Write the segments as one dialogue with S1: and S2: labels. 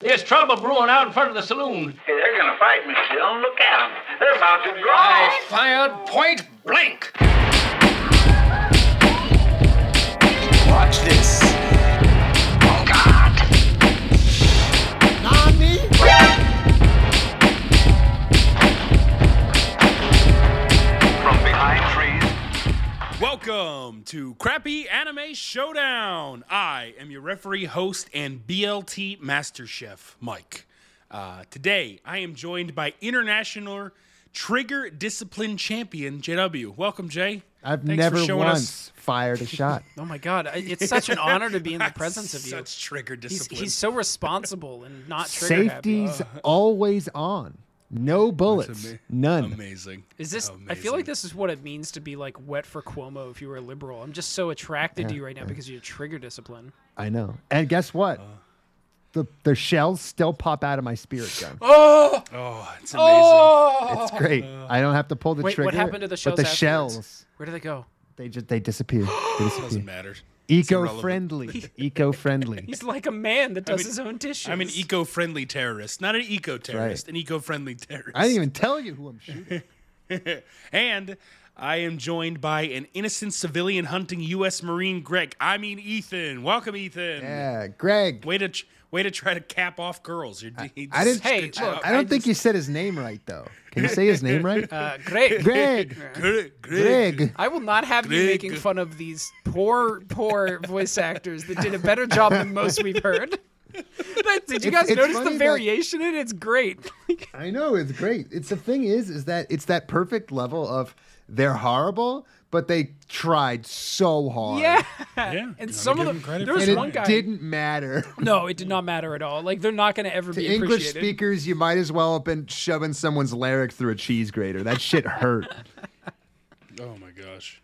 S1: There's trouble brewing out in front of the saloon.
S2: They're gonna fight me, Dillon. Look at 'em. They're about to draw.
S1: I fired point blank.
S3: Watch this.
S2: From behind trees.
S4: Welcome to Crappy Anime Showdown. I am your referee, host, and BLT Master Chef, Mike. Uh, today, I am joined by international trigger discipline champion, JW. Welcome, Jay.
S5: I've
S4: Thanks for
S5: never
S4: showing
S5: once
S4: us-
S5: fired a shot.
S6: Oh my God! I- It's such an honor to be in the presence of you.
S4: Such trigger
S6: He's,
S4: discipline.
S6: he's so responsible and not trigger happy.
S5: Safety's always on. No bullets.
S4: Uh-huh. ama-
S5: None.
S4: amazing. Oh,
S6: Is this? I
S4: Amazing.
S6: feel like this is what it means to be like wet for Cuomo if you were a liberal. I'm just so attracted to you right now because of your trigger discipline.
S5: I know. And guess what?
S4: Uh-huh.
S5: the the shells still pop out of my spirit gun.
S4: Oh, it's amazing.
S5: It's great.
S4: Uh-huh.
S5: I don't have to pull the
S6: Wait,
S5: trigger.
S6: what happened to the shells?
S5: But the
S6: afterwards?
S5: shells,
S6: Where do they go?
S5: they just they disappear. They
S4: Doesn't
S5: disappear.
S4: matter.
S5: Eco-friendly. Eco-friendly.
S6: He's like a man that does his own dishes.
S4: I'm an eco-friendly terrorist, not an eco-terrorist.
S5: right.
S4: An eco-friendly terrorist.
S5: I didn't even tell you who I'm shooting.
S4: And I am joined by an innocent civilian hunting U.S. Marine, Greg. I mean, Ethan. Welcome, Ethan.
S5: Yeah, Greg.
S4: Way to tr- way to try to cap off girls. You're,
S5: I didn't.
S6: Hey,
S4: Good
S6: look,
S4: job.
S5: I don't
S6: I
S5: think you said his name right though. Can you say his name right?
S6: Uh, great.
S5: Greg.
S4: Greg, Greg.
S5: Greg.
S6: I will not have you
S4: Greg.
S6: making fun of these poor, poor voice actors that did a better job than most we've heard. That- did you
S5: It's-
S6: guys
S5: it's
S6: notice
S5: funny
S6: the
S5: that-
S6: variation in it? It's great.
S5: I know it's great. It's the thing is, is that it's that perfect level of they're horrible, but they tried so hard.
S6: yeah.
S4: Yeah.
S6: And some of
S4: give
S6: them,
S4: him credit
S6: there
S4: for
S6: was
S5: and
S6: one
S5: it
S6: guy.
S5: didn't matter.
S6: No, it did not matter at all. Like they're not going to ever
S5: to
S6: be
S5: English
S6: appreciated.
S5: speakers, you might as well have been shoving someone's larynx through a cheese grater. That shit hurt.
S4: Oh my gosh.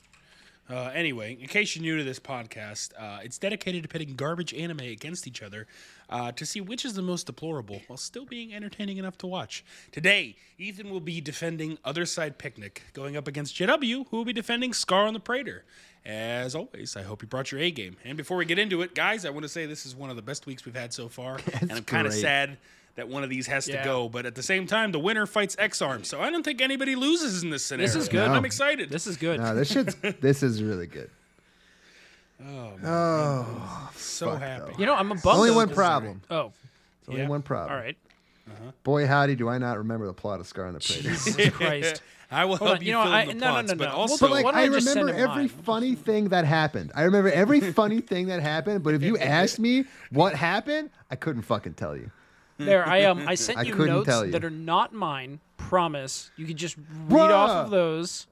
S4: Uh, anyway, in case you're new to this podcast, uh, it's dedicated to pitting garbage anime against each other uh, to see which is the most deplorable while still being entertaining enough to watch. Today, Ethan will be defending Other Side Picnic, going up against JW, who will be defending Scar on the Prater. As always, I hope you brought your A game. And before we get into it, guys, I want to say this is one of the best weeks we've had so far. and I'm kind of
S5: great.
S4: sad that one of these has to
S6: Yeah.
S4: go. But at the same time, the winner fights X Arm. So I don't think anybody loses in this scenario.
S6: is good.
S4: I'm excited.
S6: This is good.
S5: No, this shit's this is really good.
S4: so happy.
S6: you know, I'm a bummed.
S5: Only
S6: though,
S5: one
S6: 'cause-
S5: problem.
S6: Oh,
S5: Only
S4: Yeah.
S5: one problem.
S6: all right.
S5: Boy, howdy, do I not remember the plot of Scar and the Prater.
S6: Jesus Christ.
S4: I will
S6: Hold
S4: help
S6: on,
S4: you,
S6: you know,
S4: fill
S6: I-
S4: in the
S6: no, no,
S4: plots,
S6: no,
S4: but
S6: no.
S4: also
S6: Well,
S5: But
S6: why don't
S5: like I
S6: I just send
S5: remember
S6: him mine?
S5: every funny thing that happened. I remember every funny thing that happened. But if you asked me what happened, I couldn't fucking tell you.
S6: There, I um, I sent
S5: I
S6: you
S5: couldn't
S6: notes
S5: tell you.
S6: that are not mine. Promise. You could just read
S5: Bruh.
S6: off of those.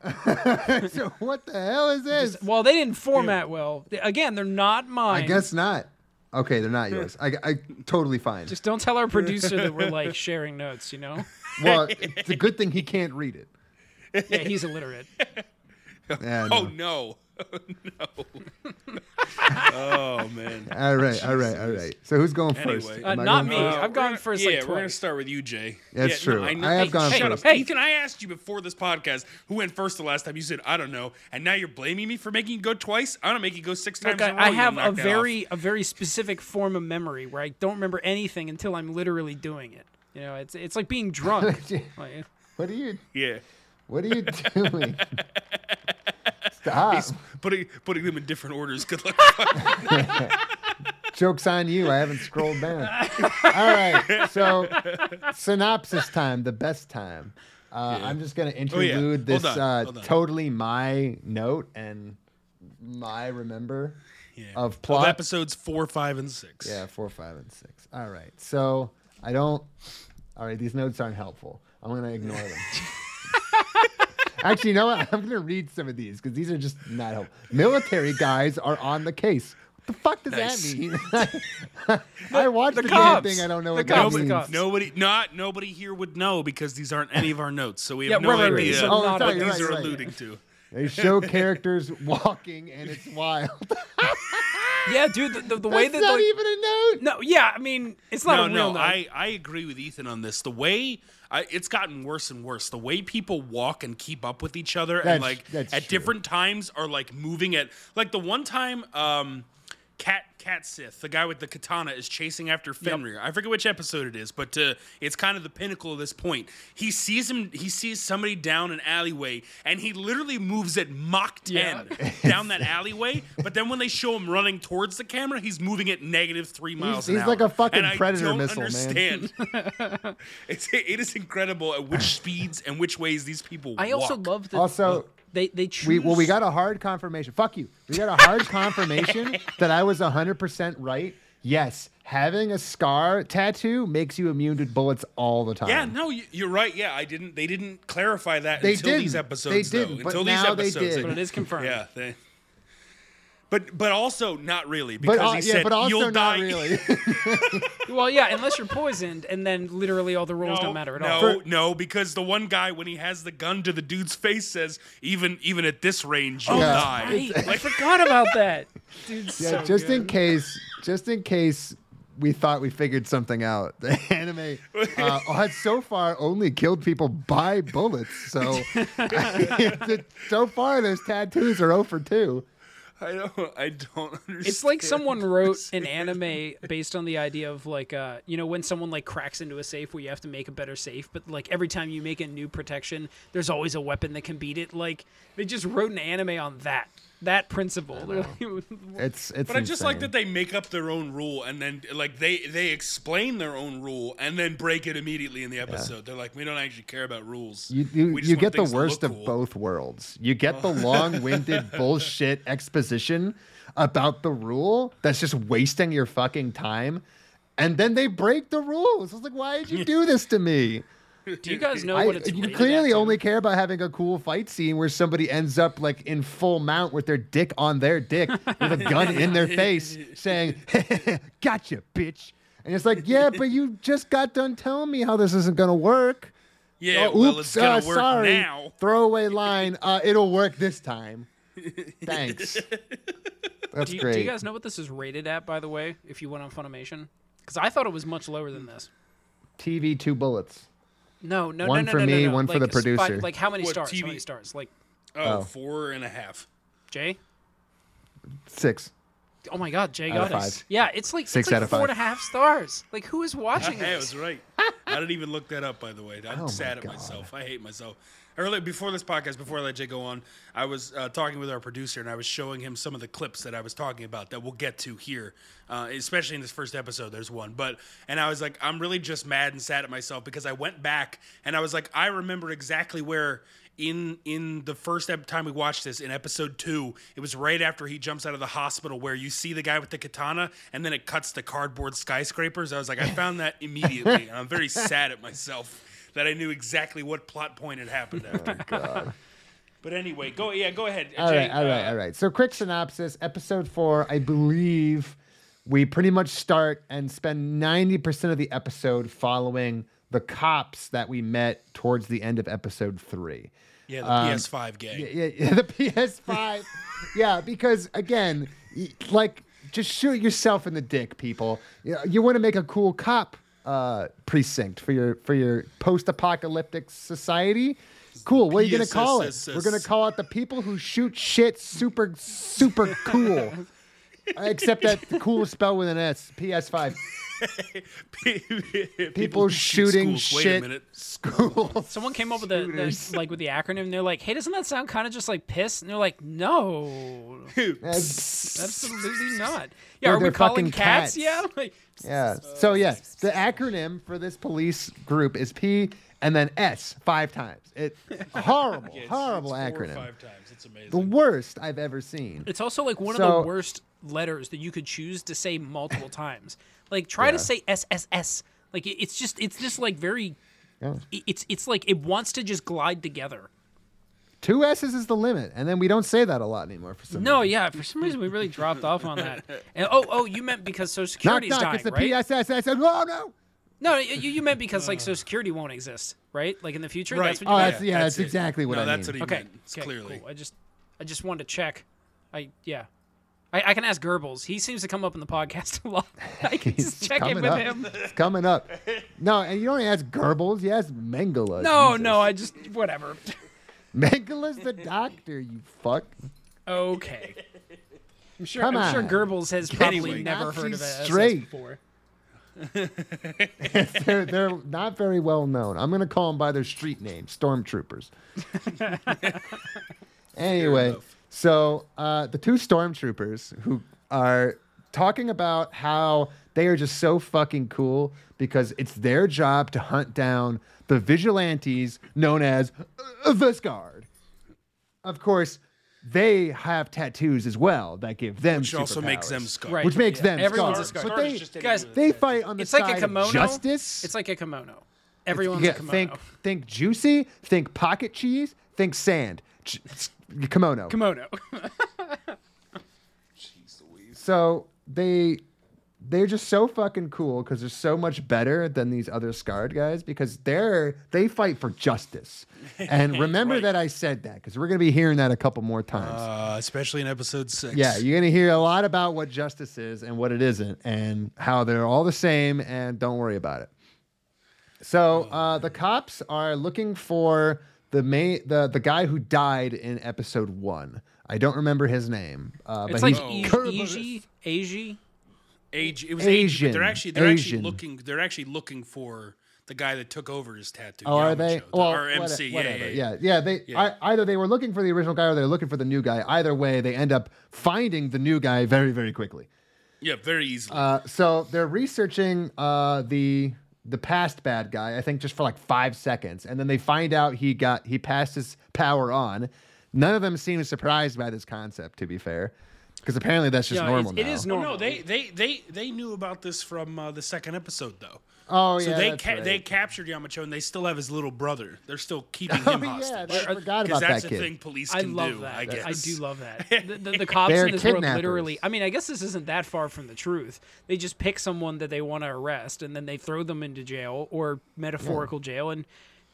S5: So what the hell is this?
S6: Well, they didn't format well. They- Again, they're not mine.
S5: I guess not. Okay, they're not yours. I, I totally fine.
S6: Just don't tell our producer that we're like sharing notes. You know?
S5: well, it's a good thing he can't read it.
S6: Yeah, he's illiterate.
S5: Yeah,
S4: oh
S5: no.
S4: no, oh no, oh man.
S5: All right, all right, all right. So who's going first?
S4: Anyway.
S5: Am
S4: Uh,
S5: I
S6: not
S5: going
S6: me.
S5: first?
S6: I've gone
S4: we're-
S6: first,
S4: Yeah,
S6: like,
S4: we're gonna
S6: twice.
S4: start with you, Jay.
S5: That's
S4: Yeah, no,
S5: true.
S4: know-
S5: I have
S4: hey,
S5: gone
S4: shut
S5: first.
S4: Up.
S6: Hey.
S4: Ethan, I asked you before this podcast who went first the last time. You said I don't know, and now you're blaming me for making you go twice. I'm gonna make you go six times.
S6: Look, I,
S4: in a row,
S6: I
S4: you
S6: have a
S4: knocked it off.
S6: very a very specific form of memory where I don't remember anything until I'm literally doing it. You know, it's it's like being drunk. Like,
S5: What are you?
S4: yeah,
S5: What are you doing? Stop.
S4: putting putting them in different orders. Good luck.
S5: Joke's on you. I haven't scrolled down. All right. So, synopsis time, the best time. Uh, I'm just going to
S4: yeah.
S5: interlude
S4: Hold
S5: this
S4: on,
S5: uh,
S4: hold on.
S5: totally my note and my remember
S4: Yeah.
S5: of
S4: Of
S5: plot.
S4: episodes four, five, and six.
S5: Yeah, four, five, and six. All right. So, I don't. All right. These notes aren't helpful. I'm going to ignore them. Actually, you know what? I'm going to read some of these because these are just not helpful. Military guys are on the case. What the fuck does
S4: Nice.
S5: that mean? I watched the, damn
S6: cops.
S5: thing. I don't know
S6: The
S5: what
S6: cops,
S5: that
S6: the
S5: means.
S6: cops.
S4: Nobody, not nobody here would know because these aren't any of our notes, so we have
S6: Yeah,
S4: no
S6: right, right, right.
S4: idea
S6: So
S5: Oh,
S6: not
S5: sorry,
S6: a-
S5: you're
S4: these are
S5: right, you're right.
S4: alluding to.
S5: They show characters walking, and it's wild.
S6: yeah, dude, the, the, the way that
S5: That's not
S6: the,
S5: even a note.
S6: no, yeah, I mean, it's not
S4: No,
S6: a real
S4: no,
S6: note.
S4: I, I agree with Ethan on this. The way I, it's gotten worse and worse. The way people walk and keep up with each other, and
S5: That's-
S4: like
S5: that's
S4: at
S5: true.
S4: different times are like moving at like the one time. um Cat Cat Sith, the guy with the katana, is chasing after Fenrir. I forget which episode it is, but uh, it's kind of the pinnacle of this point. He sees him. He sees somebody down an alleyway, and he literally moves at Mach ten down that alleyway. But then when they show him running towards the camera, he's moving at negative three miles. an
S5: he's
S4: hour.
S5: like a fucking
S4: And I
S5: predator
S4: don't
S5: missile, man.
S4: understand. it's, it is incredible at which speeds and which ways these people.
S6: I also
S4: walk.
S6: love that
S5: Also,
S6: they they choose.
S5: We well, we got a hard confirmation. Fuck you. We got a hard confirmation that I was hundred percent right. Yes, having a scar tattoo makes you immune to bullets all the time.
S4: Yeah, no, you- you're right. Yeah, I didn't. They didn't clarify that
S5: They
S4: until these
S5: didn't. They
S4: episodes.
S5: didn't,
S4: though.
S5: but
S4: until
S5: now they
S4: these episodes,
S5: did.
S6: but it is confirmed.
S4: Yeah. They, but but also not really because
S5: but al-
S4: he
S5: yeah,
S4: said
S5: but also
S4: you'll
S5: not
S4: die.
S5: really.
S6: Well, yeah, unless you're poisoned, and then literally all the rules don't matter at all.
S4: no, no, because the one guy when he has the gun to the dude's face says, even even at this range you'll
S5: Yeah.
S4: die.
S6: Right, I forgot about that, dude.
S5: yeah,
S6: so
S5: just
S6: good.
S5: in case, just in case we thought we figured something out. The anime uh, has so far only killed people by bullets. So so far those tattoos are 0 for 2.
S4: I don't I don't understand.
S6: It's like someone wrote an anime based on the idea of like uh you know when someone like cracks into a safe where you have to make a better safe, but like every time you make a new protection, there's always a weapon that can beat it. Like they just wrote an anime on that that principle.
S5: It's it's
S4: But I just like
S5: insane.
S4: that they make up their own rule and then like they they explain their own rule and then break it immediately in the episode. They're like, we don't actually care about rules.
S5: You, you,
S4: We just
S5: you
S4: want
S5: get the
S4: things to
S5: worst
S4: look
S5: of
S4: cool." Oh.
S5: both worlds. You get the long winded bullshit exposition about the rule that's just wasting your fucking time. And then they break the rules. I was like, why did you do this to me?
S6: Do you guys know
S5: I,
S6: what it's
S5: you
S6: rated at,
S5: clearly
S6: too?
S5: only care about having a cool fight scene where somebody ends up like in full mount with their dick on their dick with a gun in their face saying, Gotcha, bitch. And it's like, yeah, but you just got done telling me how this isn't going to work.
S4: Yeah,
S5: Oh,
S4: well,
S5: oops,
S4: it's gonna
S5: uh,
S4: work
S5: sorry.
S4: now.
S5: Throwaway line. Uh, it'll work this time. Thanks. That's
S6: Do you,
S5: great.
S6: do you guys know what this is rated at, by the way? If you went on Funimation, because I thought it was much lower than this.
S5: TV two bullets.
S6: No, no,
S5: One
S6: no, no,
S5: for
S6: no, no,
S5: me,
S6: no.
S5: one for
S6: Like,
S5: the
S6: a spot-
S5: producer.
S6: like how many
S4: What
S6: stars? How
S4: TV?
S6: many stars? Like
S4: Oh,
S5: Oh.
S4: four and a half.
S6: Jay.
S5: Six.
S6: Oh my God, Jay
S5: Out
S6: got
S5: of
S6: us.
S5: five.
S6: Yeah, it's like
S5: Six
S6: it's like
S5: out of
S6: four
S5: five.
S6: and a half stars. Like who is watching
S4: Hey, I
S6: this?
S4: was right. I didn't even look that up, by the way. I'm
S5: Oh my
S4: sad at
S5: God.
S4: myself. I hate myself. Earlier, before this podcast, before I let Jay go on, I was uh, talking with our producer and I was showing him some of the clips that I was talking about that we'll get to here, uh, especially in this first episode. There's one, but and I was like, I'm really just mad and sad at myself because I went back and I was like, I remember exactly where in in the first ep- time we watched this in episode two, it was right after he jumps out of the hospital where you see the guy with the katana, and then it cuts to cardboard skyscrapers. I was like, I found that immediately, and I'm very sad at myself that I knew exactly what plot point had happened after. But anyway, go yeah, go ahead.
S5: Oh, All
S4: Jay,
S5: right, all right,
S4: uh,
S5: all right. So, quick synopsis. Episode four, I believe we pretty much start and spend 90% of the episode following the cops that we met towards the end of episode three.
S4: Yeah, the PS5 gang.
S5: Um, Yeah, yeah, yeah, the PS5. yeah, because again, y- like just shoot yourself in the dick, people. You, you want to make a cool cop uh, precinct for your for your post-apocalyptic society. Cool. What are you gonna call it? We're gonna call it the people who shoot shit super super cool. Except that the cool is spelled with an S. PS5.
S4: People,
S5: People
S4: who shoot
S5: shooting
S4: schools. Wait a
S5: shit.
S4: minute.
S5: Schools.
S6: Someone came up with the,
S5: Shooters.
S6: the like with the acronym. and They're like, "Hey, doesn't that sound kind of just like piss?" And they're like, "No, absolutely not." Yeah,
S5: They're-
S6: are we
S5: they're
S6: calling
S5: fucking
S6: cats?
S5: cats.
S6: Yeah, like,
S5: Yeah. So yeah, the acronym for this police group is P and then S five times. It horrible,
S4: It's-
S5: horrible
S4: it's four or
S5: acronym.
S4: five times. It's
S5: The
S4: amazing.
S5: worst I've ever seen.
S6: it's also like one
S5: So-
S6: of the worst letters that you could choose to say multiple times. Like, try to say SSS. Like, it, it's just it's this like very. it- It's it's like it wants to just glide together.
S5: Two S's is the limit, and then we don't say that a lot anymore for some
S6: No,
S5: reason.
S6: yeah. For some reason, we really dropped off on that. And, oh, oh, you meant because Social
S5: Knock
S6: Security
S5: knock.
S6: is
S5: it's the
S6: dying, right?
S5: PSSS. Oh no.
S6: no, you, you meant because
S5: Uh.
S6: like Social Security won't exist, right? Like in the future. That's
S4: Right.
S6: what you
S5: Oh,
S6: meant.
S5: that's yeah. That's,
S4: it.
S5: exactly what
S4: no,
S5: I
S4: that's
S5: mean.
S4: what he
S6: okay.
S4: meant. It's
S6: okay,
S4: clearly.
S6: Cool. I just, I just wanted to check. I yeah. I, I can ask Goebbels. He seems to come up in the podcast a lot. I can just
S5: It's
S6: check in
S5: coming
S6: with
S5: up.
S6: him.
S5: It's coming up. No, and you don't ask Goebbels. You ask Mengele.
S6: No,
S5: Jesus.
S6: no, I just whatever.
S5: Mengele's the doctor. You fuck.
S6: Okay. I'm sure.
S5: Come
S6: I'm sure
S5: on.
S6: Goebbels has probably
S4: Anyway.
S6: never heard of
S5: Nazis
S6: SS
S5: straight.
S6: before.
S5: they're, they're not very well known. I'm going to call them by their street name, stormtroopers. anyway, so uh, the two stormtroopers who are talking about how they are just so fucking cool because it's their job to hunt down the vigilantes known as uh, Viscard. Of course, they have tattoos as well that give them
S4: Which also makes
S5: superpowers,
S4: them scar.
S6: Right.
S5: which makes
S6: Yeah.
S5: them
S6: Everyone's a
S5: scars.
S6: scar.
S5: But
S6: Scar
S5: they,
S6: Guys,
S5: they fight on the
S6: It's
S5: side
S6: like a
S5: of
S6: kimono.
S5: justice.
S6: It's like a kimono. Everyone's
S5: Yeah,
S6: a kimono.
S5: think think juicy, think pocket cheese, think sand, Ch- s- kimono.
S6: Kimono.
S5: So they they're just so fucking cool because they're so much better than these other scarred guys because they're they fight for justice. And remember that I said that because we're gonna be hearing that a couple more times.
S4: Uh, especially in episode six.
S5: yeah, you're gonna hear a lot about what justice is and what it isn't, and how they're all the same, and don't worry about it. So uh, the cops are looking for the main the the guy who died in episode one. I don't remember his name, uh,
S6: it's
S5: but
S6: like
S5: he's
S6: e-
S5: Kerber-
S6: Eiji. Eiji.
S4: Age, it was Asian.
S5: Asian.
S4: They're actually they're
S5: Asian.
S4: actually looking they're actually looking for the guy that took over his tattoo.
S5: Oh, are
S4: Yamamoto,
S5: they?
S4: the-
S5: Well,
S4: or
S5: whate-
S4: MC. yeah,
S5: whatever.
S4: yeah, yeah.
S5: yeah, They I, either they were looking for the original guy or they're looking for the new guy. Either way, they end up finding the new guy very, very quickly.
S4: Yeah, very easily.
S5: Uh, so they're researching uh, the the past bad guy, I think, just for like five seconds, and then they find out he got he passed his power on. None of them seem surprised by this concept, to be fair, because apparently that's just
S6: Yeah,
S5: normal
S6: it's-
S5: now.
S6: it is
S4: Oh,
S6: normal.
S4: no, they, they they they knew about this from uh, the second episode though.
S5: Oh
S4: So
S5: yeah,
S4: they
S5: that's
S4: ca-
S5: right.
S4: they captured Yamacho and they still have his little brother. They're still keeping
S5: Oh
S4: him
S5: yeah,
S4: hostage.
S5: they
S6: uh,
S5: forgot
S4: Because
S5: about
S4: that's
S5: that
S4: the
S5: kid.
S4: thing police
S6: I
S4: can
S6: love
S4: do.
S6: that.
S4: I guess
S6: do love that. The, the, the cops
S5: They're
S6: in this world
S5: kidnappers.
S6: literally. I mean, I guess this isn't that far from the truth. They just pick someone that they want to arrest, and then they throw them into jail or metaphorical jail, and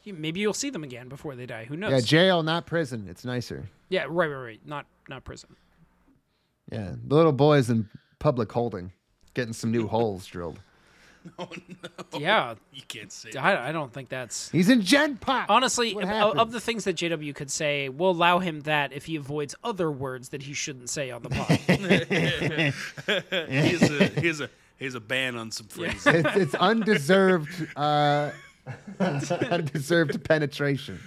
S6: you, maybe you'll see them again before they die. Who knows?
S5: yeah, jail, not prison. It's nicer.
S6: Yeah, right, right, right. Not not prison.
S5: Yeah, the little boy's in public holding, getting some new holes drilled.
S6: Yeah,
S4: you can't say.
S6: I, I don't think that's
S5: He's in Gen Pop.
S6: honestly
S5: What
S6: of-
S5: happened?
S6: of the things that JW could say. We'll allow him that if he avoids other words that he shouldn't say on the pod.
S4: Here's a here's a here's a ban on some phrases.
S5: it's, it's undeserved uh, undeserved penetration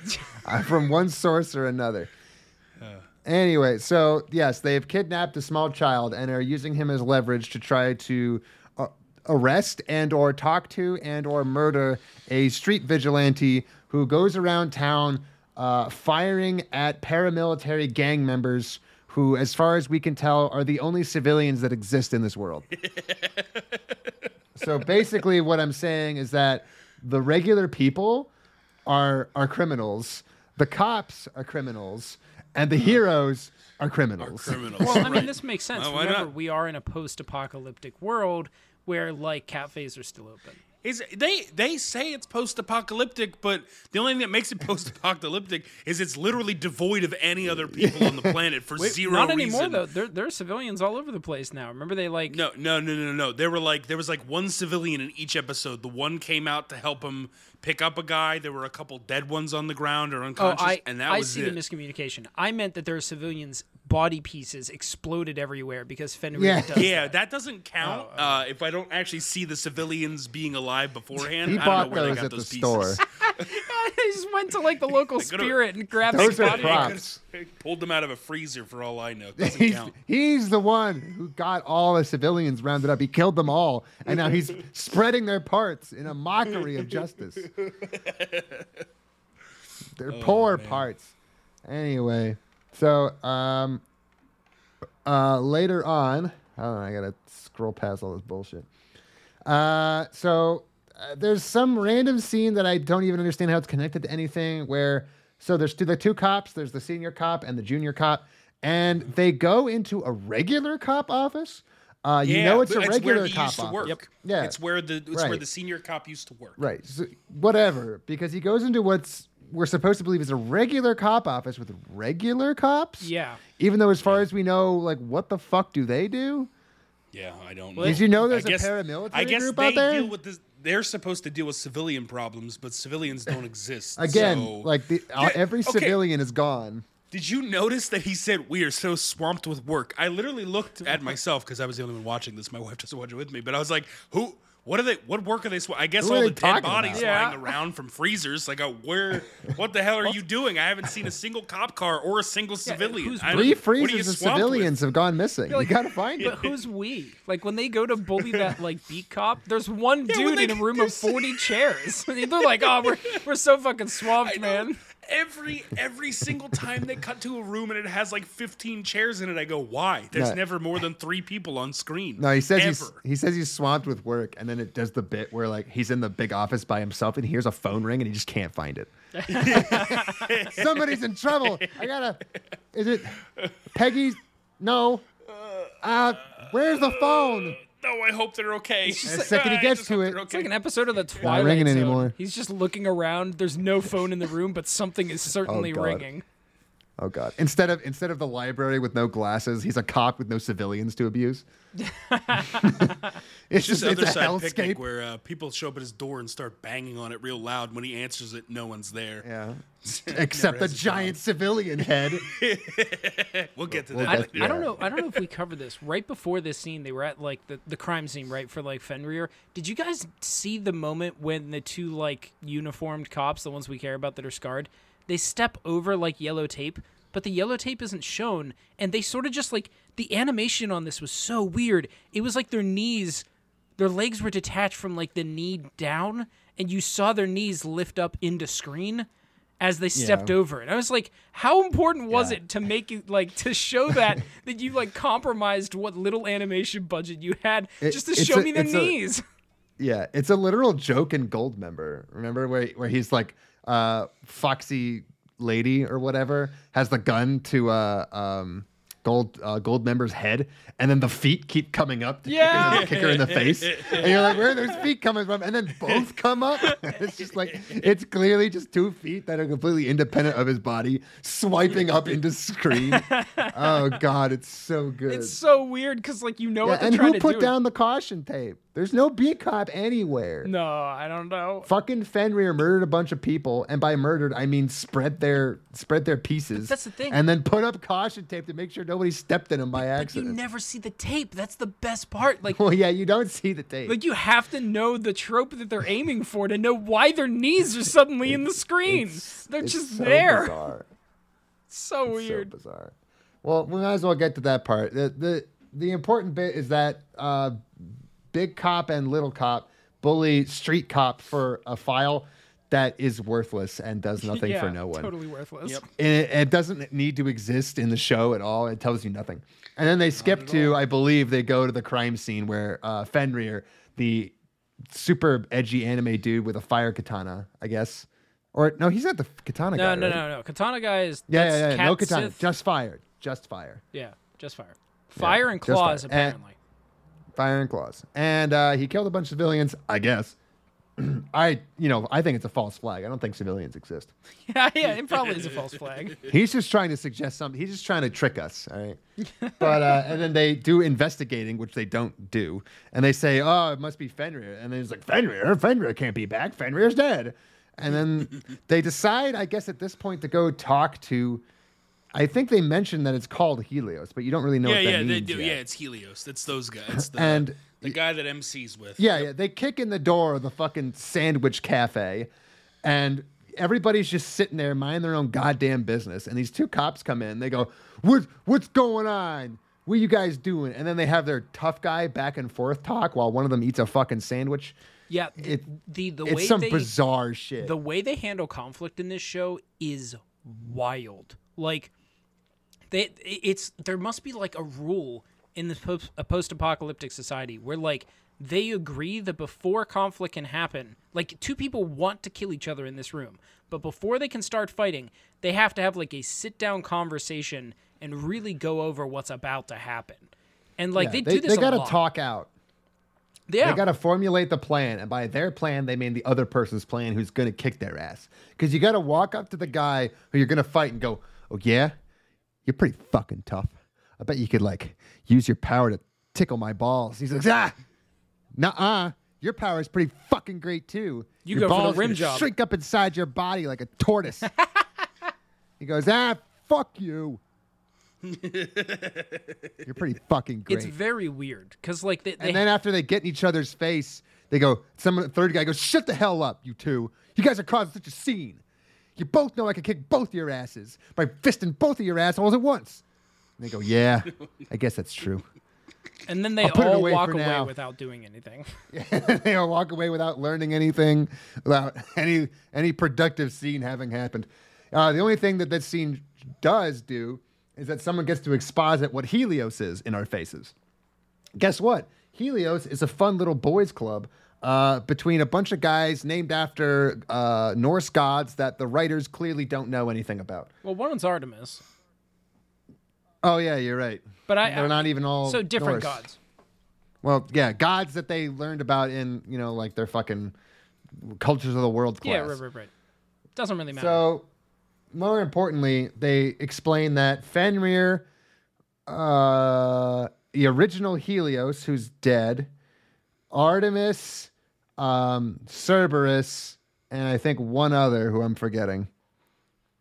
S5: uh, from one source or another. Anyway, so yes, they have kidnapped a small child and are using him as leverage to try to uh, arrest and or talk to and or murder a street vigilante who goes around town uh, firing at paramilitary gang members who, as far as we can tell, are the only civilians that exist in this world. So basically, what I'm saying is that the regular people are are criminals, the cops are criminals, and the heroes are criminals.
S4: Criminals.
S6: Well, I mean, this makes sense.
S4: Well, why
S6: Remember,
S4: not?
S6: we are in a post-apocalyptic world where like cafes are still open.
S4: Is they they say it's post-apocalyptic, but the only thing that makes it post-apocalyptic is it's literally devoid of any other people on the planet for zero.
S6: Not anymore
S4: reason.
S6: though. There, there are civilians all over the place now. Remember they like
S4: No, no, no, no, no. There were like there was like one civilian in each episode. The one came out to help him pick up a guy. There were a couple dead ones on the ground or
S6: Oh,
S4: unconscious,
S6: I
S4: and that
S6: I
S4: was
S6: see
S4: it.
S6: the miscommunication. I meant that there are civilians' body pieces exploded everywhere because Fenrir
S5: Yeah.
S6: does.
S4: yeah, that doesn't count
S5: Oh.
S4: uh, if I don't actually see the civilians being alive beforehand.
S5: He
S4: I don't
S5: bought
S4: know where they
S5: those
S4: got
S5: at the
S4: those pieces.
S5: store.
S6: I just went to like the local
S4: could've-
S6: spirit and grabbed
S5: Those
S6: some
S5: are
S6: body.
S5: props.
S4: Pulled them out of a freezer for all I know. Doesn't
S5: He's,
S4: count.
S5: he's the one who got all the civilians rounded up. He killed them all, and now he's spreading their parts in a mockery of justice. They're
S4: Oh,
S5: poor parts. Anyway, so um, uh, later on, hold on, I gotta scroll past all this bullshit. Uh, so uh, there's some random scene that I don't even understand how it's connected to anything. Where so there's two, the two cops. There's the senior cop and the junior cop, and they go into a regular cop office. Uh, you know it's a
S4: but
S5: regular
S4: where he
S5: cop
S4: used to
S5: office.
S4: work.
S5: Yeah.
S4: it's where the it's where
S5: Right.
S4: the senior cop used to work.
S5: Right. So, whatever. Because he goes into what's we're supposed to believe is a regular cop office with regular cops.
S6: Yeah.
S5: Even though, as far as we know, like what the fuck do they do?
S4: Yeah, I don't. know.
S5: Did you know
S4: I
S5: there's a
S4: guess-
S5: paramilitary
S4: I guess
S5: group
S4: they
S5: out there?
S4: Deal with this, they're supposed to deal with civilian problems, but civilians don't exist.
S5: Again,
S4: so-
S5: like the, uh,
S4: Yeah,
S5: every
S4: okay.
S5: civilian is
S4: Th-
S5: gone.
S4: Did you notice that he said we are so swamped with work? I literally looked at myself because I was the only one watching this. My wife doesn't watch it with me, but I was like, who? What are they? What work are they? Sw-? I guess
S5: Who are
S4: all
S5: they
S4: the dead
S5: talking
S4: bodies
S6: about?
S4: lying around from freezers. Like, uh, where? What the hell are you doing? I haven't seen a single cop car or a single civilian.
S6: who's
S4: I don't-
S5: Three
S4: what are you
S5: freezers of
S4: swamped with?
S5: civilians have gone missing. You gotta find
S6: But
S5: them.
S6: who's we? Like when they go to bully that like beat cop, there's one
S4: when
S6: dude
S4: they
S6: in a
S4: get
S6: room
S4: their
S6: of 40 chairs. They're like, "Oh, we're we're so fucking swamped, man."
S4: Every every single time they cut to a room and it has like 15 chairs in it, I go, why? There's
S5: No.
S4: never more than three people on screen.
S5: No, he says he's,
S4: ever.
S5: he says he's swamped with work, and then it does the bit where like he's in the big office by himself, and he hears a phone ring, and he just can't find it. Somebody's in trouble. I gotta. Is it Peggy? No. Uh, where's the phone?
S4: No, I hope they're okay.
S5: The second he
S4: uh, I
S5: gets
S4: just
S5: to
S4: hope
S5: it,
S4: they're
S6: It's like an episode of the Twilight
S5: ringing
S6: Zone.
S5: anymore.
S6: He's just looking around. There's no phone in the room, but something is certainly
S5: God.
S6: ringing.
S5: Oh God! Instead of instead of the library with no glasses, he's a cop with no civilians to abuse. it's
S4: This
S5: just it's
S4: other
S5: a
S4: side picnic
S5: hellscape.
S4: where uh, people show up at his door and start banging on it real loud. When he answers it, no one's there.
S5: yeah. Except the
S4: has a job.
S5: giant civilian head.
S4: We'll get to that. later.
S5: We'll get to
S6: I don't
S5: Yeah.
S6: know. I don't know if we covered this right before this scene. They were at like the, the crime scene, right for like Fenrir. Did you guys see the moment when the two like uniformed cops, the ones we care about that are scarred, they step over like yellow tape, but the yellow tape isn't shown, and they sort of just like the animation on this was so weird. It was like their knees, their legs were detached from like the knee down, and you saw their knees lift up into screen. As they stepped
S5: Yeah.
S6: over it, I was like, "How important was
S5: Yeah.
S6: it to make you like to show that that you like compromised what little animation budget you had
S5: It-
S6: just to
S5: it's
S6: show
S5: a-
S6: me their
S5: it's a-
S6: knees.
S5: Yeah, it's a literal joke in Goldmember. Remember where where he's like, uh, Foxy Lady or whatever has the gun to uh, um, Gold uh, Goldmember's head, and then the feet keep coming up to
S6: Yeah.
S5: kick, her in the, kick her in the face, and you're like, where are those feet coming from? And then both come up. it's just like it's clearly just two feet that are completely independent of his body, swiping up into screen. oh God, it's so good.
S6: It's so weird because like you know
S5: Yeah,
S6: what they're
S5: and
S6: trying
S5: who
S6: to
S5: put
S6: do.
S5: down the caution tape? There's no B cop anywhere.
S6: no, I don't know.
S5: Fucking Fenrir murdered a bunch of people, and by murdered I mean spread their spread their pieces.
S6: that's the thing.
S5: And then put up caution tape to make sure nobody stepped in them by
S6: Like you
S5: accident.
S6: never see the tape. That's the best part. Like
S5: well, yeah, you don't see the tape.
S6: like you have to know the trope that they're aiming for to know why their knees are suddenly in the screen. They're
S5: It's
S6: just
S5: so
S6: there.
S5: Bizarre.
S6: It's so weird.
S5: So bizarre. Well, we might as well get to that part. The the, the important bit is that uh, big cop and little cop bully street cop for a file that is worthless and does nothing
S6: yeah,
S5: for no one.
S6: Totally worthless.
S5: and it, it doesn't need to exist in the show at all. It tells you nothing. And then they skip to, I believe, they go to the crime scene where uh, Fenrir, the super edgy anime dude with a fire katana, I guess, or no, he's not the katana
S6: No,
S5: guy.
S6: no,
S5: right?
S6: no, no. Katana guy is
S5: Yeah,
S6: that's
S5: yeah, yeah.
S6: Cat
S5: no katana,
S6: Sith.
S5: just fire, just fire,
S6: yeah, just fire, fire and
S5: just fire. Eh.
S6: claws
S5: And-
S6: apparently.
S5: fire and claws. And uh, he killed a bunch of civilians, I guess. I, you know, I think it's a false flag. I don't think civilians exist.
S6: yeah, yeah, it probably is a false flag.
S5: He's just trying to suggest something. He's just trying to trick us, all right? But uh, and then they do investigating, which they don't do, and they say, "Oh, it must be Fenrir." And then he's like, "Fenrir, Fenrir can't be back. Fenrir's dead." And then they decide, I guess, at this point, to go talk to. I think they mentioned that it's called Helios, but you don't really know
S4: Yeah,
S5: what that
S4: yeah, they
S5: means
S4: do.
S5: yet.
S4: Yeah, it's Helios. That's those guys. It's the,
S5: And-
S4: the guy that MCs with.
S5: Yeah, yeah. They kick in the door of the fucking sandwich cafe, and everybody's just sitting there minding their own goddamn business. And these two cops come in. They go, "What? What's going on? What you guys doing?" And then they have their tough guy back and forth talk while one of them eats a fucking sandwich.
S6: Yeah, the
S5: It-
S6: the, the way
S5: It's some
S6: they
S5: bizarre shit.
S6: the way they handle conflict in this show is wild. Like they it's there must be like a rule in this post, a post-apocalyptic society where like they agree that before conflict can happen like two people want to kill each other in this room but before they can start fighting they have to have like a sit down conversation and really go over what's about to happen and like
S5: Yeah,
S6: they,
S5: they
S6: do this
S5: they
S6: a
S5: gotta
S6: lot.
S5: talk out.
S6: yeah
S5: They got to formulate the plan, and by their plan, they mean the other person's plan who's going to kick their ass. Because you got to walk up to the guy who you're going to fight and go, "Oh yeah, you're pretty fucking tough. I bet you could like use your power to tickle my balls." He's like, "Ah, nah, your power is pretty fucking great too.
S6: You
S5: your
S6: go for the
S5: balls
S6: rim
S5: can
S6: job."
S5: Shrink up inside your body like a tortoise." he goes, "Ah, fuck you. You're pretty fucking great.
S6: It's very weird because like they, they
S5: and then after they get in each other's face, they go. Some the third guy goes, "Shut the hell up, you two! You guys are causing such a scene. You both know I could kick both your asses by fisting both of your assholes at once." And they go, "Yeah, I guess that's true."
S6: and then they
S5: I'll put it
S6: all
S5: away
S6: walk
S5: for
S6: away
S5: now.
S6: without doing anything.
S5: they all walk away without learning anything, without any any productive scene having happened. Uh, the only thing that that scene does do is that someone gets to exposit what Helios is in our faces. Guess what? Helios is a fun little boys' club uh, between a bunch of guys named after uh, Norse gods that the writers clearly don't know anything about.
S6: Well, one one's Artemis,
S5: Oh yeah, you're right.
S6: but I
S5: They're not even all
S6: so different
S5: Norse.
S6: gods.
S5: Well, yeah, gods that they learned about in you know like their fucking cultures of the world class.
S6: Yeah, right, right, right. Doesn't really matter.
S5: So, more importantly, they explain that Fenrir, uh, the original Helios, who's dead, Artemis, um, Cerberus, and I think one other who I'm forgetting.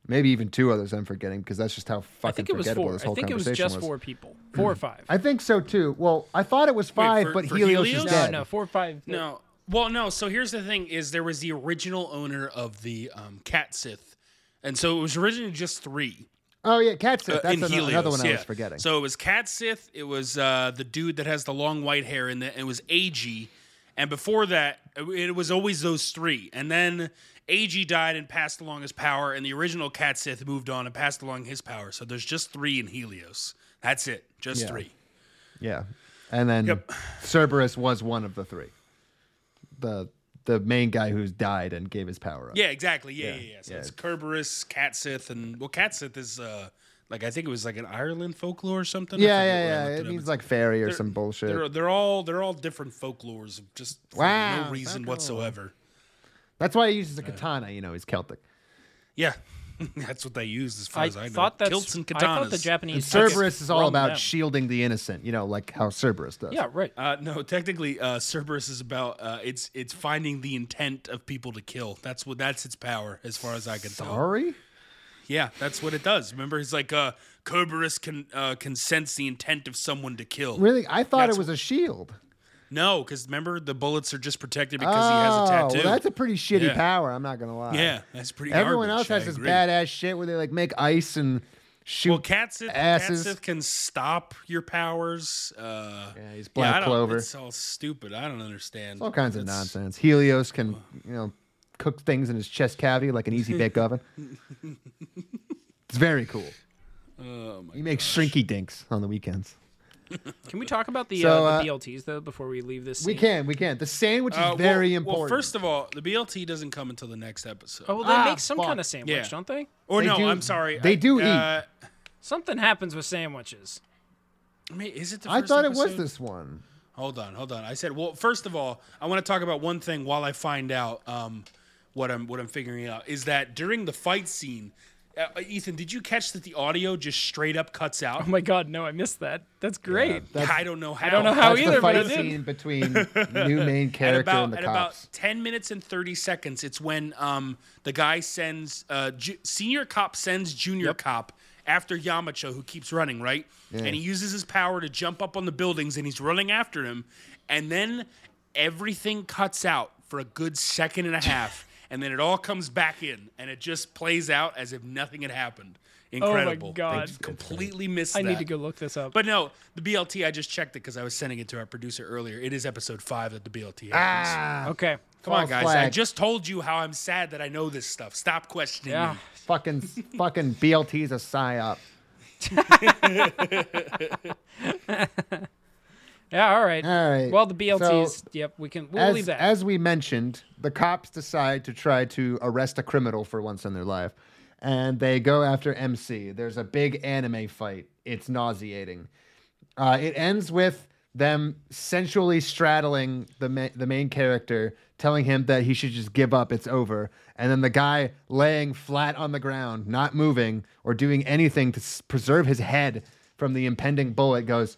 S5: Maybe even two others I'm forgetting because that's just how
S6: I
S5: fucking
S6: think it was
S5: forgettable
S6: four.
S5: this
S6: I
S5: whole
S6: think it was
S5: conversation Hmm.
S6: just four people, four or five.
S5: I think so too. Well, I thought it was five,
S4: for-
S5: but
S4: for
S5: Helios,
S4: Helios? No,
S5: is dead.
S6: No, no, four or five.
S4: No. Well, no. So here's the thing: is there was the original owner of the um, Cat Sith, and so it was originally just three.
S5: Oh yeah, Cat Sith.
S4: uh,
S5: That's
S4: in
S5: ano-
S4: Helios,
S5: another one I
S4: yeah.
S5: was forgetting.
S4: So it was Cat Sith. It was uh, the dude that has the long white hair, and the- it was AG. And before that, it- it was always those three. And then AG died and passed along his power, and the original Cat Sith moved on and passed along his power. So there's just three in Helios. That's it, just
S5: Yeah.
S4: three.
S5: Yeah, and then
S4: Yep.
S5: Cerberus was one of the three. The the main guy who's died and gave his power up.
S4: Yeah, exactly. Yeah, yeah, yeah. So
S5: yeah.
S4: it's Kerberos, Cat Sith, and well, Cat Sith is uh, like I think it was like an Ireland folklore or something. I
S5: yeah,
S4: forget
S5: yeah,
S4: where I
S5: yeah.
S4: looked
S5: It
S4: up.
S5: means like fairy or
S4: They're-
S5: some
S4: They're,
S5: bullshit.
S4: they're all they're all different folklores, of just for
S5: Wow,
S4: no reason
S5: folklore.
S4: whatsoever.
S5: That's why he uses a katana. You know, he's Celtic.
S4: Yeah, that's what they use as far
S6: I
S4: as I know.
S6: thought that's.
S4: kilts and katanas.
S6: I thought the
S5: And
S6: Japanese
S5: Cerberus is all
S6: from
S5: about
S6: them.
S5: shielding the innocent. You know, like how Cerberus does.
S6: Yeah, right.
S4: Uh, no, technically, uh, Cerberus is about uh, it's it's finding the intent of people to kill. That's what that's its power, as far as I can tell.
S5: Sorry.
S4: Yeah, that's what it does. Remember, he's like uh, Cerberus can uh, can sense the intent of someone to kill.
S5: Really, I thought
S4: That's-
S5: it was a shield.
S4: No, because remember the bullets are just protected
S5: Oh,
S4: because he has a tattoo.
S5: well, that's a pretty shitty
S4: Yeah.
S5: power. I'm not gonna lie.
S4: yeah, that's pretty.
S5: Everyone
S4: garbage,
S5: else has
S4: I
S5: this
S4: agree.
S5: badass shit where they like make ice and shoot.
S4: Well, Catsith,
S5: asses.
S4: Catsith can stop your powers. Uh, yeah,
S5: he's Black
S4: I don't-
S5: Clover.
S4: It's all stupid. I don't understand.
S5: all kinds of
S4: It's-
S5: nonsense. Helios can, you know, cook things in his chest cavity like an easy bake oven. It's very cool. Oh my he makes shrinky dinks on the weekends.
S6: Can we talk about the
S5: So,
S6: uh,
S5: uh,
S6: the BLTs though before we leave this?
S5: We
S6: scene?
S5: can, we can. The sandwich is
S4: Uh, well-
S5: very
S4: well,
S5: important.
S4: first of all, the BLT doesn't come until the next episode.
S6: Oh, well, they
S5: Ah,
S6: make some
S5: fuck.
S6: kind of sandwich,
S4: Yeah.
S6: don't they?
S4: or
S5: they
S4: no,
S5: do-
S4: I'm sorry.
S5: they
S4: I-
S5: do eat.
S4: uh,
S6: Something happens with sandwiches.
S4: I mean, is it the
S5: I
S4: first
S5: thought it was
S4: episode?
S5: this one.
S4: Hold on, hold on. I said, well, first of all, I want to talk about one thing while I find out um, what I'm what I'm figuring out is that during the fight scene, uh, Ethan, did you catch that the audio just straight up cuts out?
S6: Oh my god, no, I missed that. That's great.
S4: I don't know how.
S6: don't know how
S5: That's
S6: either,
S5: the
S6: but I
S5: fight
S6: did.
S5: scene between new main
S4: At
S5: character and
S4: about
S5: the
S4: at
S5: cops.
S4: about ten minutes and thirty seconds, it's when um the guy sends uh ju- senior cop sends junior cop after Yamacho who keeps running right, and he uses his power to jump up on the buildings and he's running after him, and then everything cuts out for a good second and a half, and then it all comes back in and it just plays out as if nothing had happened. Incredible!
S6: Oh God.
S4: They completely missed.
S6: I need
S4: that.
S6: to go look this up.
S4: But no, the BLT. I just checked it because I was sending it to our producer earlier. It is episode five that the BLT. Happens.
S5: ah,
S6: okay.
S4: Oh, Come on,
S5: false
S4: guys! I
S5: flag.
S4: just told you how I'm sad that I know this stuff. Stop questioning
S6: Yeah.
S4: me.
S5: fucking fucking BLT's a psyop.
S6: Yeah, all right.
S5: All right.
S6: Well, the BLTs,
S5: So,
S6: yep, we can we'll
S5: as,
S6: leave that.
S5: as we mentioned, the cops decide to try to arrest a criminal for once in their life. And they go after MC. There's a big anime fight. It's nauseating. Uh, it ends with them sensually straddling the ma- the main character, telling him that he should just give up. It's over. And then the guy laying flat on the ground, not moving or doing anything to s- preserve his head from the impending bullet, goes,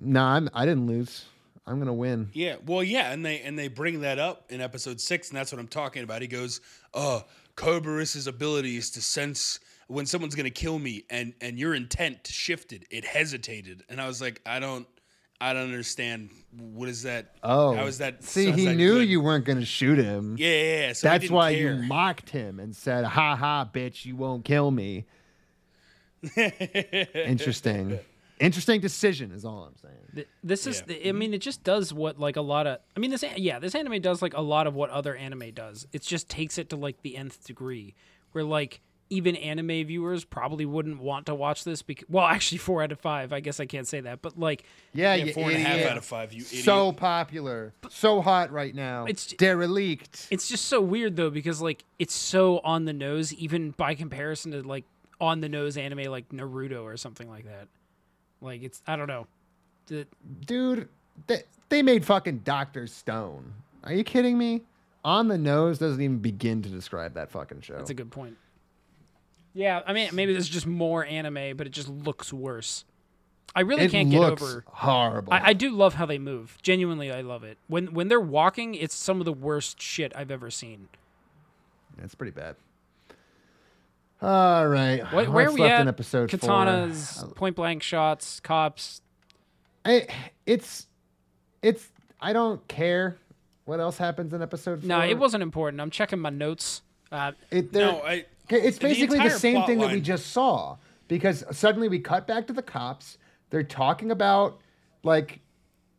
S5: "Nah, I'm, I didn't lose. I'm gonna win."
S4: Yeah, well, yeah, and they and they bring that up in episode six, and that's what I'm talking about. He goes, "Uh, Kerberus's ability is to sense when someone's gonna kill me and and your intent shifted it hesitated and i was like i don't i don't understand what is that
S5: Oh,
S4: how is that
S5: See,
S4: how's
S5: he
S4: that
S5: knew
S4: good?
S5: you weren't going to shoot him.
S4: yeah, yeah, yeah. So I
S5: That's
S4: didn't
S5: why
S4: care.
S5: you mocked him and said, "Ha ha, bitch, you won't kill me." Interesting. Interesting decision is all I'm saying.
S6: Th- This is, the, I mean, it just does what like a lot of, I mean, this, an- yeah, this anime does like a lot of what other anime does. It just takes it to like the nth degree, where like even anime viewers probably wouldn't want to watch this because, well, actually, four out of five, I guess I can't say that, but like,
S5: Yeah,
S4: Yeah,
S5: you
S4: four and a half
S5: idiot.
S4: out of five you idiot
S5: So popular, so hot right now.
S6: It's-
S5: It's derelict.
S6: it's just so weird though because like it's so on the nose, even by comparison to like on the nose anime like Naruto or something like that. Like it's, I don't know. The-
S5: dude, they, they made fucking Doctor Stone. Are you kidding me? On the nose doesn't even begin to describe that fucking show.
S6: That's a good point. Yeah, I mean, maybe there's just more anime, but it just looks worse. I really
S5: it
S6: can't get
S5: looks
S6: over.
S5: horrible.
S6: I, I do love how they move. Genuinely, I love it. When when they're walking, it's some of the worst shit I've ever seen.
S5: it's pretty bad. All right,
S6: What,
S5: what's
S6: where are we
S5: left
S6: at?
S5: in episode four?
S6: Katanas, point blank shots, cops.
S5: I, it's it's I don't care what else happens in episode four.
S6: No, it wasn't important. I'm checking my notes. Uh,
S5: It, they're-
S4: no i
S5: Okay, it's basically the,
S4: entire
S5: same
S4: plot
S5: thing that we
S4: line-
S5: just saw because suddenly we cut back to the cops. They're talking about like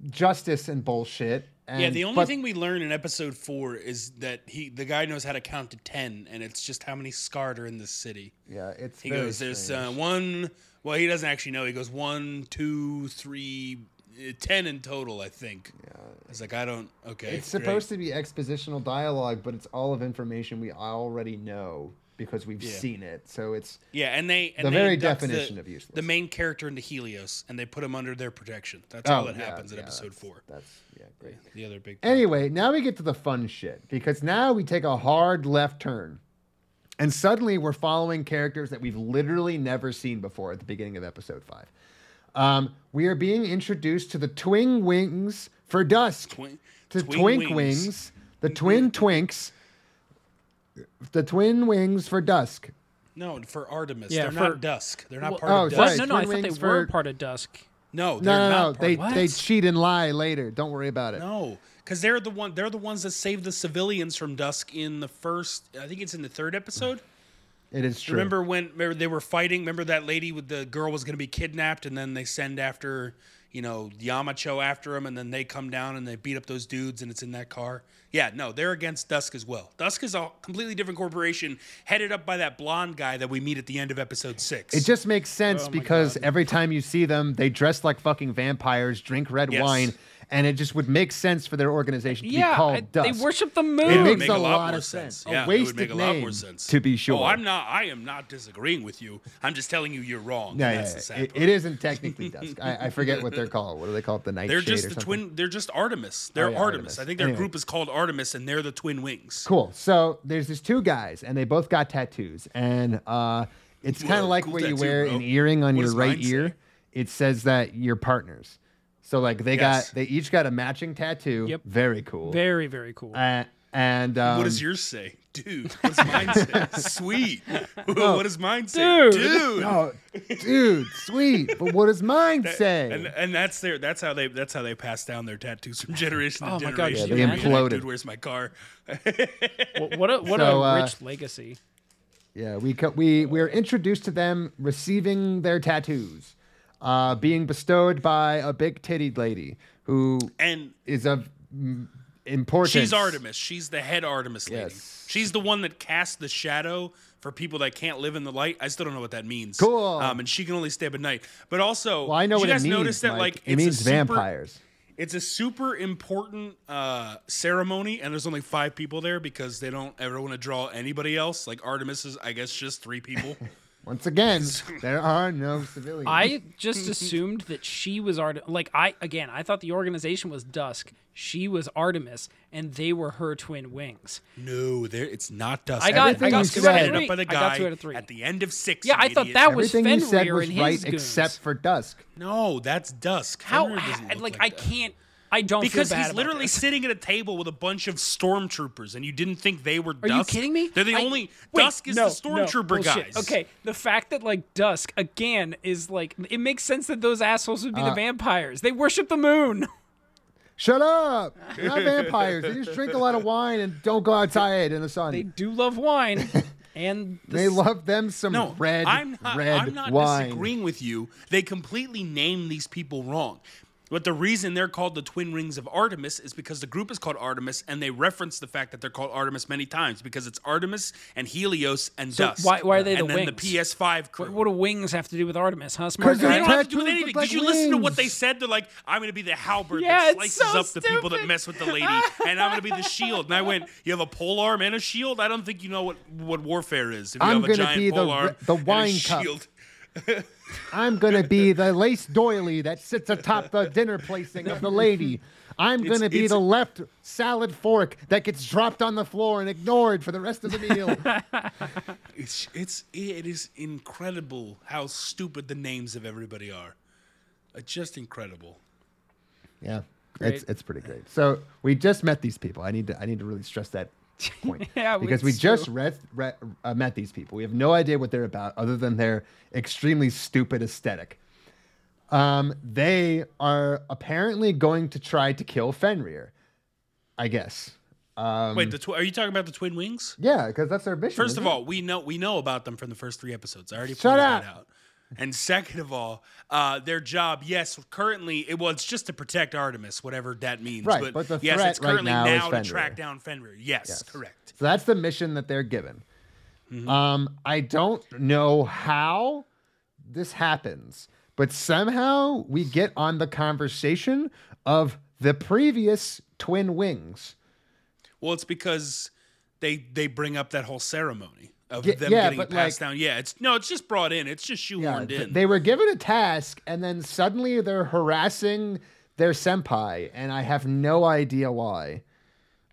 S5: justice and bullshit. And,
S4: yeah the only
S5: but-
S4: thing we learn in episode four is that he the guy knows how to count to ten and it's just how many scarred are in this city
S5: Yeah, it's
S4: He
S5: very
S4: goes, there's
S5: strange.
S4: uh, one. Well, he doesn't actually know. He goes one, two, three, uh, ten in total, I think. Yeah. It's like I don't. Okay.
S5: It's supposed to be expositional dialogue, but it's all of information we already know because we've seen it. So it's
S4: Yeah, and they and
S5: the
S4: they
S5: very
S4: induct the-
S5: definition of useless.
S4: The main character into Helios, and they put him under their protection. That's all
S5: Oh,
S4: that
S5: yeah,
S4: happens in
S5: yeah,
S4: episode
S5: that's-
S4: four.
S5: That's yeah, great.
S4: The other big.
S5: Anyway, now we get to the fun shit because now we take a hard left turn. And suddenly we're following characters that we've literally never seen before at the beginning of episode five. Um, we are being introduced to the Twing Wings for Dusk,
S4: Twin-
S5: to
S4: Twin
S5: Twink
S4: Wings.
S5: wings. Mm-hmm. the Twin Twinks, the Twin Wings for Dusk.
S4: No, for Artemis,
S6: Yeah,
S4: they're
S6: for-
S4: not dusk. They're not part
S5: oh,
S4: of
S5: sorry.
S4: dusk.
S6: what? No, no, I thought
S5: Twin
S6: they
S5: Wings
S6: were
S5: for-
S6: part of Dusk.
S4: No, they're
S5: No, no, no.
S4: not part
S5: They,
S4: of
S6: What?
S5: they cheat and lie later. Don't worry about it.
S4: No, because they're the one. They're the ones that save the civilians from dusk in the first. I think it's in the third episode.
S5: It is Mm, true.
S4: Remember when remember they were fighting? Remember that lady with the girl was going to be kidnapped, and then they send after you know Yamacho after him, and then they come down and they beat up those dudes, and it's in that car. Yeah, no, they're against Dusk as well. Dusk is a completely different corporation headed up by that blonde guy that we meet at the end of episode six.
S5: It just makes
S4: Oh
S5: sense because every time you see them, they dress like fucking vampires, drink red
S4: Yes.
S5: wine, and it just would make sense for their organization to be
S6: Yeah,
S5: called
S6: I-
S5: Dusk.
S6: they worship the
S5: It
S4: would
S6: moon.
S5: makes
S4: make
S5: a
S4: a lot
S5: lot
S4: more
S5: of
S4: sense.
S5: sense. A
S4: Yeah, it
S5: wasted
S4: would make a lot more
S5: name,
S4: sense.
S5: to be sure.
S4: Oh, I'm not. I am not disagreeing with you. I'm just telling you you're wrong.
S5: Yeah,
S4: and
S5: yeah,
S4: that's
S5: yeah.
S4: the sad
S5: It-
S4: part.
S5: it isn't technically Dusk. I, I forget what they're called. What do they call it? The Nightshade
S4: They're
S5: or
S4: just the
S5: something? Oh,
S4: twin. They're just Artemis. They're
S5: yeah,
S4: Artemis.
S5: Artemis.
S4: I think their
S5: Anyway.
S4: group is called Artemis, and they're the Twin Wings.
S5: Cool. So there's these two guys, and they both got tattoos, and uh, it's kind
S4: Whoa,
S5: of like
S4: cool
S5: where you
S4: tattoo,
S5: wear
S4: bro.
S5: an earring on
S4: What
S5: your
S4: does
S5: right
S4: mine say?
S5: ear. It says that you're partners. So like they
S4: Yes.
S5: got they each got a matching tattoo.
S6: Yep.
S5: Very cool.
S6: Very, very cool.
S5: Uh, and um,
S4: What does yours say? Dude. What does mine say? Sweet. what does mine say?
S6: Dude.
S4: Dude.
S5: Oh, dude, sweet. But what does mine say?
S4: And, and that's their that's how they that's how they pass down their tattoos from generation to
S6: Oh my God,
S4: generation.
S6: Yeah, they
S5: imploded.
S4: Dude, where's my car?
S6: Wh- what a what a
S5: So, uh,
S6: rich legacy.
S5: yeah, we co- we we are introduced to them receiving their tattoos, uh, being bestowed by a big titted lady who is
S4: And
S5: of mm, importance.
S4: she's Artemis. She's the head Artemis lady.
S5: Yes.
S4: She's the one that casts the shadow for people that can't live in the light. I still don't know what that means.
S5: Cool.
S4: Um, and she can only stay up at night. But also,
S5: Well, I know
S4: did
S5: what
S4: you guys
S5: it means.
S4: notice that
S5: Mike.
S4: like
S5: it
S4: it's a
S5: means
S4: super-
S5: vampires.
S4: It's a super important uh, ceremony, and there's only five people there because they don't ever want to draw anybody else. Like Artemis is, I guess, just three people.
S5: Once again, there are no civilians.
S6: I just assumed that she was Artemis. Like I again, I thought the organization was Dusk. She was Artemis, and they were her twin wings.
S4: no, there it's not Dusk.
S6: I got-
S5: Everything I got you
S4: Dusk is
S5: said-
S4: headed up by the
S6: I got
S4: guy
S6: two out of three.
S4: at the end of six.
S6: Yeah,
S4: you
S6: I thought
S4: idiot.
S6: that was
S5: Everything you said
S6: Fenrir
S5: was
S6: and his
S5: right
S6: goons.
S5: except for dusk.
S4: no, that's Dusk.
S6: How
S4: Fenrir doesn't
S6: like,
S4: look
S6: I
S4: that.
S6: can't. I don't
S4: because
S6: feel bad
S4: he's
S6: about
S4: literally
S6: this.
S4: sitting at a table with a bunch of stormtroopers, and you didn't think they were.
S6: Are
S4: Dusk?
S6: you kidding me?
S4: They're the
S6: I-
S4: only
S6: Wait,
S4: Dusk is
S6: no,
S4: the stormtrooper
S6: no, bullshit.
S4: guys.
S6: Okay, the fact that like Dusk again is like it makes sense that those assholes would be
S4: Uh,
S6: the vampires. They worship the moon.
S5: Shut up! They're not vampires. They just drink a lot of wine and don't go outside in the sun.
S6: They
S5: They,
S6: do love wine, and the s-
S5: love them some
S4: No,
S5: red,
S4: I'm not,
S5: red
S4: I'm not
S5: wine.
S4: disagreeing with you. They completely name these people wrong. But the reason they're called the Twin Rings of Artemis is because the group is called Artemis, and they reference the fact that they're called Artemis many times because it's Artemis and Helios and
S6: So
S4: Dust.
S6: why- why are they
S4: and
S6: the wings?
S4: then the PS5 crew?
S6: what do wings have to do with Artemis? Huh? Smart
S5: 'Cause
S6: guy.
S5: they're
S4: They don't have to do
S5: Tattoos
S4: with anything.
S5: look like
S4: Did you listen to what they
S5: wings.
S4: said? They're like, I'm going to be the halberd
S6: Yeah,
S4: that
S6: it's
S4: slices
S6: so
S4: up the people that
S6: stupid.
S4: mess with the lady, and I'm going to be the shield. And I went, You have a pole arm and a shield? I don't think you know what, what warfare is. If you
S5: I'm
S4: have a
S5: gonna
S4: giant
S5: be the
S4: pole
S5: re-
S4: arm
S5: the
S4: and a
S5: wine cup.
S4: shield.
S5: I'm gonna be the lace doily that sits atop the dinner placing of the lady. I'm gonna be
S4: it's-
S5: the left salad fork that gets dropped on the floor and ignored for the rest of the meal.
S4: It's, it's, it is incredible how stupid the names of everybody are. Uh, Just incredible.
S5: yeah, it's it's pretty great. So we just met these people. I need to I need to really stress that point
S6: Yeah,
S5: because we
S6: it's
S5: just
S6: true.
S5: read, read, uh, met these people. We have no idea what they're about other than their extremely stupid aesthetic. Um, they are apparently going to try to kill Fenrir. I guess. Um,
S4: Wait, the tw- are you talking about the Twin Wings?
S5: Yeah, because that's our mission.
S4: First
S5: isn't
S4: of
S5: it?
S4: all, we know we know about them from the first three episodes. I already
S5: Shut
S4: pointed
S5: up.
S4: that out. And second of all, uh, their job, yes, currently it was just to protect Artemis, whatever that means.
S5: Right,
S4: but,
S5: but the
S4: yes,
S5: threat
S4: it's
S5: right
S4: currently
S5: now is
S4: now, to
S5: Fenrir.
S4: track down Fenrir. Yes, correct.
S5: So that's the mission that they're given.
S4: Mm-hmm.
S5: Um, I don't know how this happens, but somehow we get on the conversation of the previous Twin Wings.
S4: Well, it's because they they bring up that whole ceremony of
S5: Ye-
S4: them
S5: yeah,
S4: getting
S5: but,
S4: it passed
S5: like-
S4: down. Yeah, it's no, it's just brought in. It's just shoehorned
S5: th-
S4: in.
S5: they were given a task, and then suddenly they're harassing their senpai, and I have no idea why.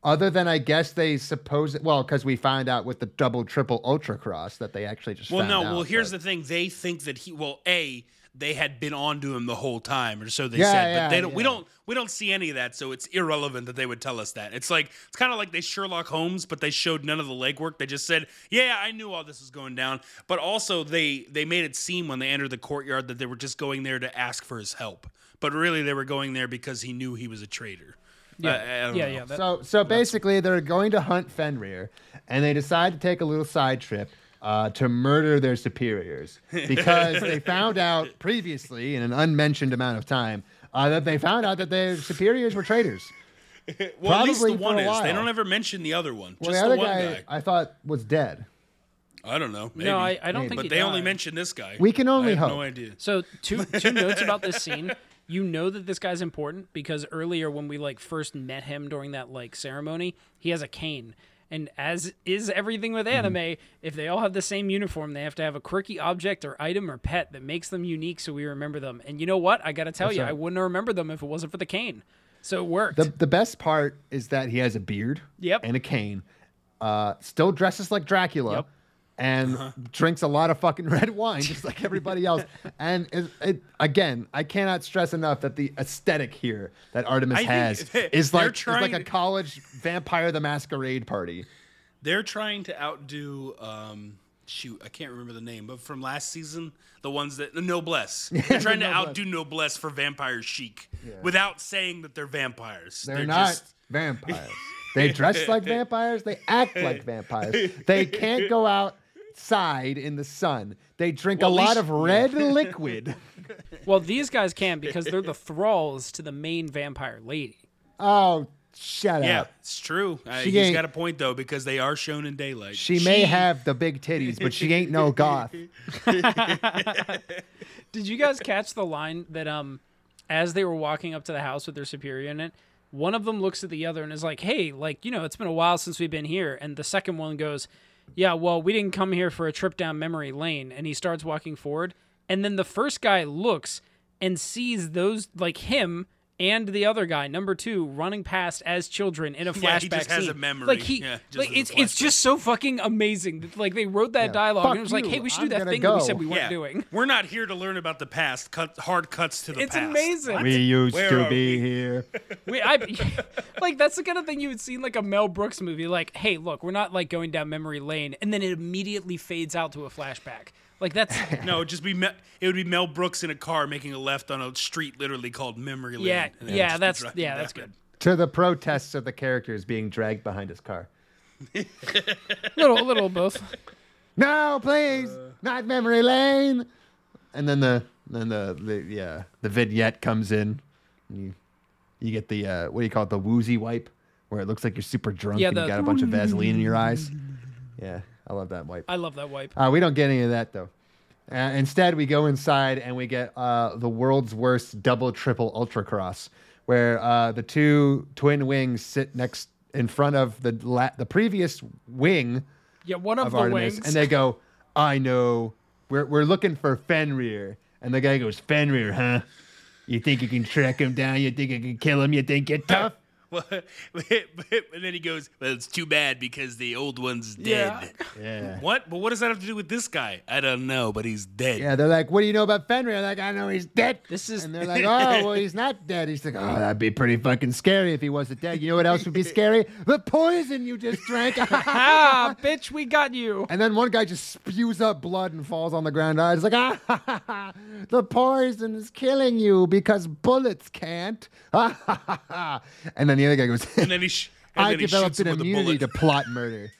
S5: Other than I guess they suppose well, because we found out with the double, triple, ultra cross that they actually just
S4: well,
S5: found
S4: no,
S5: out,
S4: well, here's
S5: but-
S4: the thing. They think that he well, a they had been onto him the whole time, or so they
S5: Yeah,
S4: said.
S5: yeah,
S4: but they don't. We
S5: yeah.
S4: don't. We don't see any of that, so it's irrelevant that they would tell us that. It's like it's kind of like they Sherlock Holmes, but they showed none of the legwork. They just said, "Yeah, I knew all this was going down." But also, they they made it seem when they entered the courtyard that they were just going there to ask for his help, but really they were going there because he knew he was a traitor. Yeah, I, don't
S6: yeah,
S4: know.
S6: yeah. That,
S5: So, so basically, they're going to hunt Fenrir, and they decide to take a little side trip uh, to murder their superiors because they found out previously, in an unmentioned amount of time, uh, that they found out that their superiors were traitors.
S4: Well, at least the
S5: probably for
S4: one
S5: a
S4: is. They
S5: while.
S4: don't ever mention the other one.
S5: Well,
S4: just
S5: the
S4: the,
S5: other
S4: one
S5: guy,
S4: guy.
S5: I thought was dead.
S4: I, don't know. Maybe.
S6: no, I, I don't
S5: Maybe.
S6: think.
S4: But
S6: he
S4: they only
S6: died.
S4: mentioned this guy.
S5: We can only
S4: I have No
S5: hope.
S4: idea.
S6: So two two notes about this scene. You know that this guy's important because earlier when we like first met him during that like ceremony, he has a cane. And as is everything with anime, if they all have the same uniform, they have to have a quirky object or item or pet that makes them unique so we remember them. And you know what? I got to tell you, I wouldn't remember them if it wasn't for the cane. So it worked.
S5: The, the best part is that he has a beard
S6: Yep.
S5: and a cane, uh, still dresses like Dracula.
S6: Yep.
S5: And drinks a lot of fucking red wine, just like everybody else. And it, it, again, I cannot stress enough that the aesthetic here that
S4: I
S5: Artemis
S4: think
S5: has
S4: they-
S5: is
S4: they're
S5: like is like
S4: trying-
S5: a college vampire the masquerade party.
S4: They're trying to outdo. Um, shoot, I can't remember the name, but from last season, the ones that the Noblesse. They're trying to outdo Noblesse for vampire chic without saying that they're vampires.
S5: They're, not vampires. they dress like vampires. They act like vampires. They can't go outside in the sun. They drink
S4: Well,
S5: a
S4: at
S5: lot
S4: least-
S5: of red liquid.
S6: well, these guys can because they're the thralls to the main vampire lady.
S5: Oh, shut
S4: Yeah,
S5: up.
S4: it's true. Uh,
S5: She
S4: he's
S5: ain't-
S4: got a point though because they are shown in daylight.
S5: She may have the big titties, but she ain't no goth.
S6: Did you guys catch the line that um as they were walking up to the house with their superior in it, one of them looks at the other and is like, "Hey, like, you know, it's been a while since we've been here." And the second one goes, "Yeah, well, we didn't come here for a trip down memory lane." And he starts walking forward, and then the first guy looks and sees those like him and the other guy, number two, running past as children in a flashback
S4: Yeah, he just has
S6: scene.
S4: a memory.
S6: Like he,
S4: Yeah, just
S6: like
S4: as a
S6: it's it's
S4: flashback.
S6: just so fucking amazing. that, Like they wrote that
S5: Yeah.
S6: dialogue
S5: Fuck
S6: and it was like,
S5: you,
S6: hey, we should
S5: I'm
S6: do that
S5: gonna
S6: thing that we
S5: go.
S6: said we weren't
S4: yeah.
S6: doing.
S4: We're not here to learn about the past. Cut hard cuts to the
S6: It's
S4: past.
S6: amazing.
S5: We used
S4: Where
S5: to
S4: are
S5: be
S4: we?
S5: here.
S6: We, I, like that's the kind of thing you would see in like a Mel Brooks movie. Like, hey, look, we're not like going down memory lane, and then it immediately fades out to a flashback. Like that's
S4: No, it'd just be Me- it would be Mel Brooks in a car making a left on a street literally called Memory Lane.
S6: yeah,
S4: and then
S6: yeah,
S4: just be
S6: that's
S4: driving
S6: yeah, that's
S4: down
S6: good.
S4: it.
S5: To the protests of the characters being dragged behind his car.
S6: Little, little of both.
S5: No, please, not memory lane. And then the then the, the yeah the vignette comes in. And you you get the uh, what do you call it the woozy wipe where it looks like you're super drunk
S6: Yeah,
S5: and
S6: the-
S5: you got a bunch of Vaseline in your eyes. Yeah, I love that wipe.
S6: I love that wipe.
S5: Uh, we don't get any of that though. Uh, instead, we go inside and we get uh, the world's worst double, triple ultracross, where uh, the two twin wings sit next in front of the la- the previous wing
S6: Yeah, one of,
S5: of
S6: the
S5: Artemis,
S6: wings.
S5: and they go, "I know, we're we're looking for Fenrir," and the guy goes, "Fenrir, huh? You think you can track him down? You think you can kill him? You think you're tough?"
S4: Well, and then he goes, "Well, it's too bad because the old one's dead."
S5: Yeah.
S4: What? But what does that have to do with this guy? I don't know, but he's dead.
S5: Yeah, they're like, "What do you know about Fenrir?" I'm like, "I know he's dead."
S6: This is-
S5: and they're like, "Oh, well, he's not dead." He's like, "Oh, that'd be pretty fucking scary if he wasn't dead." You know what else would be scary? The poison you just drank.
S6: ah, bitch, we got you.
S5: and then one guy just spews up blood and falls on the ground. I was like, "Ah, ha, ha, ha, the poison is killing you because bullets can't." Ah, ha, ha, ha. and then the other guy goes,
S4: And then he. Sh- and
S5: "I
S4: then he
S5: developed
S4: shoots
S5: an
S4: him with a
S5: immunity
S4: bullet.
S5: to plot murder."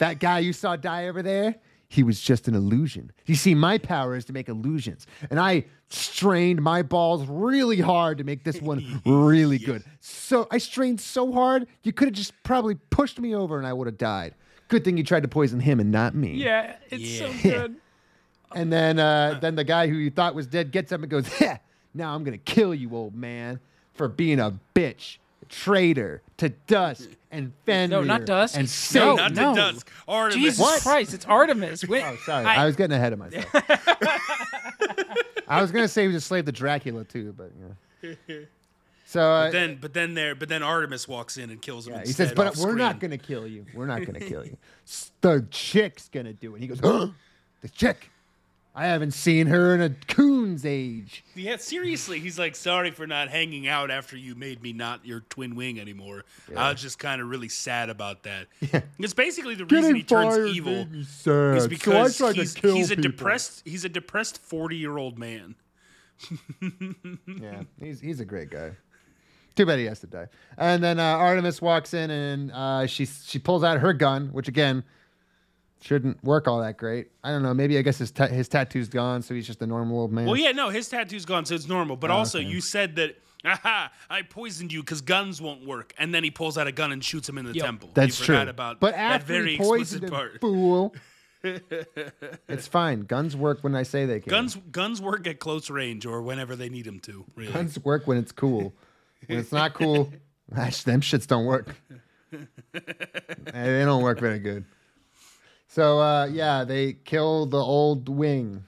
S5: that guy you saw die over there, he was just an illusion. You see, my power is to make illusions, and I strained my balls really hard to make this one really good. So I strained so hard, you could have just probably pushed me over, and I would have died. Good thing you tried to poison him and not me.
S6: Yeah, it's so good.
S5: And then, uh, then the guy who you thought was dead gets up and goes, "Yeah, now I'm gonna kill you, old man, for being a bitch, traitor to Dusk and Fenrir,
S6: No, not Dusk.
S5: and
S6: No,
S5: Satan."
S4: Not
S6: no.
S4: to dusk. Artemis.
S6: Jesus
S5: What?
S6: Christ, it's Artemis. Wait,
S5: Oh, sorry. I, was getting ahead of myself. I was gonna say he was a slave to Dracula too, but you know. So uh,
S4: Then, but then there, but then Artemis walks in and kills him.
S5: yeah, he
S4: instead
S5: says, "But
S4: off
S5: we're not
S4: screen."
S5: gonna kill you. We're not gonna kill you. S- The chick's gonna do it." He goes, "Huh? The chick? I haven't seen her in a coon's age."
S4: Yeah, seriously. He's like, sorry for not hanging out after you made me not your twin wing anymore. I was just kind of really sad about that. It's basically the reason he turns evil is because he's, he's a depressed he's a depressed forty year old man.
S5: Yeah, he's he's a great guy. Too bad he has to die. And then uh, Artemis walks in and uh, she she pulls out her gun, which again shouldn't work all that great. I don't know. Maybe I guess his ta- his tattoo's gone, so he's just a normal old man.
S4: Well, Oh, yeah, no, his tattoo's gone, so it's normal. But also, you said that. Aha! I poisoned you because guns won't work, and then he pulls out a gun and shoots him in the
S6: Yep.
S4: temple.
S5: That's
S4: you
S5: true.
S4: forgot About
S5: but
S4: that
S5: after
S4: very
S5: he poisoned
S4: explicit part.
S5: him, fool. it's fine. Guns work when I say they can.
S4: Guns guns work at close range or whenever they need them to. Really,
S5: Guns work when it's cool. When it's not cool, gosh, them shits don't work. Eh, they don't work very good. So uh, yeah, they kill the old wing.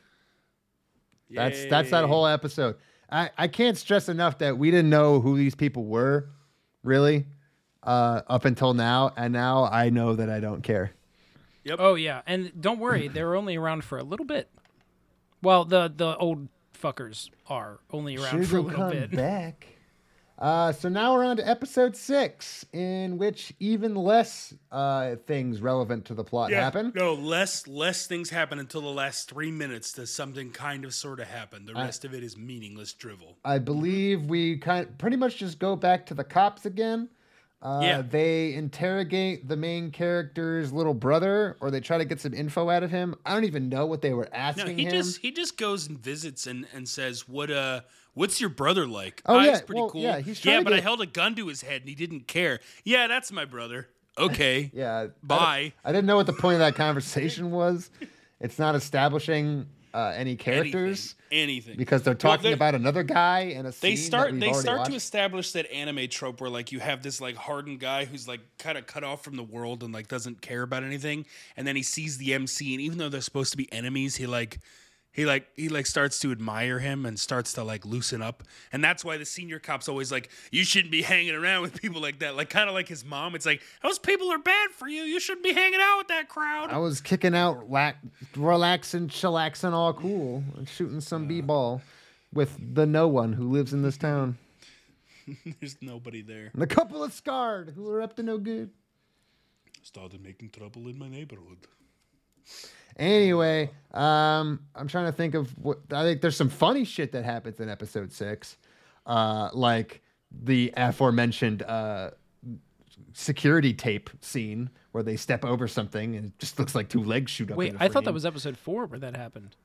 S5: That's that's that whole episode. I, I can't stress enough that we didn't know who these people were, really, uh, up until now, and now I know that I don't care.
S6: Oh yeah, and don't worry, they were only around for a little bit. Well, the the old fuckers are only around for a
S5: Sure will
S6: little
S5: come
S6: bit.
S5: back. Uh, so now we're on to episode six, in which even less uh, things relevant to the plot happen.
S4: No, less less things happen until the last three minutes. Does something kind of sort of happen?
S5: Uh,
S4: The rest of it is meaningless drivel.
S5: I believe we kind pretty much just go back to the cops again. Uh,
S4: Yeah.
S5: They interrogate the main character's little brother, or they try to get some info out of him. I don't even know what they were
S4: No,
S5: asking
S4: he
S5: him.
S4: just he just goes and visits and and says, "What uh, what's your brother like? Ah,
S5: Oh,
S4: he's
S5: yeah,
S4: pretty
S5: well,
S4: cool.
S5: yeah, he's
S4: yeah,
S5: trying
S4: but
S5: to-
S4: I held a gun to his head and he didn't care. Yeah, that's my brother. Okay,
S5: yeah. I don't-
S4: bye.
S5: I, didn't know what the point of that conversation was. It's not establishing uh, any characters.
S4: anything, anything.
S5: because they're
S4: Well,
S5: talking
S4: they're-
S5: about another guy and a scene
S4: They
S5: that
S4: start.
S5: we've
S4: They
S5: already
S4: start to
S5: watched.
S4: establish that anime trope where like you have this like hardened guy who's like kind of cut off from the world and like doesn't care about anything, and then he sees the MC, and even though they're supposed to be enemies, he like He like he like starts to admire him and starts to like loosen up, and that's why the senior cop's always like, "You shouldn't be hanging around with people like that." Like kind of like his mom. It's like those people are bad for you. You shouldn't be hanging out with that crowd.
S5: I was kicking out, lac- relaxing, chillaxing, all cool, and shooting some b-ball with the no one who lives in this town,
S4: There's nobody there.
S5: and a couple of scarred who are up to no good.
S4: Started making trouble in my neighborhood.
S5: Anyway, um, I'm trying to think of what I think. There's some funny shit that happens in episode six, uh, like the aforementioned uh, security tape scene where they step over something and it just looks like two legs shoot up.
S6: Wait,
S5: in a
S6: I thought that
S5: frame.
S6: was episode four where that happened.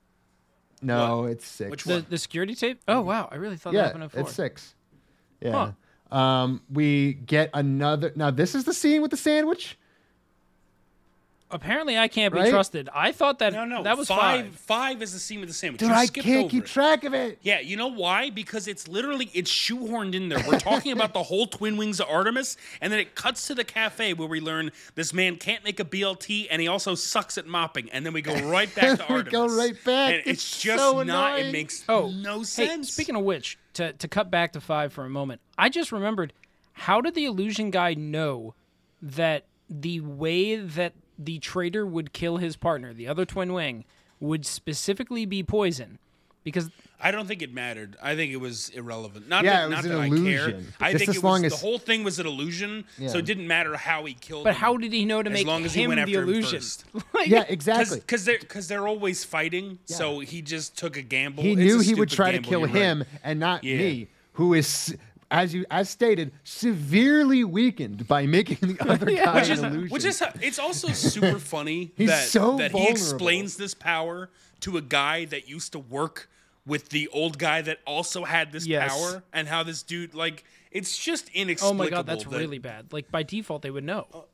S5: no, it's six.
S4: Which
S6: The
S4: one?
S6: the security tape. Oh wow, I really thought that
S5: yeah,
S6: happened in four.
S5: it's six. Yeah. Um, we get another. Now this is the scene with the sandwich.
S6: Apparently, I can't be
S5: Right?
S6: trusted. I thought that
S4: No, no,
S6: that was
S4: five.
S6: five.
S4: Five is the scene with the sandwich.
S5: Dude,
S4: You
S5: I
S4: skipped
S5: can't
S4: over
S5: keep
S4: it.
S5: track of it.
S4: Yeah, you know why? Because it's literally it's shoehorned in there. We're talking about the whole Twin Wings of Artemis, and then it cuts to the cafe where we learn this man can't make a BLT, and he also sucks at mopping. And then we go right back to
S5: We
S4: Artemis.
S5: go right back.
S4: And it's,
S5: It's
S4: just
S5: so
S4: not. It
S5: annoying.
S4: makes
S6: Oh,
S4: no
S6: Hey,
S4: sense.
S6: speaking of which, to to cut back to five for a moment, I just remembered how did the illusion guy know that the way that the traitor would kill his partner, the other twin wing, would specifically be poison? Because
S4: I don't think it mattered. I think it was irrelevant. Not
S5: Yeah,
S4: that,
S5: it was
S4: not
S5: an
S4: that I care.
S5: illusion.
S4: I
S5: Just
S4: think
S5: as
S4: it
S5: long
S4: was,
S5: as-
S4: the whole thing was an illusion, so
S5: Yeah.
S4: it didn't matter how he killed.
S6: but
S4: him.
S6: how did he know to
S4: As
S6: make
S4: long as he
S6: him
S4: went
S6: the
S4: after him
S6: illusion?
S4: first.
S6: Like-
S5: Yeah, exactly.
S4: Because they're because they're always fighting, so he just took a gamble.
S5: He
S4: It's
S5: knew
S4: a
S5: he
S4: stupid
S5: would try
S4: gamble,
S5: to kill
S4: you're right.
S5: him and not
S4: Yeah.
S5: me, who is, as you as stated, severely weakened by making the other guy
S6: Which
S5: an
S4: is-
S5: illusion.
S4: Which is, uh, it's also super funny
S5: He's
S4: that,
S5: so
S4: that he
S5: vulnerable.
S4: explains this power to a guy that used to work with the old guy that also had this
S6: Yes.
S4: power, and how this dude like it's just
S6: Oh
S4: inexplicable.
S6: my god, that's
S4: that-
S6: really bad. Like by default, they would know.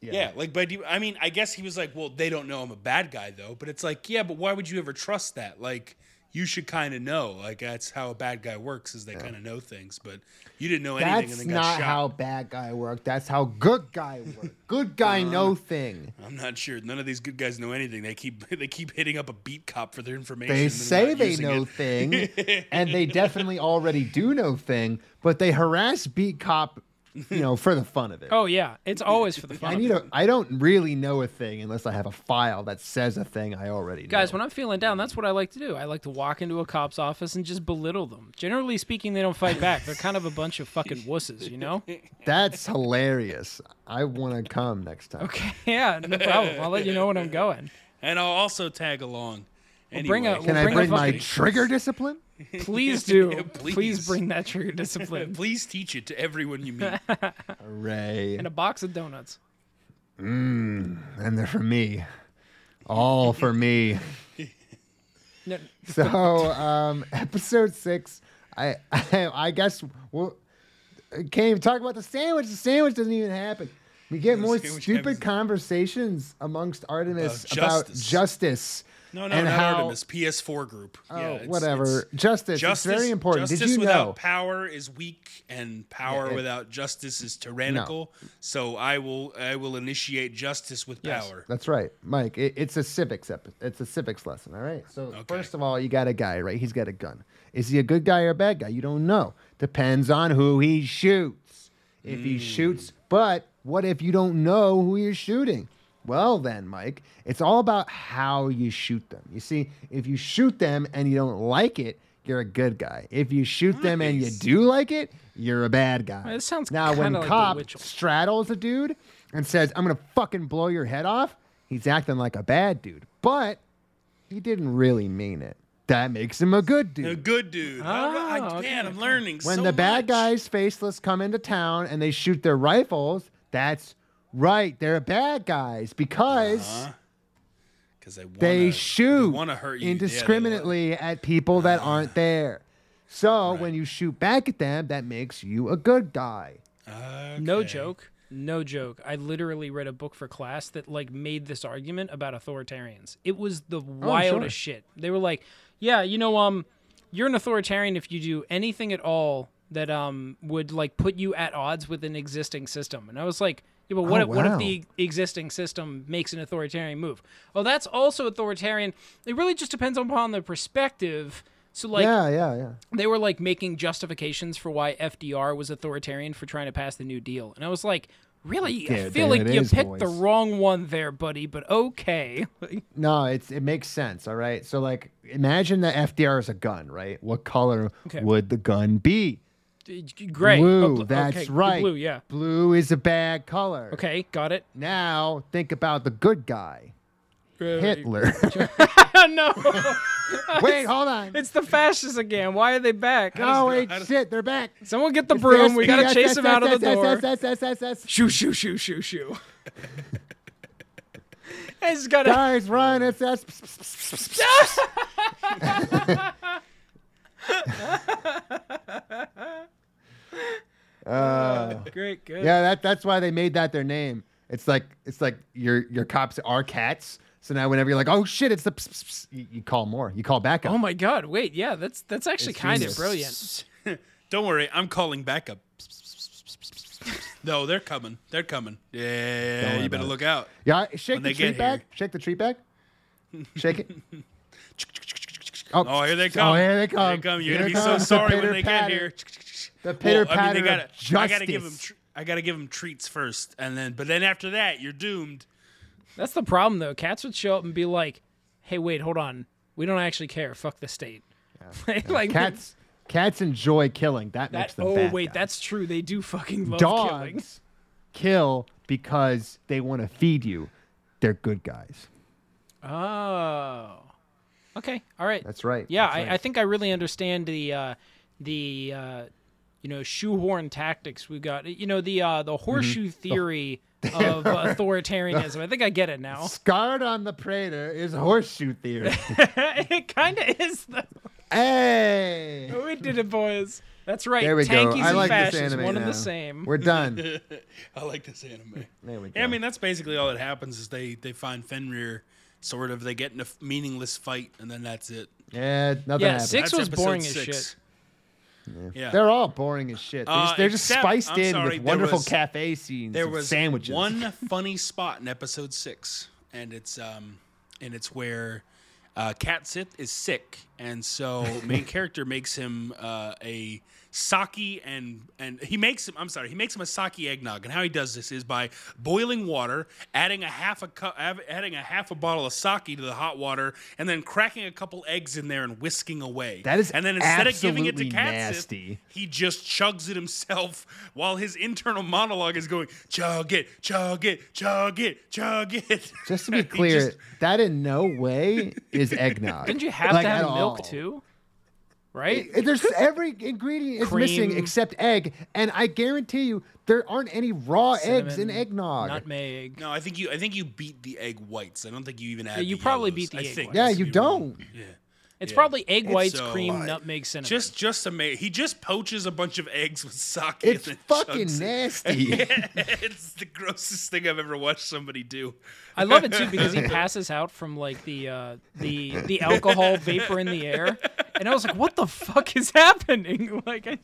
S4: yeah. Like, but he- I mean, I guess he was like, well, they don't know I'm a bad guy though, but it's like, yeah, but why would you ever trust that? Like. You should kind of know, like that's how a bad guy works, is they kind of know things. But you didn't know anything,
S5: That's
S4: and then got
S5: not
S4: shot.
S5: how bad guy worked. That's how good guy worked. Good
S4: Uh-huh.
S5: guy, no thing.
S4: I'm not sure. None of these good guys know anything. They keep they keep hitting up a beat cop for their information.
S5: They
S4: and
S5: say
S4: not
S5: they
S4: using
S5: know
S4: it.
S5: thing, and they definitely already do know thing, but they harass beat cop, you know, for the fun of it.
S6: Oh yeah, it's always for the fun.
S5: I
S6: of
S5: need
S6: it.
S5: a. I don't really know a thing unless I have a file that says a thing I already know.
S6: Guys, when I'm feeling down, that's what I like to do. I like to walk into a cop's office and just belittle them. Generally speaking, they don't fight back. They're kind of a bunch of fucking wusses, you know?
S5: That's hilarious. I want to come next time.
S6: Okay, yeah, no problem. I'll let you know when I'm going.
S4: And I'll also tag along. Anyway,
S6: bring a-
S5: Can
S6: We'll
S5: I
S6: bring a
S5: bring my
S6: fucking-
S5: trigger discipline?
S6: Please do.
S4: Please.
S6: please. bring that trigger discipline
S4: Please teach it to everyone you meet.
S5: Hooray.
S6: and a box of donuts.
S5: And they're for me. All for me.
S6: No,
S5: So, um, episode six, I, I, I guess we'll can't even talk about the sandwich. The sandwich doesn't even happen. We get more
S4: sandwich
S5: stupid
S4: happens.
S5: conversations amongst Artemis
S4: About
S5: about
S4: justice.
S5: justice.
S4: No, no,
S5: and
S4: not
S5: how,
S4: Artemis. PS4 group.
S5: Oh,
S4: yeah, it's-
S5: whatever.
S4: it's-
S5: justice.
S4: Justice,
S5: It's very important.
S4: Justice
S5: Did you
S4: without
S5: know?
S4: power is weak, and power
S5: Yeah, it-
S4: without justice is tyrannical. So I will, I will initiate justice with
S6: Yes.
S4: power.
S5: That's right, Mike. It, it's a civics ep- it's a civics lesson. All right. So
S4: Okay.
S5: first of all, you got a guy, right? He's got a gun. Is he a good guy or a bad guy? You don't know. Depends on who he shoots. If
S4: Hmm.
S5: he shoots, but what if you don't know who you're shooting? Well, then, Mike, it's all about how you shoot them. You see, if you shoot them and you don't like it, you're a good guy. If you shoot them and you
S4: Nice.
S5: do like it, you're a bad guy.
S6: Well, it sounds
S5: now when
S6: kinda like The
S5: cop
S6: Witch.
S5: straddles a dude and says, "I'm gonna fucking blow your head off," he's acting like a bad dude, but he didn't really mean it. That makes him a good
S4: A
S5: dude.
S4: good dude. All right,
S6: okay,
S4: man, I'm learning.
S5: When
S4: so
S5: the bad
S4: much.
S5: guys faceless come into town and they shoot their rifles, that's right. They're bad guys because
S4: because Uh-huh. they wanna,
S5: they shoot
S4: want to hurt you Yeah, they wanna- Uh-huh.
S5: indiscriminately at people that aren't there. So when you shoot back at them, that makes you a good guy.
S6: No
S4: Okay.
S6: joke. No joke. I literally read a book for class that like made this argument about authoritarians. It was
S5: Oh,
S6: the wildest shit. They were like, "Yeah, you know, um, you're an authoritarian if you do anything at all that um would like put you at odds with an existing system." And I was like, Yeah, but what,
S5: Oh,
S6: if, what if
S5: wow.
S6: the existing system makes an authoritarian move? Oh, that's also authoritarian. It really just depends upon the perspective. So, like,
S5: yeah, yeah, yeah.
S6: they were like making justifications for why FDR was authoritarian for trying to pass the New Deal. And I was like, really? I
S5: Yeah,
S6: feel
S5: there
S6: like
S5: it
S6: you
S5: is,
S6: picked the
S5: boys.
S6: wrong one there, buddy, but okay. Like,
S5: No, it's it makes sense. All right. So like, imagine that FDR is a gun, right? What color
S6: Okay.
S5: would the gun be?
S6: Great.
S5: Blue.
S6: Oh, bl-
S5: that's
S6: okay,
S5: right.
S6: Blue, yeah.
S5: Blue is a bad color.
S6: Okay, got it.
S5: Now think about the good guy, Hitler.
S6: Oh, no,
S5: Wait, hold on.
S6: it's the fascists again. Why are they back?
S5: Oh wait, shit, they're back.
S6: Someone get the broom. We gotta
S5: Yes,
S6: chase
S5: yes,
S6: them
S5: yes,
S6: out of
S5: yes,
S6: the
S5: yes,
S6: door.
S5: Yes, yes, yes, yes, yes.
S6: Shoo, shoo, shoo, shoo, shoo. I just gotta.
S5: Guys, run! It's us.
S6: Great, good.
S5: Yeah, that that's why they made that their name. It's like it's like your your cops are cats. So now whenever you're like, oh shit, it's the pss, pss, pss, you, you call more. You call back up.
S6: Oh my God! Wait, yeah, that's that's actually
S5: It's
S6: kind of
S5: genius.
S6: brilliant.
S4: Don't worry, I'm calling backup. no, they're coming. They're coming. Yeah,
S5: worry
S4: you better
S5: about it.
S4: look out.
S5: yeah, shake
S4: they
S5: the tree
S4: get
S5: back.
S4: here.
S5: Shake the tree back. Shake it.
S4: Oh, here they
S5: pss,
S4: come.
S5: Oh, here they come.
S4: Here they come. You're
S5: Here
S4: gonna be so
S5: comes the
S4: sorry when they get
S5: pitter-patter.
S4: here.
S5: The pitter
S4: Well, I mean,
S5: patter
S4: they gotta,
S5: of
S4: I gotta give them.
S5: justice.
S4: I gotta give them treats first, and then, but then after that, you're doomed.
S6: That's the problem, though. Cats would show up and be like, "Hey, wait, hold on. We don't actually care. Fuck the state." like
S5: Cats, cats enjoy killing. That,
S6: That,
S5: makes them
S6: oh
S5: bad
S6: wait,
S5: guys.
S6: that's true. They do fucking love killing.
S5: dogs kill because they want to feed you. They're good guys.
S6: Oh. Okay. All right.
S5: That's right.
S6: Yeah,
S5: That's
S6: I, I
S5: right.
S6: think I really understand the uh, the uh, you know shoehorn tactics we've got. You know the uh,
S5: Mm-hmm.
S6: the horseshoe theory of authoritarianism. I think I get it now.
S5: Scarred on the Prater is horseshoe theory.
S6: it kind of is though.
S5: hey,
S6: We did it, boys. That's right.
S5: There we go.
S6: Tankies
S5: I
S6: and
S5: like this
S6: fascists,
S5: anime
S6: one and
S5: now.
S6: the same.
S5: we're done.
S4: I like this anime.
S5: There we go.
S4: Yeah, I mean that's basically all that happens is they they find Fenrir, sort of they get in a f- meaningless fight, and then that's it.
S5: yeah, nothing
S6: Yeah,
S5: happened.
S6: six-
S4: That's
S6: was
S4: episode
S6: boring as
S4: six.
S6: shit.
S4: Yeah,
S5: They're all boring as shit. They're
S4: Uh,
S5: just, they're just
S4: except-
S5: spiced
S4: I'm
S5: in
S4: sorry,
S5: with
S4: there
S5: wonderful
S4: was-
S5: cafe scenes.
S4: there
S5: and
S4: was
S5: sandwiches.
S4: one funny spot in episode six, and it's um, and it's where uh, Cat Sith is sick, and so main character makes him uh, a sake and and he makes him. I'm sorry, he makes him a sake eggnog, and how he does this is by boiling water, adding a half a cup, adding a half a bottle of sake to the hot water, and then cracking a couple eggs in there and whisking away.
S5: That is
S4: and then instead of giving it to
S5: absolutely
S4: Cat
S5: nasty.
S4: he just chugs it himself while his internal monologue is going, chug it, chug it, chug it, chug it.
S5: Just to be
S4: He
S5: clear,
S4: just-
S5: that in no way is eggnog.
S6: Didn't you have
S5: Like,
S6: to
S5: at
S6: have
S5: all.
S6: milk too? Right?
S5: There's every ingredient is missing
S6: Cream.
S5: except egg, and I guarantee you there aren't any raw eggs in
S6: Cinnamon,
S5: eggnog.
S6: Nutmeg.
S4: no, I think you I think you beat the egg whites. I don't think you even had
S6: you
S4: the
S6: probably beat
S4: yellows.
S6: the
S4: I
S6: egg
S4: think.
S6: whites.
S5: yeah,
S4: Just
S5: you
S4: to be wrong.
S5: don't.
S6: It's probably egg whites,
S4: so
S6: cream,
S4: light.
S6: nutmeg, cinnamon.
S4: Just just amazing. He just poaches a bunch of eggs with sake.
S5: It's
S4: and then
S5: fucking
S4: chugs it.
S5: nasty.
S4: it's the grossest thing I've ever watched somebody do.
S6: I love it too because he passes out from like the uh, the the alcohol vapor in the air, and I was like, "What the fuck is happening?" Like, I, it,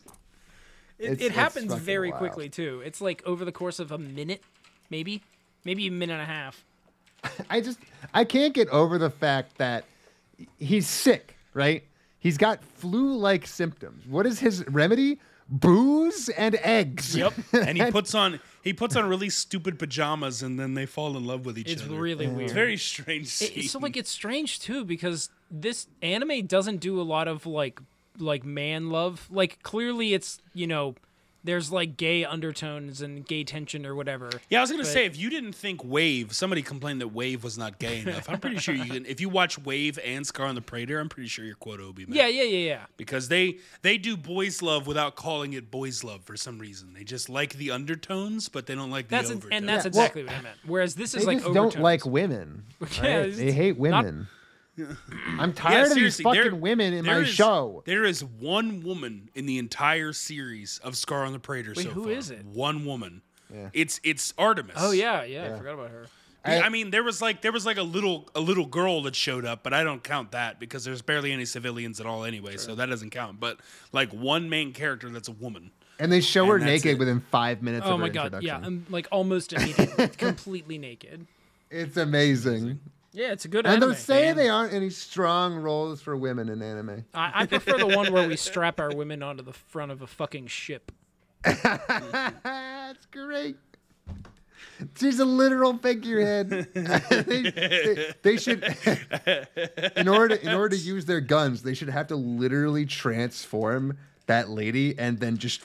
S5: It's-
S6: it
S5: it's
S6: happens
S5: fucking
S6: very
S5: wild.
S6: quickly too. It's like over the course of a minute, maybe, maybe a minute and a half.
S5: I just I can't get over the fact that he's sick, right? He's got flu-like symptoms. What is his remedy? Booze and eggs.
S6: Yep.
S4: And he puts on he puts on really stupid pajamas and then they fall in love with each
S6: It's
S4: other.
S6: really weird.
S4: It's very strange.
S6: It-
S4: scene.
S6: it's so like it's strange too because this anime doesn't do a lot of like like man love. Like clearly, it's you know. There's like gay undertones and gay tension or whatever.
S4: Yeah, I was gonna say if you didn't think Wave, somebody complained that Wave was not gay enough. I'm pretty sure you can. If you watch Wave and Scar on the Prater, I'm pretty sure your quota will be met.
S6: Yeah, yeah, yeah, yeah.
S4: because they they do boys love without calling it boys love for some reason. They just like the undertones, but they don't like
S6: That's
S4: the
S6: an-
S4: overtones.
S6: and that's
S5: Yeah, well,
S6: exactly what I meant. Whereas this
S5: They
S6: is like
S5: just don't
S6: overtones.
S5: like women. right?
S6: Yeah, it's
S5: they hate
S6: not-
S5: women. I'm tired of these
S4: seriously,
S5: fucking
S4: there-
S5: women in
S4: there
S5: my
S4: is-
S5: show.
S4: There is one woman in the entire series of Scar on the Prater. so
S6: who
S4: far.
S6: is it?
S4: One woman. It's it's Artemis.
S6: Oh yeah, yeah, I forgot about her.
S4: I,
S5: I-
S4: mean, there was like there was like a little a little girl that showed up, but I don't count that because there's barely any civilians at all anyway, so that doesn't count. But like one main character that's a woman,
S5: And they show her
S4: And that's it.
S5: naked within five minutes
S6: Oh
S5: of her
S6: my god, yeah,
S5: introduction.
S6: I'm like almost immediately, completely naked.
S5: It's amazing.
S6: Yeah, it's a good
S5: And
S6: anime.
S5: don't say there aren't any strong roles for women in anime.
S6: I, I prefer the one where we strap our women onto the front of a fucking ship.
S5: That's great. She's a literal figurehead. they, they- they should, in order to, in order to use their guns, they should have to literally transform that lady and then just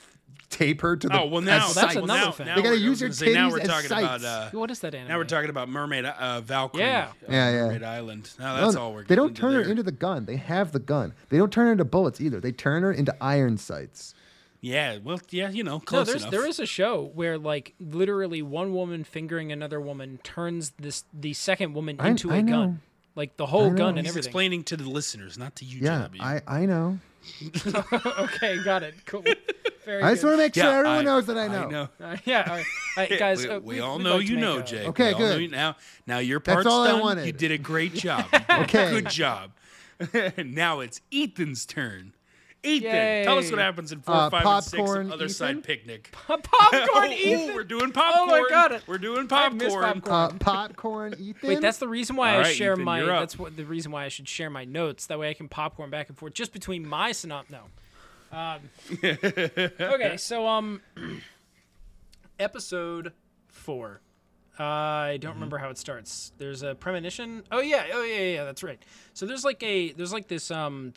S5: tape her to the.
S4: Oh well, now
S5: as
S6: that's
S5: sights.
S6: another
S4: now,
S6: thing.
S4: now
S6: They
S5: gotta
S4: we're- I
S5: use
S4: was gonna say,
S5: your
S4: Now
S5: titties
S4: we're
S5: as
S4: talking about
S5: sights.
S4: uh,
S6: What is that anime?
S4: now we're talking about Mermaid uh, Valkyrie.
S6: Yeah.
S4: uh,
S5: Yeah, yeah.
S4: Mermaid Island. Now
S5: No,
S4: that's all we're.
S5: they don't
S4: getting
S5: turn her
S4: there.
S5: into the gun. They have the gun. They don't turn her into bullets either. They turn her into iron sights.
S4: Yeah, well, yeah, you know,
S6: No,
S4: close
S6: there's
S4: enough.
S6: there is a show where like literally one woman fingering another woman turns this the second woman
S5: I-
S6: into a
S5: I know.
S6: gun, like the whole
S5: know.
S6: gun and
S4: He's
S6: everything.
S4: explaining to the listeners, not to you,
S5: Yeah,
S4: JW.
S5: I, I know.
S6: okay, got it. Cool. Very
S5: I just
S6: good.
S5: want to make sure
S4: Yeah,
S5: everyone knows that I know.
S4: I know.
S6: Uh, yeah, all right. All right, guys.
S4: we,
S6: uh,
S4: we
S6: we'd-
S4: all
S6: we'd
S4: know
S6: like to
S4: you
S6: make
S4: know,
S6: a-
S4: Jake.
S5: Okay,
S4: We all know
S5: good.
S4: you- now, now your part's
S5: all I
S4: done. You
S5: wanted.
S4: did a great job.
S5: Okay.
S4: good job. now it's Ethan's turn. Ethan, tell us what
S6: Yay.
S4: happens in four,
S5: Uh,
S4: five, and six.
S5: popcorn,
S4: and Other
S5: Ethan?
S4: side picnic.
S6: A popcorn,
S4: Ooh,
S6: Ethan.
S4: We're
S6: Oh,
S4: doing popcorn.
S6: God.
S4: We're doing
S6: I miss
S4: popcorn.
S6: popcorn.
S5: Uh, popcorn, Ethan.
S6: Wait, that's the reason why
S4: All
S6: I
S4: right,
S6: share
S4: Ethan,
S6: my.
S4: you're up.
S6: That's what the reason why I should share my notes. That way I can popcorn back and forth just between my synop. No. Um, okay, so um, episode four. Uh, I
S4: Mm-hmm.
S6: don't remember how it starts. There's a premonition. Oh yeah, oh yeah, yeah, yeah, that's right. So there's like a there's like this um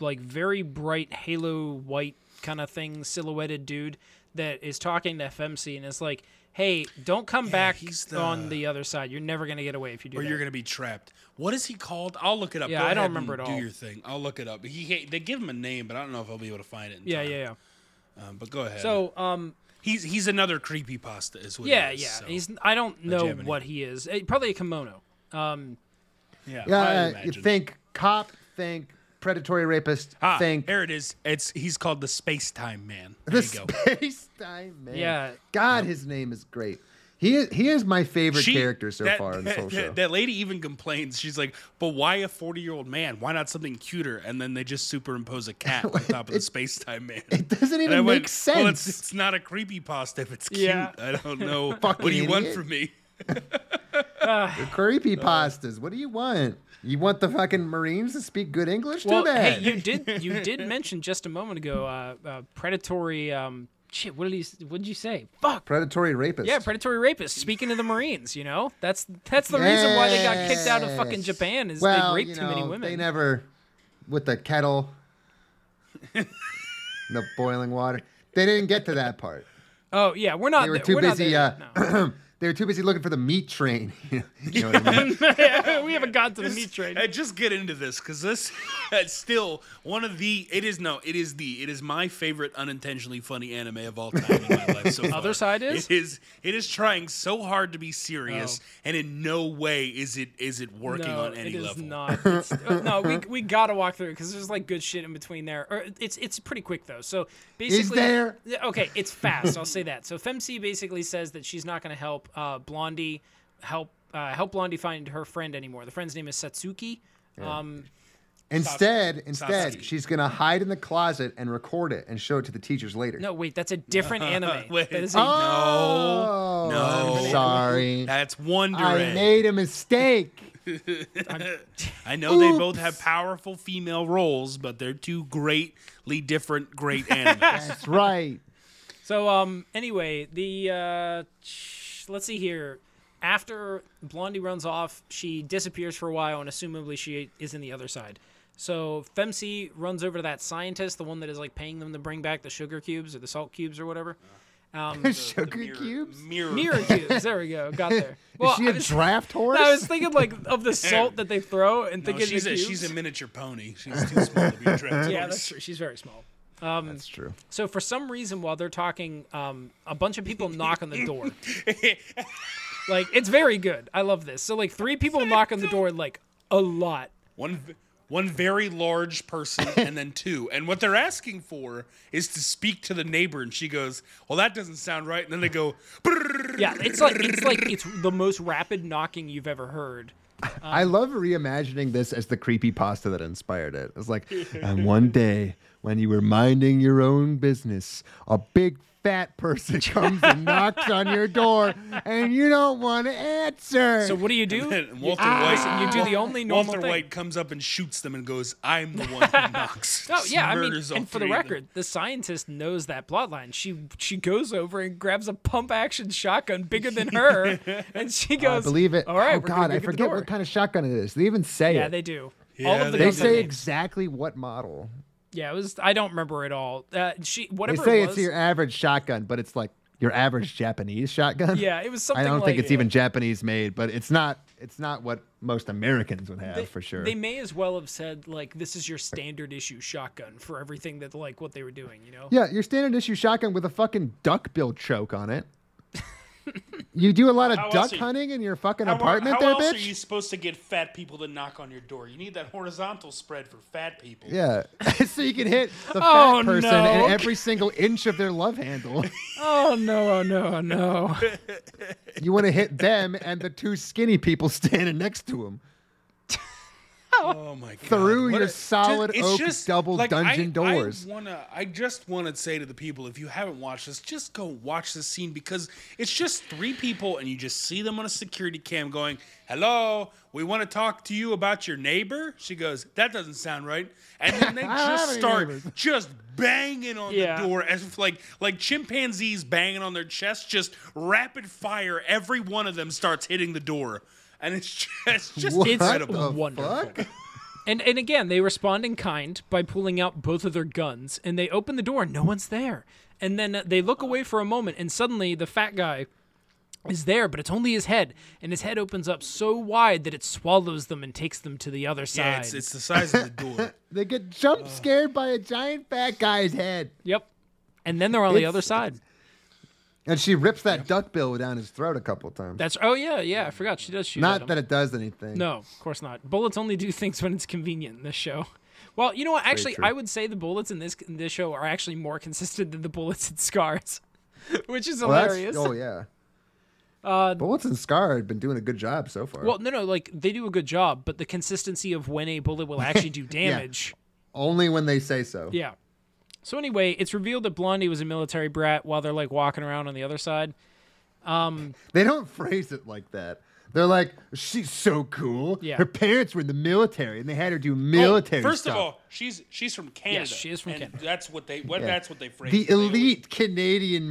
S6: like very bright halo white kind of thing silhouetted dude that is talking to FMC and is like, "Hey, don't come back
S4: he's
S6: on
S4: the-
S6: the other side. You're never gonna get away if you do
S4: Or
S6: that."
S4: you're gonna be trapped. What is he called? I'll look it up.
S6: Yeah,
S4: Go
S6: I don't
S4: ahead
S6: remember
S4: and
S6: at
S4: Do
S6: all.
S4: your thing. I'll look it up. He they give him a name, but I don't know if I'll be able to find it. In
S6: yeah,
S4: time.
S6: yeah, yeah.
S4: Um, but go ahead.
S6: So, um,
S4: he's he's another creepy pasta, is what. he
S6: yeah,
S4: is,
S6: yeah.
S4: so.
S6: He's I don't know
S4: Japanese.
S6: what he is. Eh, Probably a kimono. Um,
S4: yeah.
S5: Yeah,
S4: I
S5: uh, you
S4: imagine.
S5: think cop, think predatory rapist,
S4: Ah,
S5: think
S4: there it is. It's he's called the Space Time Man. There
S5: the
S4: you go.
S5: space time man.
S6: Yeah.
S5: God, his name is great. He is, he is my favorite
S4: She-
S5: character so
S4: that-
S5: far in the
S4: that,
S5: whole
S4: that-
S5: show.
S4: that lady even complains. She's like, "But why a forty-year-old man? Why not something cuter?" And then they just superimpose a cat on top of the Space Time Man.
S5: it doesn't
S4: And I
S5: even
S4: went,
S5: make
S4: Well, it's,
S5: sense.
S4: it's not a creepy pasta if it's cute.
S6: Yeah.
S4: I don't know. what
S5: Fucking
S4: do you want
S5: idiot.
S4: from me?
S5: Creepy
S4: Uh,
S5: pastas. What do you want? You want the fucking Marines to speak good English?
S6: well,
S5: Too bad.
S6: hey, you did you did mention just a moment ago uh, uh, predatory. Um, shit, what did he? s- What did you say? Fuck.
S5: predatory rapist.
S6: Yeah, predatory rapists. Speaking of the Marines, you know that's that's the reason why they got kicked out of fucking
S5: Yes.
S6: Japan is
S5: well,
S6: they raped
S5: you
S6: too many
S5: know,
S6: women.
S5: They never with the kettle, the boiling water. They didn't get to that part.
S6: oh yeah, we're not.
S5: They were
S6: th-
S5: too
S6: we're not
S5: busy.
S6: there yet, no.
S5: Uh, they were too busy looking for the meat train. you know what I mean?
S6: we haven't got to the meat trade.
S4: I just get into this because this it's still one of the. It is no. It is the. It is my favorite unintentionally funny anime of all time in my life so far.
S6: Other side is?
S4: it is it is trying so hard to be serious,
S6: Oh.
S4: and in no way is it is it working
S6: no,
S4: on any
S6: it is
S4: level.
S6: not. It's, uh, no, we, we gotta walk through because there's like good shit in between there. Or it's it's pretty quick though. So basically,
S5: there?
S6: Yeah, Okay, it's fast. I'll say that. So Femc basically says that she's not gonna help uh, Blondie help uh, help Blondie find her friend anymore. The friend's name is Satsuki. Um,
S5: Instead, instead,
S4: Sasuke.
S5: she's gonna hide in the closet and record it and show it to the teachers later.
S6: no, wait, that's a different anime.
S4: Wait.
S6: That is a-
S5: Oh,
S4: No.
S5: I'm sorry.
S4: That's Wonder
S5: I
S4: Egg.
S5: made a mistake.
S4: I know they both have powerful female roles, but they're two greatly different great animes.
S5: That's right.
S6: So um anyway, the uh sh- let's see here. After Blondie runs off, she disappears for a while and assumably she is in the other side. So Femc runs over to that scientist, the one that is like paying them to bring back the sugar cubes or the salt cubes or whatever.
S5: Sugar cubes.
S4: Mirror.
S6: Mirror cubes, there we go, got there. Well,
S5: Is she
S6: I
S5: a
S6: was-
S5: draft horse?
S6: I was thinking like of the salt that they throw and
S4: No,
S6: thinking
S4: Oh, she's,
S6: the
S4: a,
S6: cubes.
S4: she's a miniature pony. She's too small to be a draft
S6: yeah,
S4: horse.
S6: that's true. She's very small.
S5: That's true.
S6: So for some reason, while they're talking, um, a bunch of people knock on the door. like it's very good. I love this. So like three people knock on the door like a lot.
S4: One v- one very large person and then two. And what they're asking for is to speak to the neighbor and she goes, "Well, that doesn't sound right." And then they go, "Brrrr."
S6: Yeah, it's like it's like it's the most rapid knocking you've ever heard.
S5: I love reimagining this as the creepy pasta that inspired it. It's like, and one day when you were minding your own business, a big fat person comes and knocks on your door, and you don't want to answer.
S6: So what do you do?
S4: And
S6: You-
S4: Walter White-
S6: listen, you do the only normal
S4: Walter
S6: thing.
S4: White comes up and shoots them and goes, "I'm the one who knocks."
S6: Oh yeah, I mean,
S4: Murders all
S6: and for the
S4: three of them.
S6: record, the scientist knows that plot line. She she goes over and grabs a pump action shotgun bigger than her, and she
S5: I
S6: goes,
S5: believe it.
S6: All right,
S5: oh
S6: we're gonna
S5: God,
S6: go
S5: I
S6: get the
S5: forget
S6: door."
S5: what kind of shotgun it is. They even say
S6: Yeah,
S5: it.
S6: they do.
S4: Yeah,
S6: All of the
S4: they
S5: They
S6: guns are
S5: say
S6: named.
S5: exactly what model.
S6: Yeah, it was. I don't remember at all. Uh, she
S5: They
S6: whatever
S5: say
S6: it was.
S5: it's your average shotgun, but it's like your average Japanese shotgun.
S6: Yeah, it was
S5: I
S6: something
S5: don't think
S6: like-
S5: it's even Japanese made, but it's not. It's not what most Americans would have
S6: they,
S5: for sure.
S6: They may as well have said like, "This is your standard issue shotgun for everything that like what they were doing." You know.
S5: yeah, your standard issue shotgun with a fucking duckbill choke on it. you do a lot of
S4: How else
S5: duck
S4: are you-
S5: hunting in your fucking
S4: How are-
S5: apartment
S4: how
S5: there,
S4: else
S5: bitch.
S4: are you supposed to get fat people to knock on your door? You need that horizontal spread for fat people.
S5: Yeah, so you can hit the
S6: Oh,
S5: fat person
S6: no.
S5: and every single inch of their love handle.
S6: Oh no! Oh no! Oh no!
S5: You want to hit them and the two skinny people standing next to them.
S4: Oh my god!
S5: Through
S4: What
S5: your
S4: a-
S5: solid
S4: it's
S5: oak double
S4: I,
S5: dungeon doors.
S4: I wanna, I just wanna say to the people, if you haven't watched this, just go watch this scene because it's just three people, and you just see them on a security cam going, "Hello, we want to talk to you about your neighbor." She goes, "That doesn't sound right," and then they
S5: I don't have
S4: just
S5: any
S4: start
S5: neighbors.
S4: just banging on
S6: Yeah.
S4: the door as if like like chimpanzees banging on their chest, just rapid fire. Every one of them starts hitting the door. And it's just, just
S5: What
S4: incredible.
S5: the
S6: Wonderful.
S5: fuck?
S6: And and again, they respond in kind by pulling out both of their guns, and they open the door, and no one's there. And then uh, they look away for a moment, and suddenly the fat guy is there, but it's only his head, and his head opens up so wide that it swallows them and takes them to the other side.
S4: Yeah, it's, it's the size of the door.
S5: They get
S6: Uh.
S5: jump scared by a giant fat guy's head.
S6: yep. And then they're on the
S5: It's-
S6: other side.
S5: And she rips that duckbill down his throat a couple times.
S6: That's oh yeah, yeah. I forgot she does shoot. at him.
S5: Not that it does anything.
S6: No, of course not. Bullets only do things when it's convenient in this show. Well, you know what? Actually,
S5: true.
S6: I would say the bullets in this in this show are actually more consistent than the bullets in Scars, which is
S5: Well, that's-
S6: hilarious.
S5: oh, yeah.
S4: Uh,
S5: Bullets and Scar had been doing a good job so far.
S6: Well, no, no, like they do a good job, but the consistency of when a bullet will actually do damage.
S5: Only when they say so.
S6: yeah. So anyway, it's revealed that Blondie was a military brat while they're like walking around on the other side.
S5: They don't phrase it like that. They're like, she's so cool.
S6: Yeah.
S5: Her parents were in the military and they had her do military
S4: Oh, First
S5: stuff.
S4: of all, she's she's from Canada.
S6: she is from
S4: and
S6: Canada.
S4: That's what they what
S5: Yeah.
S4: that's what they phrase. it.
S5: the
S4: They always-
S5: elite Canadian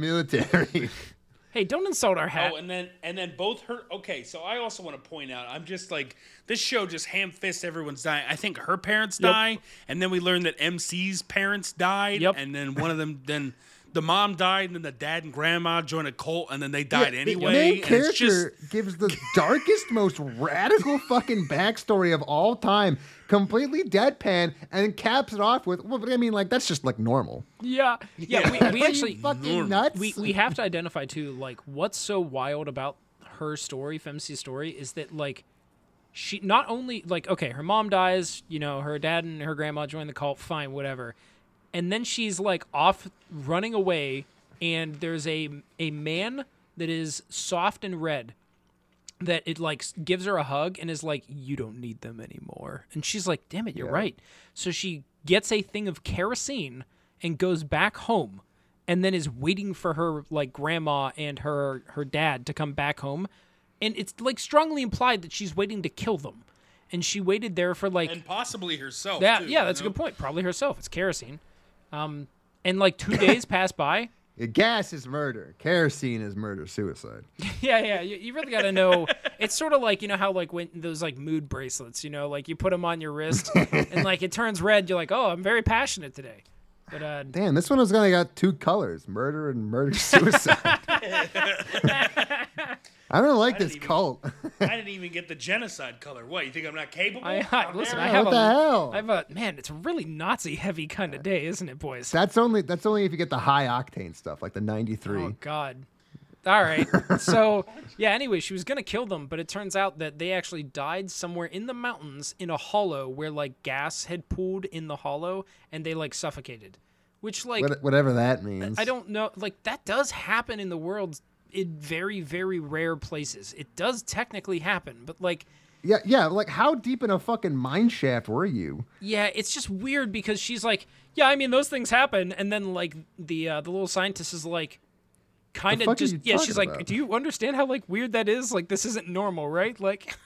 S5: military.
S6: Hey, don't insult our hat.
S4: Oh, and then and then both her. Okay, so I also want to point out. I'm just like this show just ham fist everyone's dying. I think her parents
S6: Yep.
S4: die, and then we learn that MC's parents died.
S6: Yep.
S4: And then one of them then. The mom died, and then the dad and grandma joined a cult, and then they died anyway.
S5: The main
S4: and it's just,
S5: character gives the darkest, most radical fucking backstory of all time, completely deadpan, and caps it off with, well, but I mean, like, that's just like normal.
S6: yeah, yeah.
S4: Yeah.
S6: We, we
S5: Are you
S6: actually
S5: fucking
S4: normal.
S5: nuts.
S6: we, we have to identify too like what's so wild about her story femci's story is that like she not only like okay her mom dies you know her dad and her grandma join the cult fine whatever and then she's like off running away and there's a a man that is soft and red that it like s- gives her a hug and is like you don't need them anymore and she's like damn it you're right so she gets a thing of kerosene and goes back home and then is waiting for her like grandma and her her dad to come back home and it's like strongly implied that she's waiting to kill them and she waited there for like
S4: and possibly herself.
S6: that
S4: too,
S6: yeah
S4: you
S6: that's a
S4: know?
S6: good point probably herself it's kerosene um and like two days pass by
S5: Gas is murder. Kerosene is murder suicide.
S6: Yeah, yeah. You, you really got to know. It's sort of like you know how like when those like mood bracelets. You know, like you put them on your wrist, and like it turns red. You're like, oh, I'm very passionate today. But uh,
S5: Damn, this one was gonna got two colors: murder and murder suicide. I don't like this
S4: even-
S5: cult.
S4: I didn't even get the genocide color. What you think I'm not capable?
S6: I,
S4: How
S6: I listen.
S4: dare
S6: I
S5: Yeah,
S6: have
S5: what
S6: a,
S5: the hell?
S6: I have a man. It's a really Nazi heavy kind of day, isn't it, boys?
S5: that's only that's only if you get the high octane stuff, like the '93.
S6: Oh God. All right. So yeah. Anyway, she was gonna kill them, but it turns out that they actually died somewhere in the mountains in a hollow where like gas had pooled in the hollow, and they like suffocated. Which like
S5: What- whatever that means.
S6: I don't know. Like that does happen in the world in very very rare places. It does technically happen, but like
S5: Yeah, yeah. Like, how deep in a fucking mine shaft were you?
S6: yeah, it's just weird because she's like, yeah, I mean those things happen, and then like the uh, the little scientist is like, kind
S5: fuck are
S6: of just
S5: you
S6: yeah,
S5: talking
S6: she's like,
S5: about?
S6: do you understand how like weird that is? Like this isn't normal, right? Like.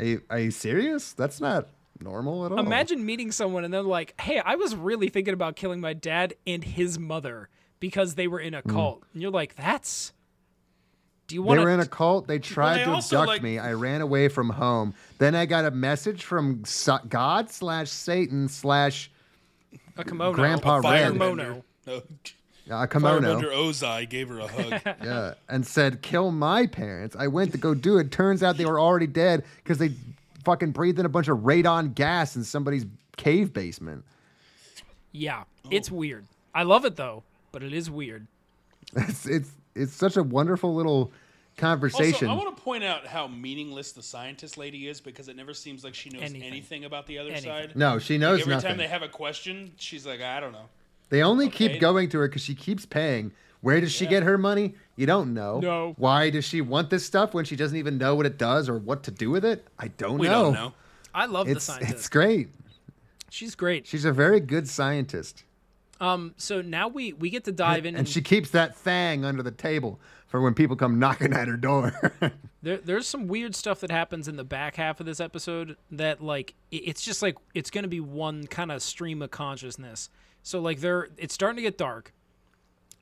S5: Are you, are you serious? That's not normal at all.
S6: Imagine meeting someone and they're like, "Hey, I was really thinking about killing my dad and his mother because they were in a cult." And you're like, "That's Do you
S5: Hmm. They
S6: want
S5: were in a
S6: to
S5: cult. They tried
S4: they
S5: to
S4: also,
S5: abduct
S4: like-
S5: me. I ran away from home. Then I got a message from so- God slash Satan slash
S6: a, kimono?"
S5: Grandpa
S6: a
S5: Red.
S6: kimono.
S4: No,
S5: uh,
S4: Firebender
S5: kimono
S4: Ozai gave her a hug.
S5: yeah, and said, "Kill my parents." I went to go do it. Turns out they were already dead because they fucking breathed in a bunch of radon gas in somebody's cave basement.
S6: Yeah,
S5: Oh.
S6: it's weird. I love it though, but it is weird.
S5: It's it's it's such a wonderful little
S4: also,
S5: conversation.
S4: I want to point out how meaningless the scientist lady is because it never seems like she knows
S6: Anything.
S4: anything, about the other
S6: Anything.
S4: side.
S5: no, she knows
S4: Every
S5: nothing.
S4: time they have a question, she's like, I don't know.
S5: They only
S4: Okay.
S5: keep going to her because she keeps paying. Where does she get her money? You don't know.
S6: No.
S5: Why does she want this stuff when she doesn't even know what it does or what to do with it? I don't
S4: We
S5: know.
S4: don't know.
S6: I love the
S5: It's
S6: scientist.
S5: it's great.
S6: She's great.
S5: She's a very good scientist,
S6: Um, so now we we get to dive in,
S5: and she keeps that thing under the table for when people come knocking at her door.
S6: There, there's some weird stuff that happens in the back half of this episode that like i- it's just like it's going to be one kind of stream of consciousness. So like they're it's starting to get dark,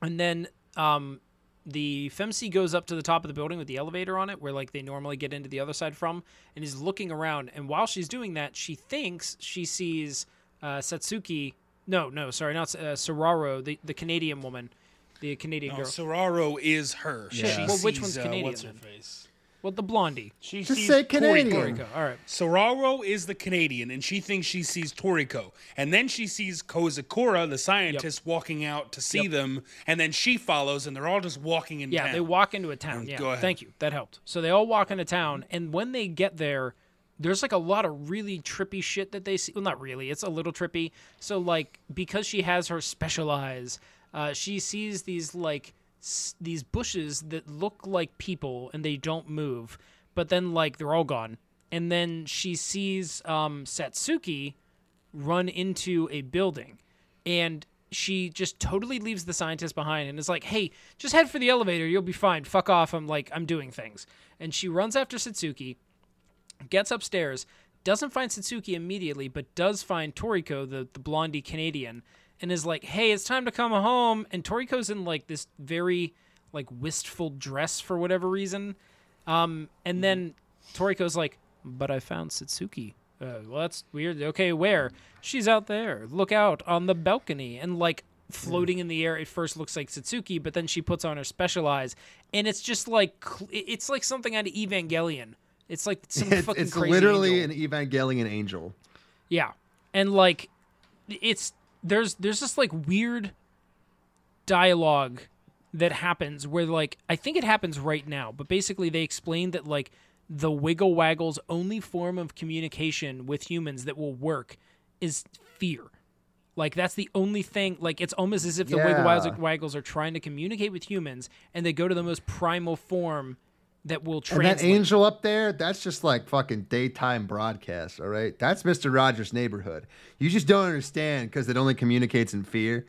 S6: and then um the femc goes up to the top of the building with the elevator on it where like they normally get into the other side from and is looking around and while she's doing that she thinks she sees uh, satsuki no no sorry not S- uh, soraro the, the canadian woman the canadian
S4: No,
S6: girl
S4: Soraro Oh, is her. She
S6: Well, which
S4: sees,
S6: one's
S4: uh,
S6: Canadian
S4: What's her
S6: then?
S4: face?
S6: well the blondie
S4: She
S5: Just
S4: sees
S5: say
S4: Toriko.
S5: Canadian.
S6: Go, all right
S4: Soraro is the Canadian, and she thinks she sees Toriko. And then she sees Kozakura, the scientist, walking out to see them. And then she follows, and they're all just walking in
S6: Yeah,
S4: town.
S6: they walk into a town. Yeah,
S4: go ahead.
S6: thank you. That helped. So they all walk into town, and when they get there, there's like a lot of really trippy shit that they see. Well, not really. It's a little trippy. So like because she has her special eyes, uh, she sees these like s- these bushes that look like people and they don't move, but then like they're all gone. And then she sees um, Satsuki run into a building and she just totally leaves the scientist behind and is like, "Hey, just head for the elevator. You'll be fine. Fuck off. I'm like I'm doing things." And she runs after Satsuki, gets upstairs, doesn't find Satsuki immediately, but does find Toriko, the the blondie Canadian, and is like, "Hey, it's time to come home." And Toriko's in like this very like wistful dress for whatever reason. Um,
S5: Mm-hmm.
S6: and then Toriko's like, but I found Satsuki. Uh, well, that's weird. Okay, where? She's out there. Look out on the balcony. And like floating
S5: Mm.
S6: in the air, it first looks like Satsuki, but then she puts on her special eyes. And it's just like, cl- it- it's like something out of Evangelion. It's like some
S5: it's
S6: fucking
S5: it's
S6: crazy.
S5: literally
S6: angel.
S5: an Evangelion angel.
S6: Yeah. And like it's there's there's this like weird dialogue that happens where like I think it happens right now, but basically they explain that like the wiggle waggle's only form of communication with humans that will work is fear. Like that's the only thing. Like it's almost as if the wiggle
S5: Yeah.
S6: waggles, waggles are trying to communicate with humans, and they go to the most primal form that will
S5: And
S6: translate.
S5: that angel up there, that's just like fucking daytime broadcast, all right? That's Mr. Rogers' neighborhood. You just don't understand because it only communicates in fear.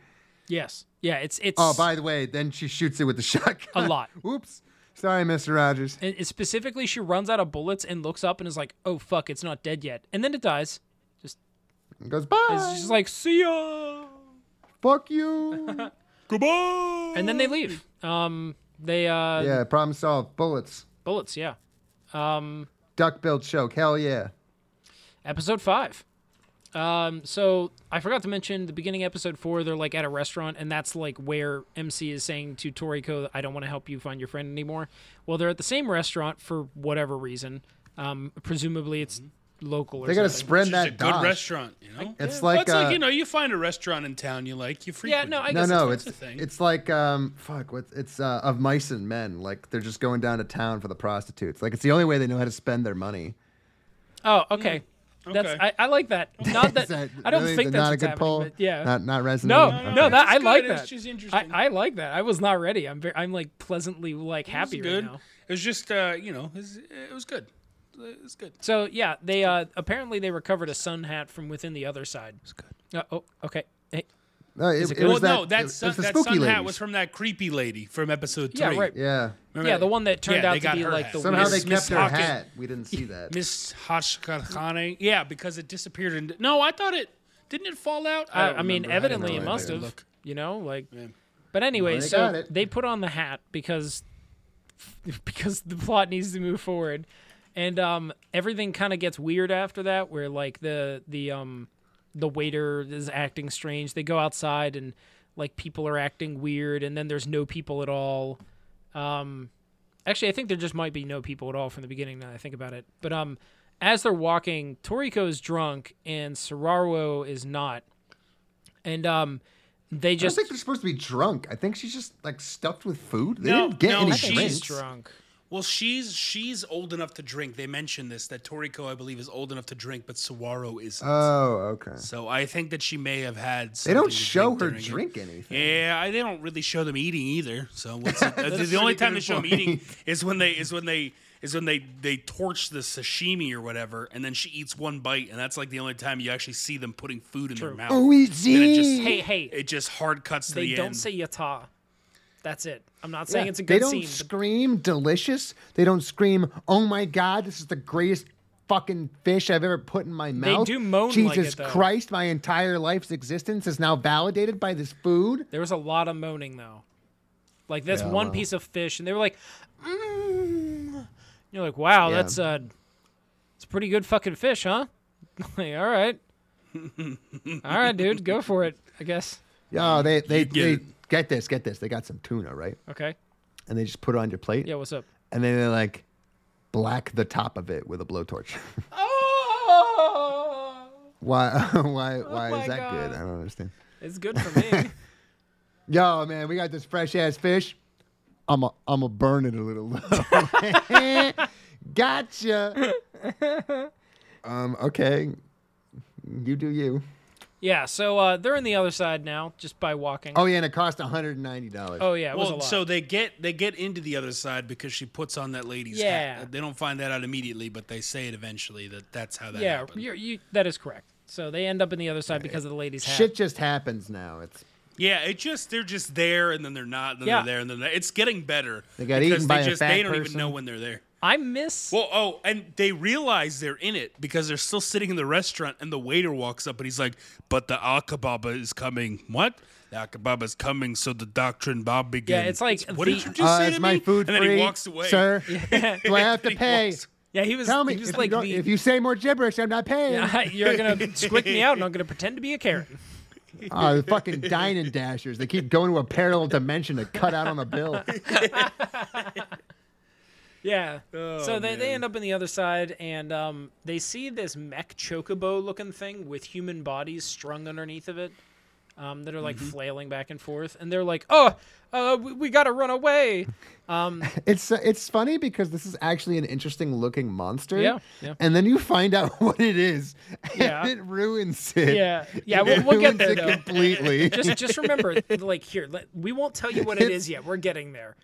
S6: yes, yeah. It's it's
S5: Oh, by the way, then she shoots it with the shotgun.
S6: A lot.
S5: Oops. Sorry, Mr. Rogers.
S6: And it- specifically, she runs out of bullets and looks up and is like, "Oh fuck, it's not dead yet." And then it dies.
S5: And goes, bye.
S6: It's just like, "See ya,"
S5: Fuck you.
S4: Goodbye!
S6: and then they leave. Um, they uh,
S5: yeah, problem solved. Bullets.
S6: bullets. Yeah.
S5: Duck bill choke. Hell yeah.
S6: Episode five. Um, so I forgot to mention the beginning of episode four. They're like at a restaurant, and that's like where MC is saying to Toriko, "I don't want to help you find your friend anymore." Well, they're at the same restaurant for whatever reason. Um, presumably it's local. Or
S5: Mm-hmm. They gotta
S6: something.
S5: spread
S4: It's
S5: that
S4: a good
S5: dodge.
S4: restaurant, you know?
S5: It's like,
S4: That's like,
S5: uh,
S4: you know, you find a restaurant in town you like, you
S6: Yeah,
S4: frequent
S6: no,
S4: it.
S6: I
S5: No,
S6: guess
S5: no,
S6: it's,
S5: it's
S4: the thing.
S5: it's like um fuck what it's uh of mice and men like they're just going down to town for the prostitutes like it's the only way they know how to spend their money.
S6: oh okay. That's
S4: Mm. Okay.
S6: I, I like that. Not that,
S5: Is that
S6: I don't
S5: really
S6: think that's
S5: not a
S6: what's
S5: good
S6: happening,
S5: poll.
S6: but yeah.
S5: Not not
S6: no,
S5: resonating.
S6: no,
S5: Okay.
S6: that I
S4: It's
S6: like
S4: good,
S6: that.
S4: it's just
S6: I,
S4: interesting.
S6: I like that. I was not ready. I'm very, I'm like pleasantly like
S4: It was
S6: happy right
S4: good.
S6: now.
S4: It was just uh, you know, it was, it was good. It was good.
S6: So yeah, they uh apparently they recovered a sun hat from within the other side. Uh, oh, okay. Hey,
S5: No, it,
S6: it
S5: it
S4: well,
S5: was that,
S4: no,
S5: it
S4: that
S5: was
S4: sun,
S5: the
S4: that
S5: spooky
S4: sun hat
S5: ladies.
S4: was from that creepy lady from episode
S6: Yeah,
S4: three.
S6: right.
S5: Yeah.
S4: Remember
S6: yeah, the one that turned
S4: Yeah,
S6: out
S4: they
S6: to
S4: got
S6: be
S4: her
S6: like
S4: hat.
S6: the
S5: Somehow
S6: Miss-
S5: they
S6: Miss
S5: kept her
S6: Hawkins.
S5: hat. We didn't see that.
S4: Miss Hashkarhane. Yeah, because it disappeared. And no, I thought it didn't. It fall out.
S6: I,
S4: don't
S6: I mean,
S4: remember. I didn't
S6: evidently it
S4: really
S6: must
S4: look.
S6: have. You know, like. But anyway,
S5: Well, they got
S6: so
S5: it.
S6: they put on the hat because because the plot needs to move forward, and um, everything kind of gets weird after that. Where like the the um the waiter is acting strange. They go outside and like people are acting weird, and then there's no people at all. Um, actually, I think there just might be no people at all from the beginning. Now that I think about it, but um, as they're walking, Toriko is drunk and Sararwo is not, and um, they
S5: I don't
S6: just
S5: think they're supposed to be drunk. I think she's just like stuffed with food. They
S4: No,
S5: didn't get
S4: no,
S5: any
S4: I think
S5: drinks.
S6: she's drunk.
S4: Well, she's she's old enough to drink. They mentioned this that Toriko, I believe, is old enough to drink, but Sawaro isn't.
S5: Oh, okay.
S4: so I think that she may have had.
S5: They
S4: something
S5: don't
S4: to
S5: show her
S4: during it.
S5: drink anything.
S4: Yeah, I, they don't really show them eating either. So what's the, the only
S5: pretty
S4: time
S5: good
S4: they show them eating is when they is when they is when they they torch the sashimi or whatever, and then she eats one bite, and that's like the only time you actually see them putting food in their mouth.
S5: Oh,
S4: And it just,
S6: Hey, hey.
S4: It just hard cuts to
S6: They
S4: the
S6: don't
S4: end.
S6: say yata. That's it. I'm not saying
S5: Yeah.
S6: it's a
S5: they
S6: good
S5: don't
S6: scene. but
S5: scream delicious. They don't scream, "Oh my god, this is the greatest fucking fish I've ever put in my mouth."
S6: do moan like it,
S5: Jesus
S6: though.
S5: Christ, my entire life's existence is now validated by this food.
S6: There was a lot of moaning though. Like that's one piece of fish, and they were like, mm. "You're like, wow,
S5: Yeah.
S6: that's uh, it's a pretty good fucking fish, huh?" like, all right, all right, dude, go for it. I guess.
S5: Yeah, oh, they they
S4: get
S5: they
S4: it.
S5: get this, get this. They got some tuna, right?
S6: Okay.
S5: And they just put it on your plate,
S6: Yeah. What's up?
S5: and then they like black the top of it with a blowtorch.
S6: Oh,
S5: why why why
S6: my
S5: is that good?
S6: God.
S5: I don't understand.
S6: it's good for me.
S5: Yo, man, we got this fresh ass fish. I'm a, I'm a burn it a little low. gotcha. Um, okay. You do you.
S6: yeah. So uh, they're in the other side now, just by walking.
S5: Oh yeah, and it cost 190 dollars.
S6: Oh, yeah. It was a
S4: Well,
S6: lot.
S4: so they get they get into the other side because she puts on that lady's
S6: Yeah.
S4: hat. They don't find that out immediately, but they say it eventually that that's how that
S6: yeah,
S4: happened.
S6: you're, you that is correct. So they end up in the other side because of the lady's hat.
S5: Shit just happens now. It's
S4: Yeah, it just they're just there and then they're not, and then
S6: Yeah.
S4: they're there and then they're, it's getting better.
S5: They got
S4: because
S5: eaten by
S4: they
S5: a
S4: just
S5: fat
S4: they don't even
S5: person.
S4: know when they're there.
S6: I miss.
S4: Well, oh, and they realize they're in it because they're still sitting in the restaurant, and the waiter walks up and he's like, "But the akababa is coming." What? The akababa is coming, so the doctrine bob begins.
S6: it's like
S4: what
S6: the-
S4: did you just
S5: uh,
S4: say
S5: it's
S4: to
S5: my
S4: me?
S5: food
S4: and then
S5: free,
S4: he walks away,
S5: sir. Do I have to
S4: He
S5: pay?
S4: walks-
S6: yeah, he was.
S5: Tell me
S6: he was
S5: if,
S6: like
S5: you don't-
S6: the-
S5: if you say more gibberish, I'm not paying.
S6: You're gonna squick me out, and I'm gonna pretend to be a Karen.
S5: Oh, the fucking dine and dashers. They keep going to a parallel dimension to cut out on the bill.
S6: Yeah.
S5: Oh,
S6: so they, they end up on the other side, and um, they see this mech chocobo-looking thing with human bodies strung underneath of it, um, that are
S5: Mm-hmm.
S6: like flailing back and forth, and they're like, "Oh, uh, we, we gotta run away."
S5: It's uh, it's funny because this is actually an interesting looking monster.
S6: Yeah, yeah.
S5: And then you find out what it is. And
S6: Yeah.
S5: It ruins it.
S6: Yeah, yeah.
S5: It
S6: We'll, we'll get
S5: ruins
S6: there
S5: it
S6: though.
S5: completely.
S6: Just just remember, like here, let, we won't tell you what it is yet. We're getting there.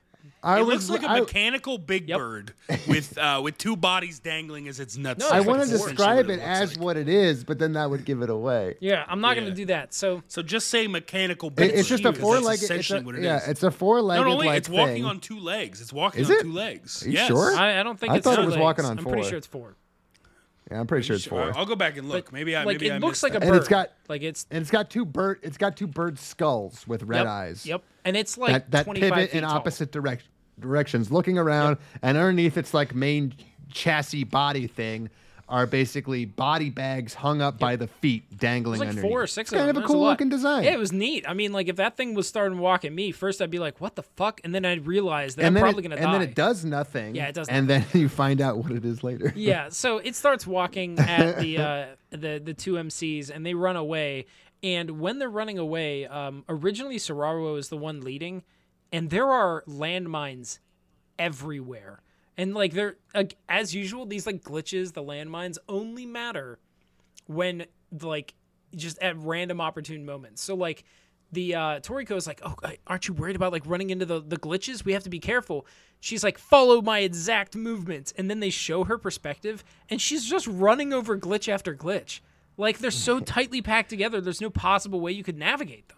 S5: I
S4: It
S5: was-
S4: looks like a
S5: I-
S4: mechanical big bird with uh, with two bodies dangling as its nuts.
S6: No,
S5: I
S6: it's
S5: want to
S6: like a
S5: describe it as what it is, but then that would give it away.
S6: Yeah, I'm not
S4: Yeah.
S6: gonna do that. So
S4: So just say mechanical
S5: It-
S4: big
S5: it's just a
S4: bird, 'cause that's
S5: four-legged. It's
S4: Essentially,
S5: a,
S4: what it
S5: yeah,
S4: is.
S5: it's a four-legged
S4: Not only
S5: like
S4: it's walking
S5: thing.
S4: on two legs. It's walking
S5: Is
S4: on
S5: it?
S4: two legs.
S5: Are you
S4: yes.
S5: sure?
S6: I, I don't think
S5: I
S6: it's
S5: thought
S6: two
S5: it was
S6: legs.
S5: walking on
S6: I'm pretty
S5: four.
S6: sure it's four.
S5: Yeah, I'm pretty sure it's four.
S6: uh, oh.
S4: I'll go back and look. maybe I
S6: like
S4: maybe
S6: it
S4: I
S6: looks
S4: missed
S6: like
S4: that.
S6: a bird.
S5: And it's got-
S6: like it's
S5: and it's got two bird. It's got two bird skulls with red
S6: yep,
S5: eyes.
S6: Yep, and it's like
S5: That that
S6: 25
S5: pivot
S6: feet
S5: in
S6: tall.
S5: opposite direct directions, looking around, and underneath its like main chassis body thing are basically body bags hung up by the feet dangling
S6: There's like
S5: underneath.
S6: four or six
S5: it's kind
S6: of them.
S5: of a
S6: There's
S5: cool
S6: lot.
S5: looking design.
S6: Yeah, it was neat. I mean, like if that thing was starting to walk at me, first I'd be like, "What the fuck?" And then I'd realize that
S5: and
S6: I'm
S5: then
S6: probably
S5: it,
S6: gonna
S5: and
S6: die.
S5: then it does nothing.
S6: Yeah, it does
S5: And then you find out what it is later.
S6: Yeah, so it starts walking at the uh, the the two MCs, and they run away. And when they're running away, um, originally Soraro is the one leading, and there are landmines everywhere. And like they're like, as usual, these like glitches, the landmines only matter when like just at random opportune moments. So like the uh, Toriko is like, "Oh, aren't you worried about like running into the the glitches? We have to be careful." She's like, "Follow my exact movements," and then they show her perspective, and she's just running over glitch after glitch. Like they're so tightly packed together, there's no possible way you could navigate them.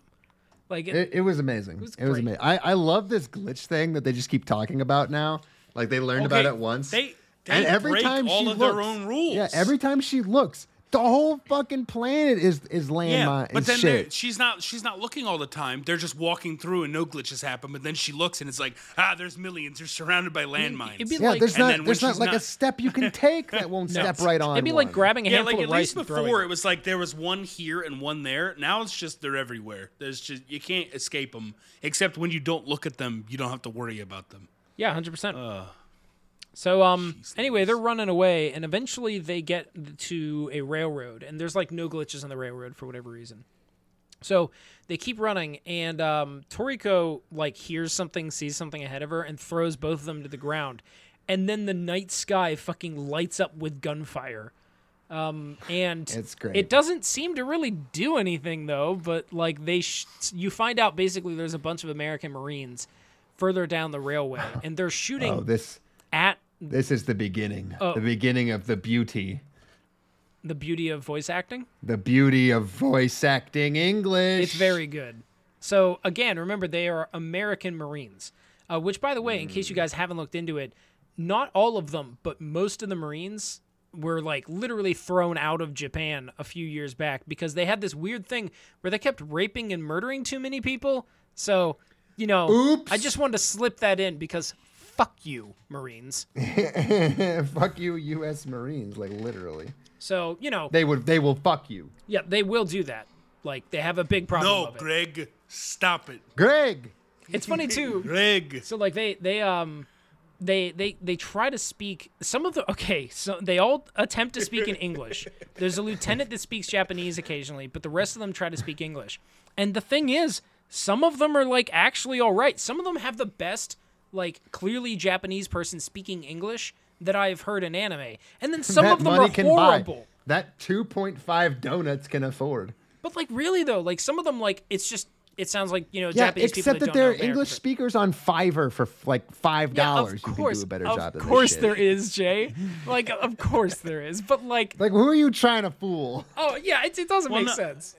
S6: Like it,
S5: It, it was amazing. It was,
S6: was great.
S5: amazing. I, I love this glitch thing that they just keep talking about now. Like they learned about
S4: Okay,
S5: it once.
S4: They, they
S5: and every
S4: break
S5: time
S4: all
S5: she
S4: of
S5: looks,
S4: their own rules.
S5: Yeah, every time she looks, the whole fucking planet is is
S4: Yeah,
S5: landmine.
S4: but
S5: is
S4: then they're-
S5: shit.
S4: she's not she's not looking all the time. They're just walking through and no glitches happen. But then she looks and it's like ah, there's millions. You're surrounded by landmines.
S6: it'd be
S5: yeah,
S6: like-
S5: there's
S4: And then
S5: not
S4: when
S5: there's not
S4: she's
S5: like a
S4: not-
S5: step you can take that won't step right on.
S6: it'd be like
S5: one.
S6: grabbing a
S4: yeah,
S6: handful
S4: like at
S6: of rice
S4: least
S6: and
S4: before
S6: throwing it.
S4: it was like there was one here and one there. Now it's just they're everywhere. There's just you can't escape them. Except when you don't look at them, you don't have to worry about them.
S6: Yeah, hundred percent. So um, anyway, they're running away, and eventually they get to a railroad, and there's like no glitches on the railroad for whatever reason. So they keep running, and um, Toriko like hears something, sees something ahead of her, and throws both of them to the ground. And then the night sky fucking lights up with gunfire. Um, and
S5: It's great.
S6: It doesn't seem to really do anything though. But like they, sh- you find out basically there's a bunch of American Marines further down the railway, and they're shooting
S5: Oh, this
S6: at
S5: this is the beginning.
S6: Oh.
S5: The beginning of the beauty.
S6: the beauty of voice acting.
S5: The beauty of voice acting English.
S6: It's very good. So again, remember they are American Marines. Uh, which, by the way, in case you
S5: Hmm.
S6: guys haven't looked into it, not all of them, but most of the Marines were like literally thrown out of Japan a few years back because they had this weird thing where they kept raping and murdering too many people. So, you know,
S5: Oops.
S6: I just wanted to slip that in because fuck you, Marines.
S5: fuck you, U.S. Marines. Like literally,
S6: So, you know,
S5: they would they will fuck you.
S6: yeah, they will do that. Like they have a big problem.
S4: No,
S6: of it.
S4: Greg, stop it,
S5: Greg,
S6: It's funny too.
S4: Greg.
S6: So like they they um they they they try to speak some of the okay so they all attempt to speak in English. There's a lieutenant that speaks Japanese occasionally, but the rest of them try to speak English. And the thing is, some of them are like actually all right. Some of them have the best like clearly Japanese person speaking English that I have heard in anime. And then some
S5: that
S6: of them
S5: money
S6: are
S5: can
S6: horrible.
S5: buy. That 2.5 donuts can afford.
S6: But like really though, like some of them like it's just it sounds like, you know,
S5: Yeah,
S6: Japanese people
S5: except that
S6: don't know
S5: they're
S6: American
S5: English
S6: food.
S5: speakers on Fiverr for f- like five
S6: Yeah, of
S5: dollars. you can do a better
S6: of
S5: job. than this
S6: course
S5: shit.
S6: there is, Jay. Like, of course there is. But like,
S5: Like, who are you trying to fool?
S6: oh yeah, it, it doesn't make
S4: no-
S6: sense.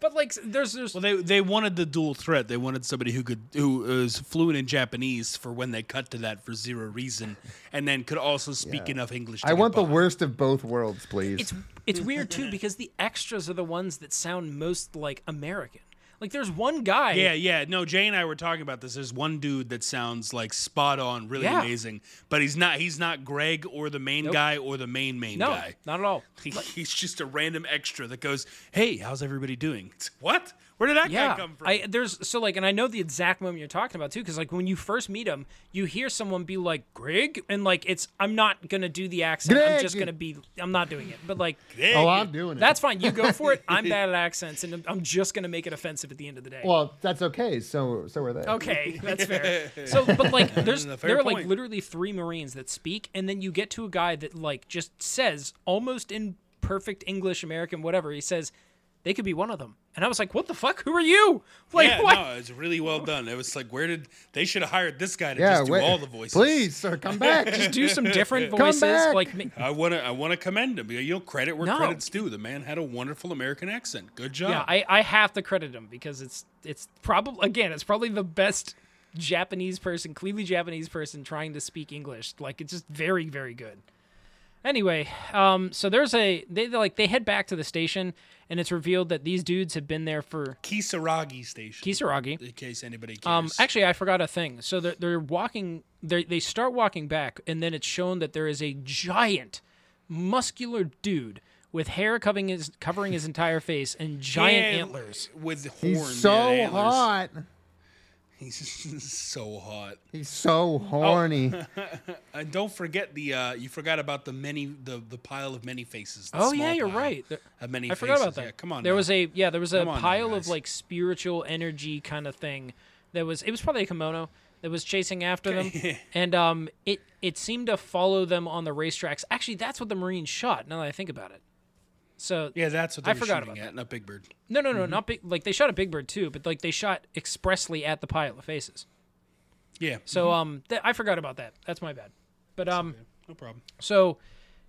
S6: but like, s- there's there's
S4: Well, they they wanted the dual threat. They wanted somebody who could who is fluent in Japanese for when they cut to that for zero reason, and then could also speak enough English. To
S5: I
S4: get
S5: want the
S4: by.
S5: worst of both worlds, please.
S6: it's it's weird too because the extras are the ones that sound most like American. Like, there's one guy.
S4: Yeah, yeah. No, Jay and I were talking about this. There's one dude that sounds like spot on, really
S6: Yeah.
S4: amazing, but he's not. He's not Greg or the main guy or the main main
S6: No,
S4: guy.
S6: not at all.
S4: He- He's just a random extra that goes, "Hey, how's everybody doing?" It's, what? Where did that
S6: Yeah,
S4: guy come from?
S6: I there's so like, and I know the exact moment you're talking about too, because like when you first meet him, you hear someone be like Greg, and like it's I'm not gonna do the accent. I'm just
S5: Greg.
S6: gonna be I'm not doing it. But like,
S5: oh, I'm doing it.
S6: That's fine. You go for it. I'm bad at accents, and I'm- I'm just gonna make it offensive at the end of the day.
S5: well, that's okay. So, so are they.
S6: okay, that's fair. So, but like, there's
S4: fair
S6: there are like
S4: point.
S6: literally three Marines that speak, and then you get to a guy that like just says almost in perfect English, American, whatever. He says they could be one of them, and I was like, what the fuck? Who are you? Like,
S4: yeah,
S6: what?
S4: no, it's really well done. It was like, where did they should have hired this guy to
S5: Yeah,
S4: just do
S5: wait-
S4: all the voices?
S5: Please, sir, come back.
S6: Just do some different voices,
S5: back.
S6: like ma-
S4: I want to. I want to commend him. You know, credit where
S6: No.
S4: credit's due. The man had a wonderful American accent. Good job.
S6: Yeah, I, I have to credit him because it's it's probably again it's probably the best Japanese person, clearly Japanese person trying to speak English. Like it's just very very good. Anyway, um, so there's a they they, like they head back to the station and it's revealed that these dudes have been there for
S4: Kisaragi Station.
S6: Kisaragi.
S4: in case anybody cares.
S6: Um, actually, I forgot a thing. So they're, they're walking. They they start walking back, and then it's shown that there is a giant, muscular dude with hair covering his covering his entire face and giant
S4: Yeah,
S6: antlers.
S4: with horns.
S5: He's so
S4: yeah, antlers.
S5: hot.
S4: He's so hot.
S5: He's
S6: Oh.
S5: so horny.
S4: And don't forget the uh, you forgot about the many the the pile of many faces. the
S6: Oh yeah,
S4: small
S6: you're
S4: pile
S6: right. There-
S4: Of many
S6: I forgot about
S4: faces.
S6: that.
S4: Yeah, come on.
S6: There
S4: now.
S6: was a yeah, there was a
S4: Come on now,
S6: pile of
S4: guys.
S6: like spiritual energy kind of thing that was it was probably a kimono that was chasing after them. and um it it seemed to follow them on the racetracks. Actually, that's what the Marines shot, now that I think about it. So
S4: Yeah, that's what
S6: I
S4: they were
S6: forgot
S4: shooting
S6: about
S4: at, not Big Bird.
S6: no, no, no, not big. Like they shot a Big Bird too, but like they shot expressly at the pile of faces.
S4: Yeah,
S6: So um, th- I forgot about that. That's my bad. But um,
S4: no problem.
S6: so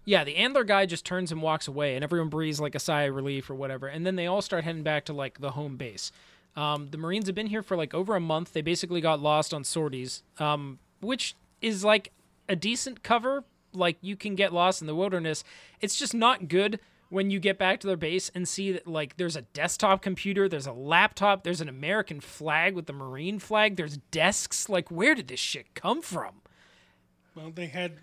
S6: yeah, the antler guy just turns and walks away, and everyone breathes like a sigh of relief or whatever, and then they all start heading back to like the home base. Um, the Marines have been here for like over a month. They basically got lost on sorties, um, which is like a decent cover. Like you can get lost in the wilderness. It's just not good when you get back to their base and see that like there's a desktop computer, there's a laptop, there's an American flag with the Marine flag, there's desks. Like where did this shit come from?
S4: Well, they had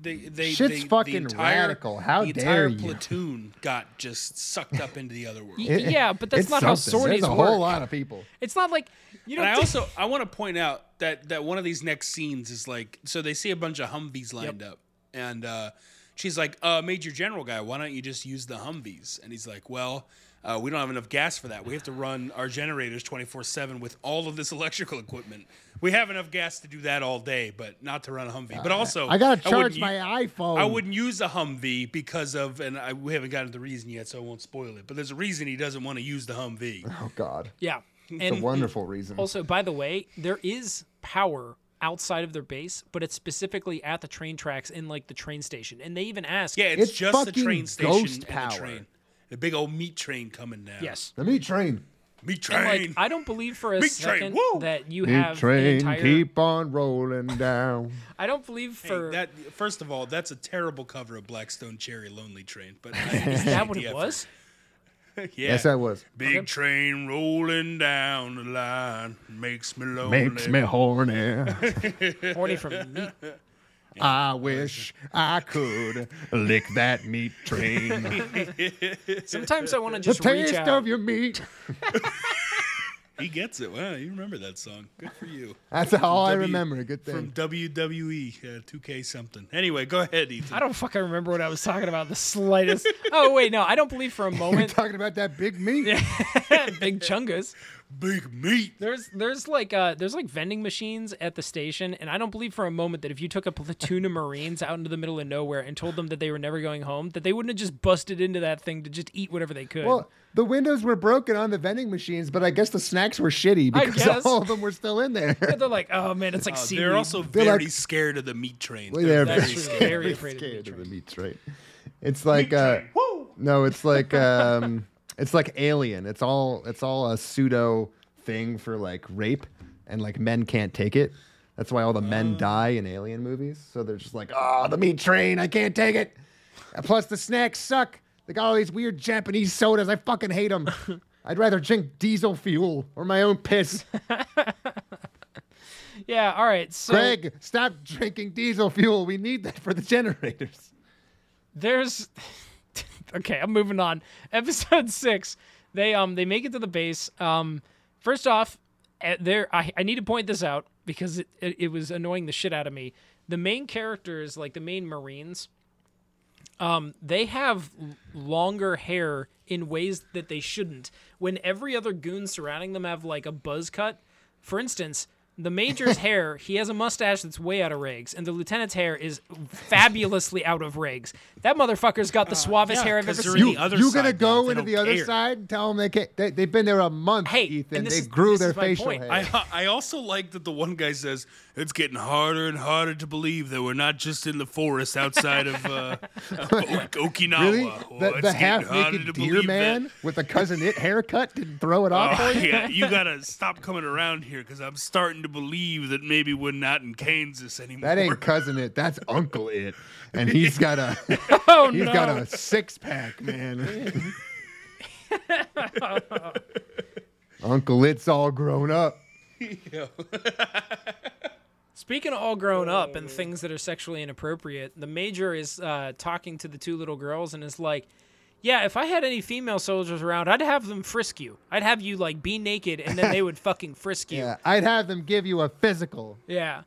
S4: they they
S5: Shit's
S4: they,
S5: fucking
S4: the entire,
S5: radical. How
S4: the
S5: dare
S4: entire
S5: you.
S4: platoon got just sucked up into the other world.
S6: Y- yeah, but that's
S5: It's
S6: not how
S5: something.
S6: sorties
S5: There's a
S6: work.
S5: whole lot of people.
S6: It's not like you know.
S4: And I also I want to point out that that one of these next scenes is like so they see a bunch of Humvees lined up and uh, she's like uh, Major General guy why don't you just use the Humvees and he's like well uh, we don't have enough gas for that we have to run our generators 24 7 with all of this electrical equipment we have enough gas to do that all day but not to run a Humvee but also
S5: Uh, Oh, I gotta
S4: wouldn't
S5: charge
S4: u-
S5: my iPhone.
S4: I
S6: Oh.
S4: wouldn't use a Humvee because of, and I, we haven't gotten to the reason yet, so I won't spoil it. But there's a reason he doesn't want to use the Humvee.
S5: Oh God,
S6: yeah,
S5: it's a
S6: and
S5: wonderful reason.
S6: also by the way, there is power outside of their base, but it's specifically at the train tracks in like the train station, and they even ask,
S4: Yeah, it's,
S5: It's
S4: just the
S5: fucking
S4: train station
S5: ghost
S4: and
S5: power.
S4: the train. The big old meat train coming down.
S6: yes."
S5: the meat train.
S4: Meat
S6: And,
S4: train.
S6: like, I don't believe for a
S4: Big train,
S6: second
S4: woo!
S6: that you
S5: Meat
S6: have an
S5: train,
S6: entire.
S5: keep on rolling down.
S6: I don't believe
S4: Hey,
S6: for
S4: that first of all, that's a terrible cover of Blackstone Cherry Lonely Train, but I
S6: is
S4: appreciate
S6: that what
S4: the
S6: it
S4: effort.
S6: was?
S4: Yeah.
S5: Yes, that was.
S4: Big train rolling down the line makes me lonely.
S5: Makes me horny.
S6: Horny from meat.
S5: I wish I could lick that meat train.
S6: Sometimes I want to
S5: the
S6: just reach
S5: taste
S6: out.
S5: of your meat.
S4: He gets it. Wow, you remember that song? Good for you.
S5: That's all I
S4: W-
S5: remember. Good
S4: From
S5: thing.
S4: WWE uh, 2K something. Anyway, go ahead, Ethan.
S6: I don't fucking remember what I was talking about the slightest. oh wait, no, I don't believe for a moment.
S5: Talking about that big meat.
S6: Big chungus.
S4: Big meat.
S6: There's there's like uh there's like vending machines at the station, and I don't believe for a moment that if you took a platoon of Marines out into the middle of nowhere and told them that they were never going home, that they wouldn't have just busted into that thing to just eat whatever they could.
S5: Well, the windows were broken on the vending machines, but I guess the snacks were shitty
S6: I
S5: because
S6: guess.
S5: all of them were still in there.
S6: they're like, oh man, it's like
S4: Uh,
S6: seaweed.
S4: they're also very
S5: like-
S4: scared of the meat train.
S5: Well,
S4: They're very
S5: they're
S6: That's true.
S4: scared.
S6: very afraid of the meat
S5: scared of the
S6: train.
S5: meat train. It's like uh, no, it's like um, it's like Alien. It's all it's all a pseudo thing for like rape, and like men can't take it. That's why all the men die in Alien movies. So they're just like, oh, the meat train, I can't take it. And plus the snacks suck. They got all these weird Japanese sodas. I fucking hate them. I'd rather drink diesel fuel or my own piss.
S6: Yeah, all right. So
S5: Greg, stop drinking diesel fuel. We need that for the generators.
S6: there's okay i'm moving on episode six they um they make it to the base um first off eh, there i, I need to point this out because it, it, it was annoying the shit out of me the main characters like the main marines um they have l- longer hair in ways that they shouldn't when every other goon surrounding them have like a buzz cut for instance the major's hair, he has a mustache that's way out of regs, and the lieutenant's hair is fabulously out of regs. That motherfucker's got the suavest
S4: Uh, yeah,
S6: hair I've
S4: 'cause
S6: ever
S4: they're
S6: seen.
S4: in the other
S5: you
S4: side
S5: gonna
S4: now,
S5: go
S4: they
S5: into
S4: don't
S5: the other
S4: care.
S5: side and tell them they can't they, they've been there a month
S6: Hey,
S5: ethan
S6: and this
S5: they
S6: is-
S5: grew
S6: this
S5: their
S6: is my
S5: facial
S6: point.
S5: hair
S4: I, I also like that the one guy says it's getting harder and harder to believe that we're not just in the forest outside of, uh, of O- Okinawa.
S5: really
S4: Oh,
S5: the,
S4: it's
S5: the
S4: getting
S5: half
S4: harder to
S5: naked deer
S4: believe that-
S5: man with a cousin it haircut didn't throw it off
S4: Oh, yeah, you gotta stop coming around here because I'm starting to believe that maybe we're not in Kansas anymore.
S5: that ain't cousin it that's uncle it and he's got a he's
S6: oh no!
S5: got a six-pack man uncle it's all grown up
S6: Speaking of all grown up
S5: Oh.
S6: and things that are sexually inappropriate, the major is uh, talking to the two little girls and is like, "Yeah, if I had any female soldiers around, I'd have them frisk you. I'd have you like be naked, and then they would fucking frisk you."
S5: yeah i'd have them give you a physical
S6: Yeah.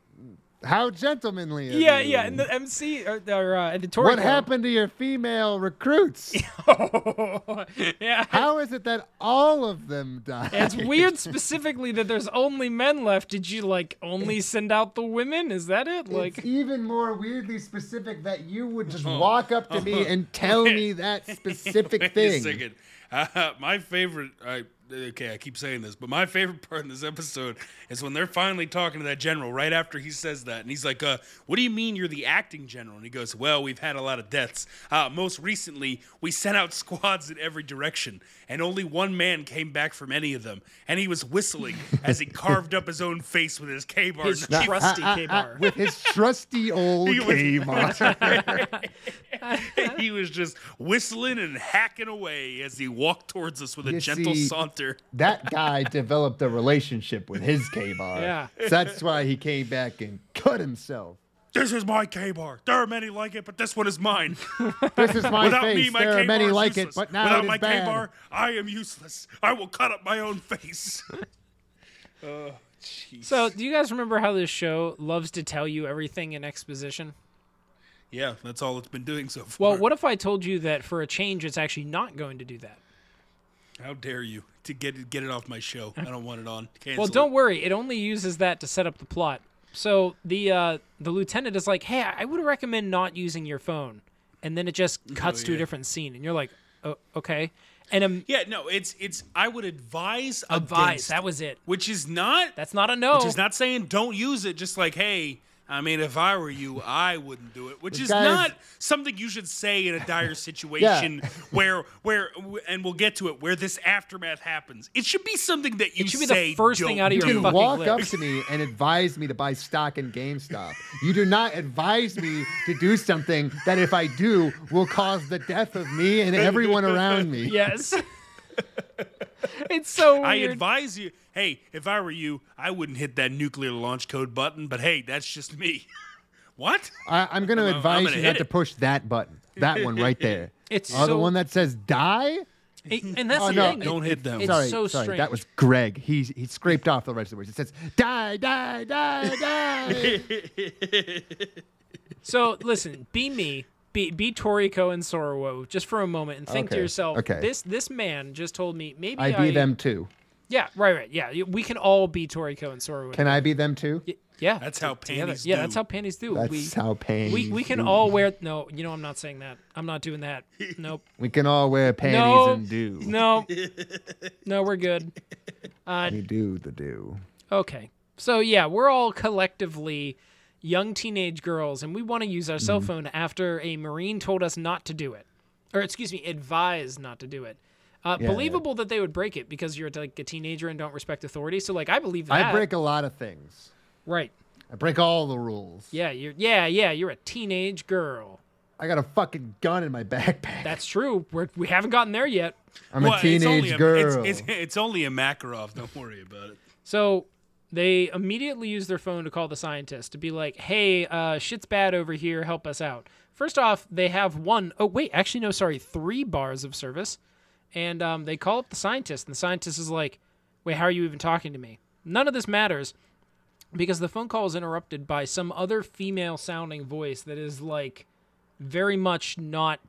S5: How gentlemanly. of
S6: Yeah,
S5: you.
S6: yeah, and the MC or, or uh, editorial.
S5: What happened to your female recruits?
S6: yeah,
S5: How is it that all of them died?
S6: it's weird specifically that there's only men left. Did you like only send out the women? Is that it? Like,
S5: it's even more weirdly specific that you would just walk up to me and tell me that
S4: Oh.
S5: specific
S4: Wait a
S5: thing.
S4: second. Uh, my favorite. I, okay, I keep saying this, but my favorite part in this episode is when they're finally talking to that general right after he says that, and he's like, uh, "What do you mean you're the acting general?" And he goes, "Well, we've had a lot of deaths. Uh, most recently, we sent out squads in every direction, and only one man came back from any of them, and he was whistling as he carved up his own face with his K bar."
S6: His trusty
S5: Ah, ah, ah,
S6: K-bar.
S5: with his trusty old
S4: He was-
S5: K-bar.
S4: he was just whistling and hacking away as he walked towards us with a
S5: You
S4: gentle
S5: see-
S4: saunter.
S5: that guy developed a relationship with his K-bar.
S6: Yeah.
S5: So that's why he came back and cut himself.
S4: This is my K bar. There are many like it, but this one is mine.
S5: This is my
S4: Without
S5: face.
S4: me, my
S5: there
S4: K
S5: are
S4: bar
S5: many
S4: is
S5: like
S4: useless.
S5: it, but now
S4: Without
S5: it is
S4: my
S5: bad.
S4: K bar, I am useless. I will cut up my own face.
S6: so do you guys remember how this show loves to tell you everything in exposition?
S4: yeah, that's all it's been doing so far.
S6: Well, what if I told you that for a change, it's actually not going to do that?
S4: How dare you to get it, get it off my show? I don't want it on. Cancel
S6: Well,
S4: it.
S6: don't worry. It only uses that to set up the plot. So the uh, the lieutenant is like, "Hey, I would recommend not using your phone," and then it just cuts to a
S4: Oh, yeah.
S6: different scene, and you're like, "Oh, okay." And um,
S4: Yeah, no, it's it's. I would advise
S6: advise.
S4: against
S6: That
S4: it,
S6: was it.
S4: which is not
S6: That's not a no.
S4: which is not saying don't use it. Just like hey. I mean, if I were you, I wouldn't do it, which is
S5: guys-
S4: not something you should say in a dire situation where, where, and we'll get to it, where this aftermath happens. It should be something that you
S6: should be the
S4: say.
S6: first thing
S4: don't
S6: out of your
S4: do.
S5: You
S6: fucking
S5: walk
S6: lips.
S5: up to me and advise me to buy stock in GameStop. You do not advise me to do something that, if I do, will cause the death of me and everyone around me.
S6: yes. it's so weird.
S4: I advise you. Hey, if I were you, I wouldn't hit that nuclear launch code button. But hey, that's just me. what?
S5: I, I'm going to advise
S4: gonna
S5: you
S4: hit
S5: not to
S4: it.
S5: push that button, that one right there.
S6: It's
S5: oh, the
S6: so-
S5: one that says "die."
S6: It- and that's
S5: Oh,
S6: the
S5: no,
S6: thing.
S4: Don't hit that
S6: It's
S4: one.
S5: Sorry,
S6: so
S5: sorry,
S6: strange.
S5: that was Greg. He he scraped off the rest of the words. It says "die, die, die, die."
S6: So listen, be me, be be Toriko and Sorowo just for a moment and think to
S5: Okay,
S6: yourself,
S5: okay.
S6: this this man just told me maybe
S5: I be them too.
S6: Yeah, right, right. Yeah, you- we can all be Toriko and Sorowo.
S5: Can I be them too?
S6: yeah,
S4: That's how
S6: together.
S4: panties
S6: Yeah,
S4: do.
S6: that's how panties do.
S5: That's
S6: we,
S5: how pain.
S6: we we can all wear. No, you know I'm not saying that. I'm not doing that. Nope.
S5: we can all wear panties
S6: no.
S5: and do.
S6: No. No, we're good.
S5: We do the do.
S6: Okay. So yeah, we're all collectively young teenage girls and we want to use our
S5: Mm-hmm.
S6: cell phone after a marine told us not to do it. Or excuse me, advised not to do it. Uh, believable that they would break it because you're like a teenager and don't respect authority. So like I believe that.
S5: I break a lot of things.
S6: Right.
S5: I break all the rules.
S6: Yeah, you're yeah, yeah, you're a teenage girl.
S5: I got a fucking gun in my backpack.
S6: That's true. We're, we haven't gotten there yet.
S5: I'm
S4: Well,
S5: a
S4: it's only
S5: teenage girl.
S4: It's, it's, it's only a Makarov. Don't worry about it.
S6: So they immediately use their phone to call the scientist to be like, hey, uh, shit's bad over here. Help us out. First off, they have one, oh, wait, actually, no, sorry, three bars of service. And um, they call up the scientist, and the scientist is like, wait, how are you even talking to me? None of this matters because the phone call is interrupted by some other female sounding voice that is like very much not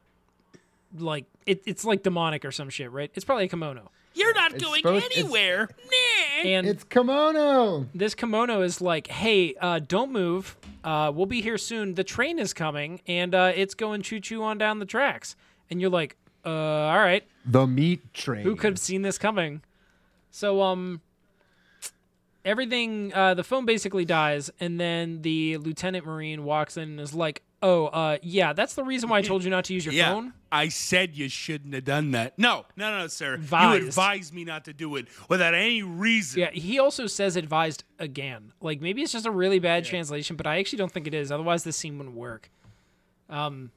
S6: like it, it's like demonic or some shit, right? It's probably a kimono.
S4: You're not
S5: It's going supposed- it's- anywhere.
S6: And
S5: It's kimono.
S6: this kimono is like, hey, uh, don't move. Uh, we'll be here soon. The train is coming, and uh, it's going choo choo on down the tracks. And you're like, uh, all right,
S5: The meat train.
S6: who could have seen this coming? So, um, everything, uh, the phone basically dies, and then the lieutenant marine walks in and is like, oh, uh, yeah, that's the reason why I told you not to use your
S4: Yeah,
S6: phone.
S4: I said you shouldn't have done that. No, no, no, sir.
S6: Advised.
S4: You advised me not to do it without any reason.
S6: Yeah, he also says advised again. Like maybe it's just a really bad translation, but I actually don't think it is. Otherwise, this scene wouldn't work. Um,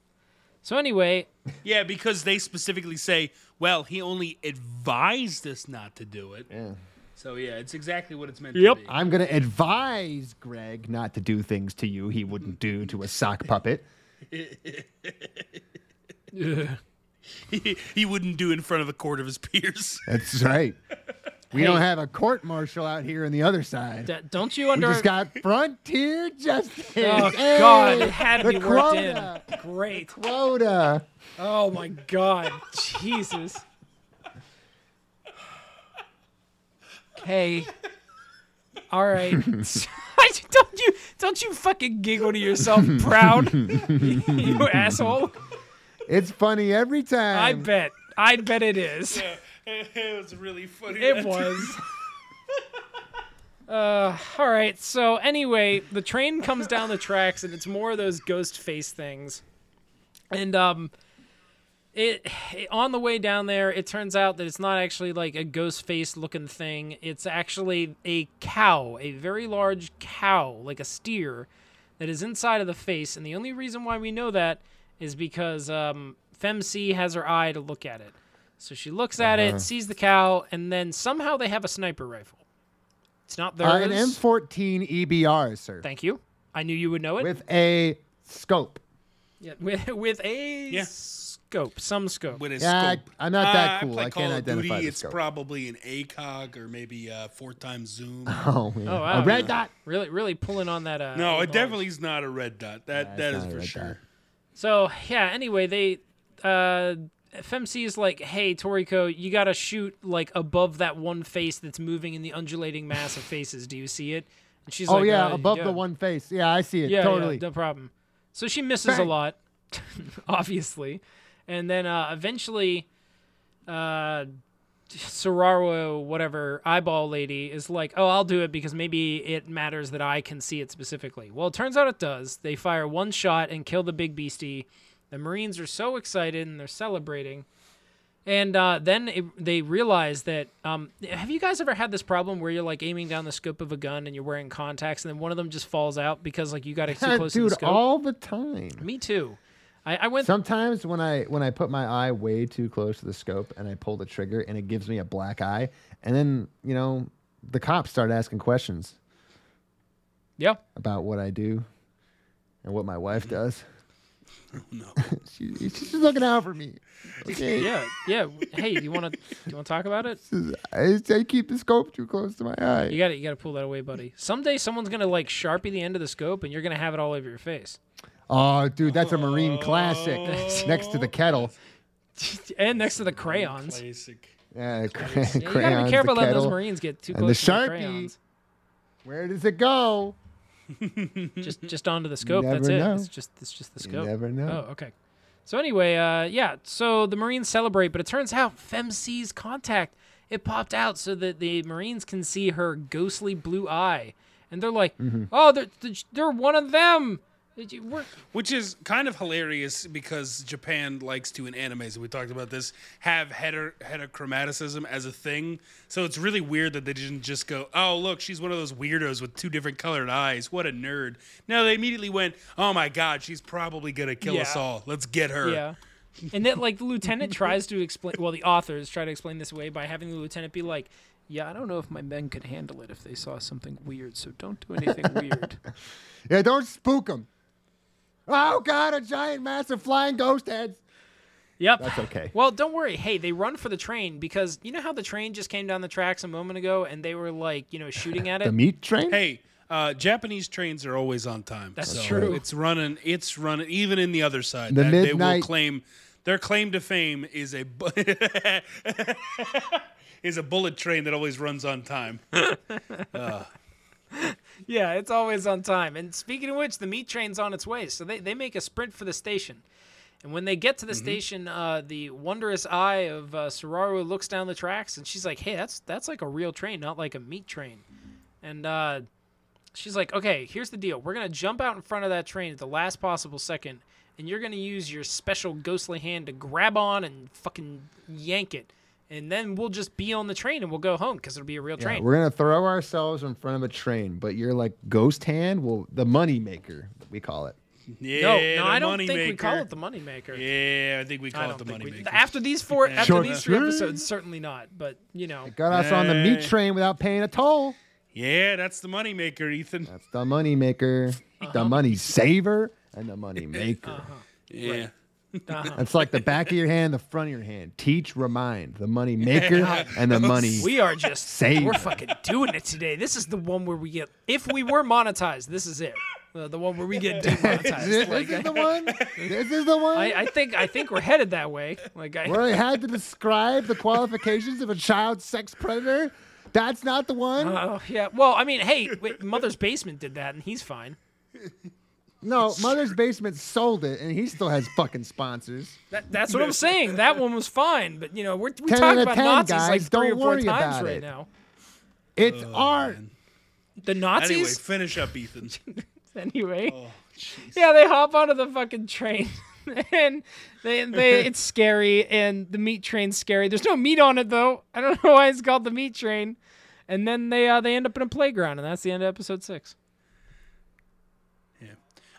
S6: so anyway,
S4: Yeah, because they specifically say, well, he only advised us not to do it. Yeah. So yeah, it's exactly what it's meant
S6: Yep.
S4: to be.
S5: I'm gonna advise Greg not to do things to you he wouldn't do to a sock puppet.
S4: he wouldn't do in front of a court of his peers.
S5: That's right. We
S6: Hey.
S5: don't have a court martial out here on the other side.
S6: D- don't you
S5: we
S6: under?
S5: just got frontier justice.
S6: oh
S5: Hey,
S6: God, it had to
S5: the
S6: be worked
S5: quota,
S6: in. Great.
S5: quota.
S6: Oh my God, Jesus. Okay. All right. don't you don't you fucking giggle to yourself, proud, you asshole.
S5: It's funny every time.
S6: I bet. I bet it is.
S4: it was really funny.
S6: It was. Uh, all right. So anyway, the train comes down the tracks, and it's more of those ghost face things. And um, it, it- on the way down there, it turns out that it's not actually like a ghost face looking thing. It's actually a cow, a very large cow, like a steer, that is inside of the face. And the only reason why we know that is because um, Femc has her eye to look at it. So she looks at
S5: Uh-huh.
S6: it, sees the cow, and then somehow they have a sniper rifle. It's not
S5: Uh, an
S6: theirs.
S5: M14 EBR, sir,
S6: Thank you. I knew you would know it.
S5: with a scope.
S6: Yeah, with, with a
S4: Yeah.
S6: scope, some scope.
S4: With a
S5: Yeah, I-
S4: scope.
S5: I'm not that
S4: Uh,
S5: cool.
S4: I, play
S5: I
S4: Call
S5: can't
S4: of
S5: identify
S4: Duty.
S5: the
S4: it's
S5: scope.
S4: probably an ACOG or maybe a four times zoom.
S5: Oh, yeah.
S6: Oh, wow.
S5: a red dot.
S6: Really, really pulling on that. Uh,
S4: no,
S6: old
S4: it
S6: dog.
S4: definitely is not a red dot. That that
S5: it's
S4: is
S5: not a
S4: for
S5: red
S4: sure.
S6: So yeah. Anyway, they uh, FMC is like, hey, Toriko, you gotta shoot like above that one face that's moving in the undulating mass of faces. Do you see it? And she's
S5: Oh
S6: like,
S5: yeah,
S6: uh,
S5: above
S6: yeah.
S5: the one face. Yeah, I see it
S6: Yeah,
S5: totally.
S6: yeah, no problem. So she misses
S5: Bang.
S6: a lot, obviously, and then uh, eventually, uh, Soraro, whatever eyeball lady, is like, "Oh, I'll do it because maybe it matters that I can see it specifically." Well, it turns out it does. They fire one shot and kill the big beastie. The Marines are so excited and they're celebrating. And uh, then it, they realize that. Um, have you guys ever had this problem where you're like aiming down the scope of a gun and you're wearing contacts, and then one of them just falls out because like you got it too close to
S5: Dude,
S6: the scope?
S5: all the time.
S6: Me too. I, I went.
S5: Sometimes when I when I put my eye way too close to the scope and I pull the trigger and it gives me a black eye, and then you know the cops start asking questions
S6: yeah.
S5: about what I do and what my wife does.
S4: Oh,
S5: no, she, she's just looking out for me. Okay,
S6: Yeah. Yeah. Hey, do you want to? Do you want to talk about it?
S5: I, I keep the scope too close to my eye.
S6: You got to You got to pull that away, buddy. Someday someone's gonna like sharpie the end of the scope, and you're gonna have it all over your face.
S5: Oh, dude, that's a Marine classic. Next
S6: Oh.
S5: to the kettle. Uh,
S6: and next to the crayons.
S4: Basic.
S5: Yeah, cra- crayons,
S6: Yeah, you gotta be careful
S5: the
S6: that those
S5: kettle.
S6: Marines get too
S5: and the
S6: close to
S5: Sharpie.
S6: the crayons.
S5: Where does it go?
S6: Just just onto the scope.
S5: never
S6: That's it.
S5: know.
S6: It's just it's just the
S5: You
S6: scope.
S5: never know.
S6: Oh, okay. So anyway, uh, yeah. So the Marines celebrate, but it turns out FemC's contact it popped out so that the Marines can see her ghostly blue eye, and they're like,
S5: Mm-hmm.
S6: "Oh, they're they're one of them." Did you- we're-
S4: Which is kind of hilarious because Japan likes to in animes, and we talked about this, have heter- heterochromaticism as a thing. So it's really weird that they didn't just go, "Oh, look, she's one of those weirdos with two different colored eyes. What a nerd!" No, they immediately went, "Oh my god, she's probably gonna kill us
S6: Yeah.
S4: all. Let's get her."
S6: Yeah. And that like the lieutenant tries to explain well, the authors try to explain this away by having the lieutenant be like, Yeah, I don't know if my men could handle it if they saw something weird, so don't do anything weird.
S5: Yeah, don't spook them. Oh God, a giant mass of flying ghost heads.
S6: Yep.
S5: That's okay.
S6: Well, don't worry. Hey, they run for the train because you know how the train just came down the tracks a moment ago and they were like, you know, shooting at it?
S5: The meat train.
S4: Hey, uh, Japanese trains are always on time.
S6: That's
S4: so
S6: true.
S4: It's running. It's running. Even in the other side,
S5: The
S4: that they will
S5: midnight-
S4: claim their claim to fame is a bu- is a bullet train that always runs on time.
S6: yeah, it's always on time. And speaking of which, the meat train's on its way, so they, they make a sprint for the station. And when they get to the
S5: Mm-hmm.
S6: station, uh, the wondrous eye of uh, Sararu looks down the tracks, and she's like, "Hey, that's that's like a real train, not like a meat train." And uh, she's like, "Okay, here's the deal. We're gonna jump out in front of that train at the last possible second, and you're gonna use your special ghostly hand to grab on and fucking yank it, and then we'll just be on the train and we'll go home because it'll be a real
S5: Yeah,
S6: train."
S5: Uh, we're gonna throw ourselves in front of a train, but you're like ghost hand. Well, the money maker, we call it.
S4: Yeah,
S6: no,
S4: the
S6: no, I don't
S4: money
S6: think we call
S4: maker.
S6: it the moneymaker.
S4: Yeah, I think we
S6: I
S4: call it
S6: don't
S4: the
S6: think
S4: money
S6: we,
S4: maker.
S6: after these four after
S5: Sure.
S6: these three episodes certainly not but you know
S5: Got us on the meat
S4: Hey.
S5: train without paying a toll.
S4: yeah, that's the money maker, Ethan.
S5: That's
S6: Uh-huh.
S5: the money maker, the money saver, and the money maker.
S4: yeah.
S5: That's like the back of your hand, the front of your hand. Teach, remind, the money maker and the money.
S6: We are just
S5: Save
S6: we're
S5: it.
S6: fucking doing it today. This is the one where we get if we were monetized, this is it. The, the one where we get
S5: Is this,
S6: demonetized. like,
S5: this is the one. This is the one.
S6: I, I think I think we're headed that way. Like I,
S5: where I had to describe the qualifications of a child sex predator. That's not the one.
S6: oh yeah. Well, I mean, hey, wait, Mother's Basement did that, and he's fine.
S5: no, Mother's Basement sold it, and he still has fucking sponsors.
S6: That, that's what I'm saying. That one was fine, but you know, we're, we
S5: 10
S6: talked
S5: outta
S6: about
S5: 10,
S6: Nazis like
S5: guys.
S6: 3
S5: Don't
S6: or four
S5: worry
S6: times
S5: about
S6: right
S5: it.
S6: now.
S5: It's art.
S6: The Nazis.
S4: Anyway, finish up, Ethan.
S6: anyway. yeah, they hop onto the fucking train. and they, they it's scary and the meat train's scary. There's no meat on it though. I don't know why it's called the meat train. And then they uh, they end up in a playground and that's the end of episode 6.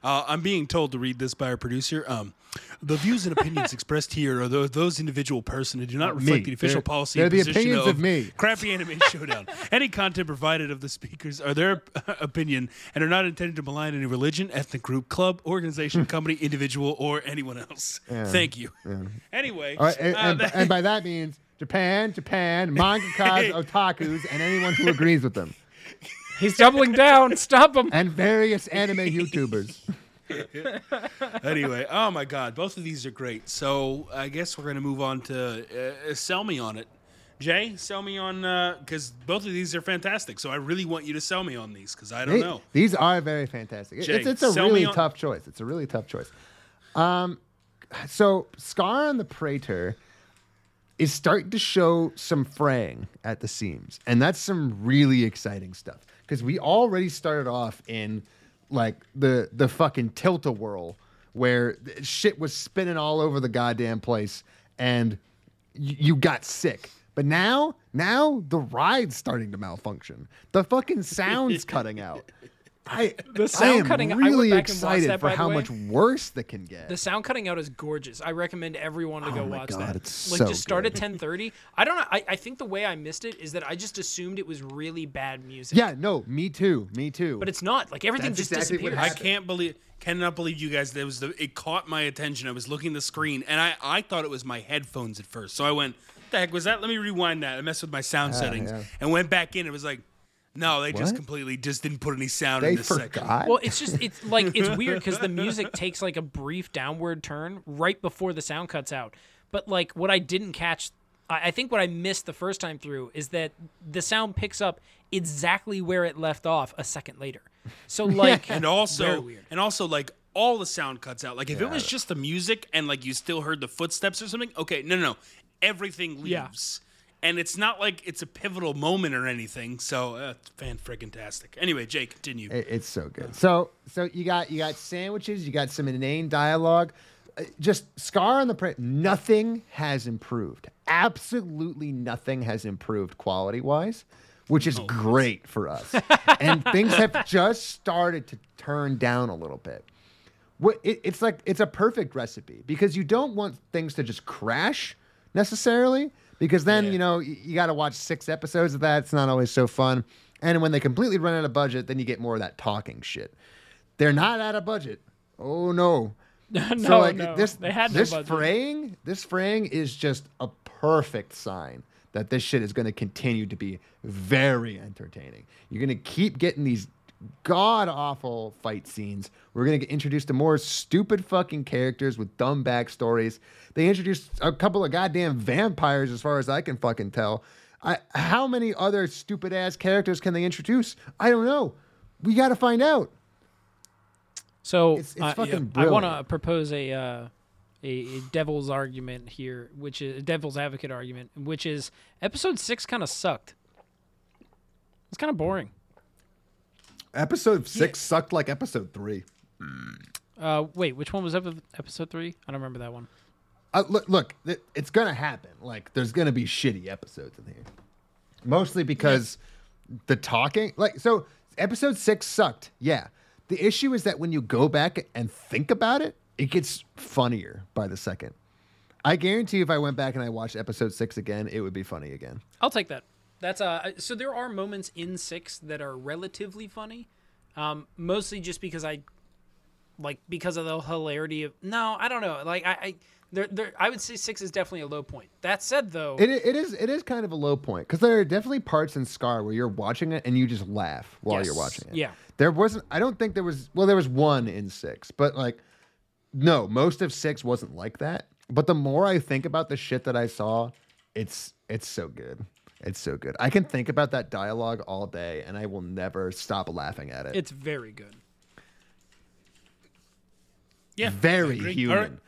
S4: Uh, I'm being told to read this by our producer. Um, the views and opinions expressed here are those, those individual person and do not reflect the official
S5: They're-
S4: policy.
S5: they're
S4: and
S5: the
S4: position
S5: opinions of me.
S4: Crappy Anime Showdown. Any content provided of the speakers are their uh, opinion and are not intended to malign any religion, ethnic group, club, organization, company, individual, or anyone else. Thank you. Anyway,
S5: All right, and,
S4: uh,
S5: and,
S4: that-
S5: and by that means Japan, Japan, manga cons, otakus, and anyone who agrees with them,
S6: He's doubling down. Stop him.
S5: and various anime YouTubers.
S4: anyway, oh my God, both of these are great. So I guess we're gonna move on to uh, sell me on it. Jay, sell me on because both of these are fantastic. So I really want you to sell me on these because I don't
S5: They-
S4: know.
S5: These are very fantastic. It-
S4: Jay,
S5: it's, it's a
S4: sell me
S5: really
S4: on-
S5: tough choice. It's a really tough choice. Um, so Scar on the Praetor is starting to show some fraying at the seams, and that's some really exciting stuff because we already started off in like the the fucking tilt a whirl where th- shit was spinning all over the goddamn place, and y- you got sick. But now, now the ride's starting to malfunction. The fucking sound's cutting out. I the I
S6: sound
S5: am
S6: cutting- I went
S5: really
S6: back and watched
S5: excited
S6: that,
S5: for
S6: by the
S5: how
S6: way.
S5: much worse that can get.
S6: The sound cutting out is gorgeous. I recommend everyone to go
S5: Oh my
S6: watch
S5: God,
S6: that.
S5: it's
S6: like
S5: so
S6: just start
S5: good.
S6: at 10:30. I don't know. I, I think the way I missed it is that I just assumed it was really bad music.
S5: yeah, no, me too, me too.
S6: But it's not. Like everything
S5: That's
S6: just
S5: exactly what
S6: disappears.
S4: I can't believe, cannot believe you guys. That was the it caught my attention. I was looking at the screen and I I thought it was my headphones at first. So I went, "What the heck was that? Let me rewind that. I messed with my sound settings
S5: Ah, yeah.
S4: and went back in. It was like, no, they just
S5: What?
S4: completely just didn't put any sound
S5: they
S4: in this second.
S5: forgot.
S6: Well, it's just it's like it's weird because the music takes like a brief downward turn right before the sound cuts out. But like what I didn't catch, I, I think what I missed the first time through is that the sound picks up exactly where it left off a second later. So like
S4: and
S6: Very
S4: also
S6: weird.
S4: and also like all the sound cuts out. Like if it was just the music and like you still heard the footsteps or something, okay, no, no, no, everything
S6: Yeah.
S4: leaves. And it's not like it's a pivotal moment or anything, so uh, it's fan freaking tastic. Anyway, Jay, continue.
S5: It- it's so good. So so you got you got sandwiches. You got some inane dialogue. Uh, Just scar on the print. Nothing has improved. Absolutely nothing has improved quality wise, which is great for us. and things have just started to turn down a little bit. What it, it's like it's a perfect recipe because you don't want things to just crash necessarily because then you know you, you got to watch six episodes of that. It's not always so fun. And when they completely run out of budget, then you get more of that talking shit. They're not out of budget. Oh no.
S6: no,
S5: So like
S6: no,
S5: this,
S6: they had no
S5: this
S6: budget.
S5: fraying, this fraying is just a perfect sign that this shit is going to continue to be very entertaining. You're going to keep getting these god awful fight scenes. We're going to get introduced to more stupid fucking characters with dumb backstories. They introduced a couple of goddamn vampires, as far as I can fucking tell. I, how many other stupid ass characters can they introduce? I don't know. We got to find out.
S6: So
S5: It's- it's
S6: uh,
S5: fucking
S6: I want to
S5: brilliant.
S6: propose a, uh, a a devil's argument here, which is a devil's advocate argument, which is episode six kind of sucked. It's kind of boring.
S5: Episode six sucked like episode three.
S6: Uh, wait, which one was epi- episode three? I don't remember that one.
S5: Uh, look, look, th- it's gonna happen. Like, there's gonna be shitty episodes in here, mostly because the talking. Like, so episode six sucked. Yeah, the issue is that when you go back and think about it, it gets funnier by the second. I guarantee, if I went back and I watched episode six again, it would be funny again.
S6: I'll take that. That's uh. So there are moments in six that are relatively funny, um, mostly just because I like because of the hilarity of no, I don't know. Like I, I there, there, I would say six is definitely a low point. That said, though,
S5: It, it is it is kind of a low point because there are definitely parts in Scar where you're watching it and you just laugh while you're
S6: Yes,
S5: watching it.
S6: yeah.
S5: there wasn't. I don't think there was. Well, there was one in six, but like, no, most of six wasn't like that. But the more I think about the shit that I saw, it's it's so good. It's so good. I can think about that dialogue all day, and I will never stop laughing at it.
S6: it's very good.
S4: Yeah.
S5: very
S4: agree.
S5: human.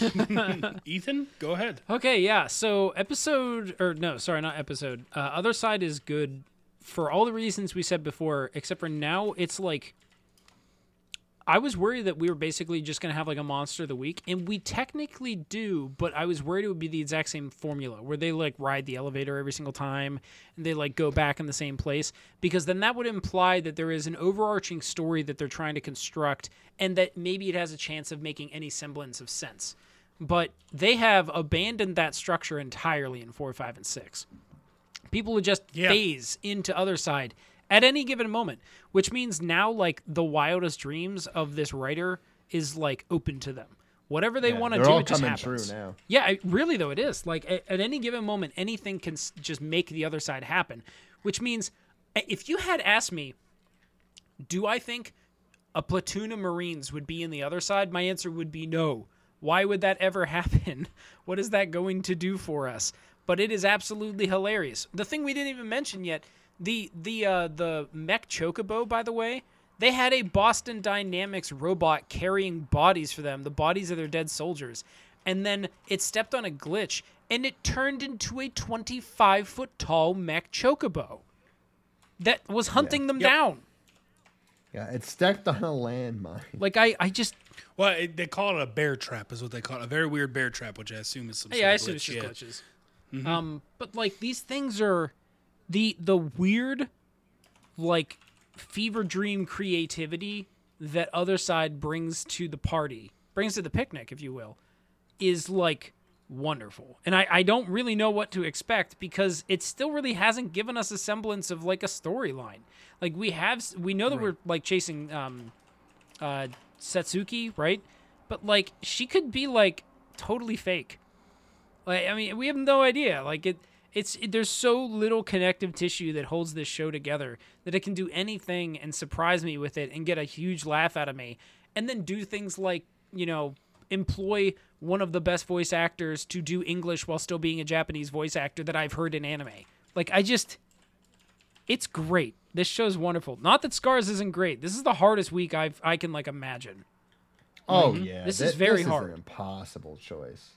S4: All right. Ethan, go ahead.
S6: Okay, yeah. So episode or no, sorry, not episode. Uh, Other side is good for all the reasons we said before, except for now it's like I was worried that we were basically just gonna have like a monster of the week, and we technically do, but I was worried it would be the exact same formula where they like ride the elevator every single time and they like go back in the same place because then that would imply that there is an overarching story that they're trying to construct and that maybe it has a chance of making any semblance of sense but they have abandoned that structure entirely in four, five, and six. People would just
S4: Yeah.
S6: phase into other side at any given moment, which means now like the wildest dreams of this writer is like open to them. Whatever they want to
S5: they're
S6: do,
S5: all
S6: it just
S5: coming
S6: happens.
S5: true now.
S6: Yeah, it, really though it is. Like at, at any given moment, anything can s- just make the other side happen, which means i- if you had asked me, do I think a platoon of Marines would be in the other side? My answer would be no. Why would that ever happen? What is that going to do for us? But it is absolutely hilarious. The thing we didn't even mention yet, the the uh, the mech chocobo, by the way, they had a Boston Dynamics robot carrying bodies for them, the bodies of their dead soldiers, and then it stepped on a glitch and it turned into a 25 foot tall mech chocobo that was hunting them down.
S5: Yeah, it's stacked on a landmine.
S6: Like I, I just
S4: Well, it, they call it a bear trap, is what they call it. A very weird bear trap, which I assume is some. sort
S6: yeah, I
S4: of
S6: assume it's
S4: glitch,
S6: just
S4: yeah.
S6: glitches. Um, but like these things are the the weird like fever dream creativity that other side brings to the party, brings to the picnic, if you will, is like wonderful. And I, I don't really know what to expect because it still really hasn't given us a semblance of like a storyline. Like we have, s- we know that we're like chasing um, uh, Satsuki, right? But like she could be like totally fake. Like I mean, we have no idea. Like it, it's it, there's so little connective tissue that holds this show together that it can do anything and surprise me with it and get a huge laugh out of me, and then do things like you know employ one of the best voice actors to do English while still being a Japanese voice actor that I've heard in anime. Like I just, it's great. This show's wonderful. Not that Scars isn't great. This is the hardest week I've I can like imagine.
S5: Oh yeah,
S6: This
S5: thi-
S6: is very
S5: an
S6: hard.
S5: impossible choice.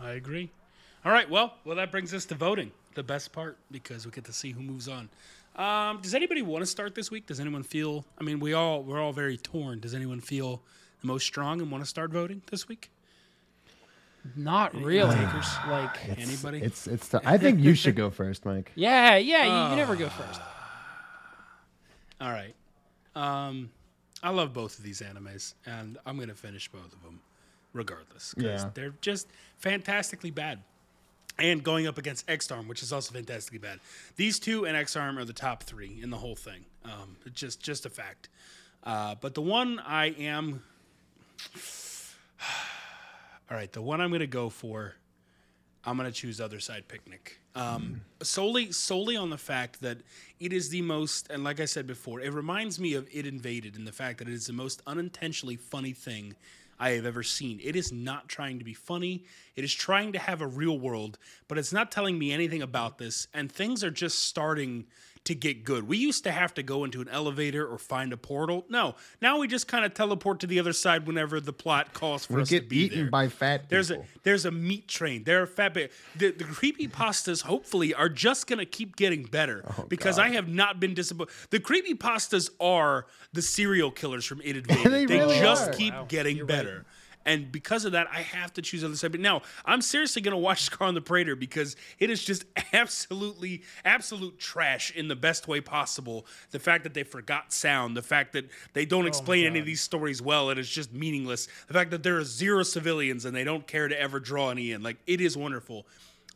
S4: I agree. All right. Well, well, that brings us to voting, the best part, because we get to see who moves on. Um, does anybody want to start this week? Does anyone feel? I mean, we all we're all very torn. Does anyone feel the most strong and want to start voting this week?
S6: Not really. like
S4: anybody?
S5: It's it's. T- I think you should go first, Mike.
S6: Yeah, yeah, you, you never go first.
S4: All right. Um, I love both of these animes, and I'm gonna finish both of them, regardless. 'cause
S5: Yeah.
S4: they're just fantastically bad. And going up against X Arm, which is also fantastically bad. These two and X Arm are the top three in the whole thing. Um, it's just just a fact. Uh, but the one I am, all right, the one I'm gonna go for I'm gonna choose Other Side Picnic. Um, solely solely on the fact that it is the most and like I said before, it reminds me of It Invaded and the fact that it is the most unintentionally funny thing I have ever seen. It is not trying to be funny. It is trying to have a real world, but it's not telling me anything about this. And things are just starting to get good. We used to have to go into an elevator or find a portal. No, now we just kind of teleport to the other side whenever the plot calls for
S5: We
S4: us to
S5: get
S4: be
S5: eaten
S4: there.
S5: by fat
S4: There's
S5: people.
S4: a there's a meat train. There are fat. Ba- the the creepy pastas hopefully are just gonna keep getting better
S5: Oh,
S4: because I have not been disappointed. The creepy pastas are the serial killers from It Invaded.
S5: They
S4: they
S5: really
S4: just
S5: are.
S4: keep getting better. And because of that, I have to choose other side. But now I'm seriously gonna watch Scar on the Prater because it is just absolutely absolute trash in the best way possible. The fact that they forgot sound, the fact that they don't explain any of these stories well, and it's just meaningless. The fact that there are zero civilians and they don't care to ever draw any in, like it is wonderful.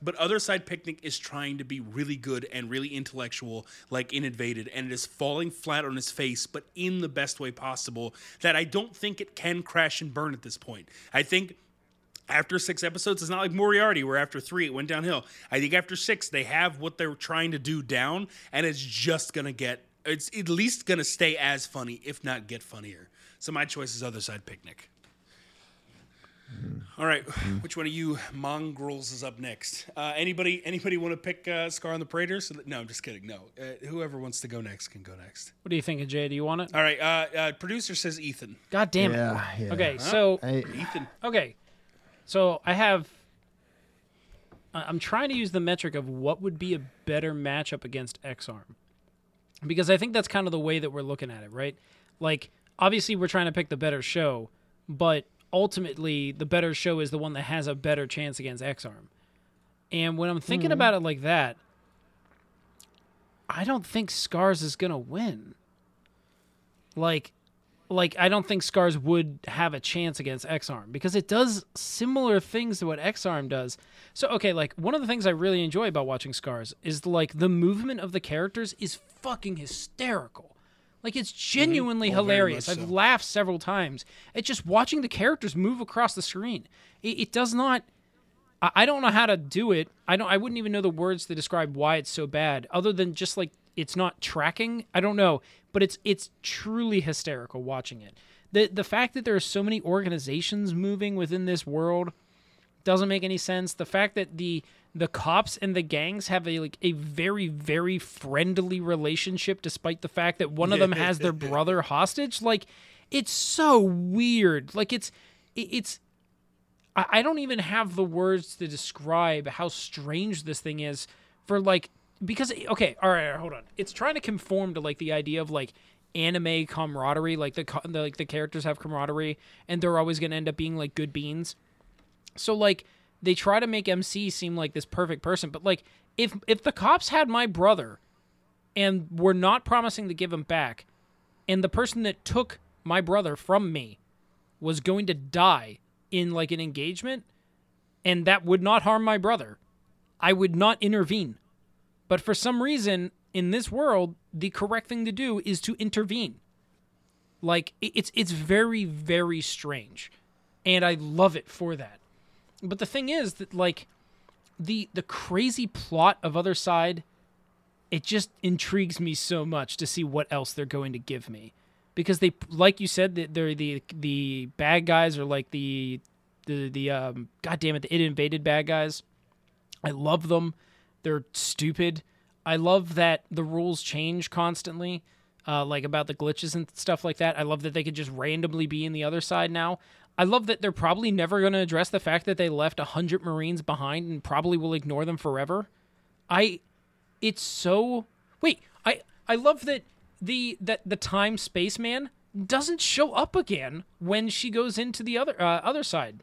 S4: But Other Side Picnic is trying to be really good and really intellectual, like in Invaded, and it is falling flat on its face, but in the best way possible. That I don't think it can crash and burn at this point. I think after six episodes, it's not like Moriarty, where after three it went downhill. I think after six, they have what they're trying to do down, and it's just gonna get, it's at least gonna stay as funny, if not get funnier. So my choice is Other Side Picnic. All right,
S5: Mm-hmm.
S4: which one of you mongrels is up next? Uh, anybody, anybody want to pick uh, Scar on the Praetor? So that, no, I'm just kidding. No, uh, whoever wants to go next can go next.
S6: What are you thinking, Jay? Do you want it?
S4: All right, uh, uh, producer says Ethan.
S6: God damn it.
S5: Yeah, yeah.
S6: Okay, so
S5: I,
S4: Ethan, Oh,
S6: okay, so I have. I- I'm trying to use the metric of what would be a better matchup against X Arm, because I think that's kind of the way that we're looking at it, right? Like, obviously, we're trying to pick the better show, but ultimately, the better show is the one that has a better chance against X Arm. And when I'm thinking
S4: Mm-hmm.
S6: about it like that, I don't think Scars is gonna win. Like, like I don't think Scars would have a chance against X Arm because it does similar things to what X Arm does. So okay, like one of the things I really enjoy about watching Scars is like the movement of the characters is fucking hysterical. Like it's genuinely
S4: Oh, very
S6: hilarious.
S4: much
S6: I've
S4: so.
S6: laughed several times at just watching the characters move across the screen. It, it does not I, I don't know how to do it. I don't. I wouldn't even know the words to describe why it's so bad, other than just like it's not tracking. I don't know, but it's it's truly hysterical watching it. the The fact that there are so many organizations moving within this world doesn't make any sense. The fact that the the cops and the gangs have a like a very very friendly relationship, despite the fact that one of them has their brother hostage. Like, it's so weird. Like it's it- it's I, I don't even have the words to describe how strange this thing is for like because okay all right, all right, hold on it's trying to conform to like the idea of like anime camaraderie like the, co- the like the characters have camaraderie and they're always going to end up being like good beans so like they try to make MC seem like this perfect person, but like if if the cops had my brother and were not promising to give him back, and the person that took my brother from me was going to die in like an engagement, and that would not harm my brother, I would not intervene. But for some reason in this world, the correct thing to do is to intervene. Like it- it's it's very very strange and I love it for that. But the thing is that like the the crazy plot of Other Side, it just intrigues me so much to see what else they're going to give me, because they like you said that they're the the bad guys are like the the the um god damn it the it invaded bad guys. I love them. They're stupid. I love that the rules change constantly, uh, like about the glitches and stuff like that. I love that they could just randomly be in the other side now. I love that they're probably never going to address the fact that they left 100 Marines behind and probably will ignore them forever. I it's so wait i i love that the that the time spaceman doesn't show up again when she goes into the other uh, other side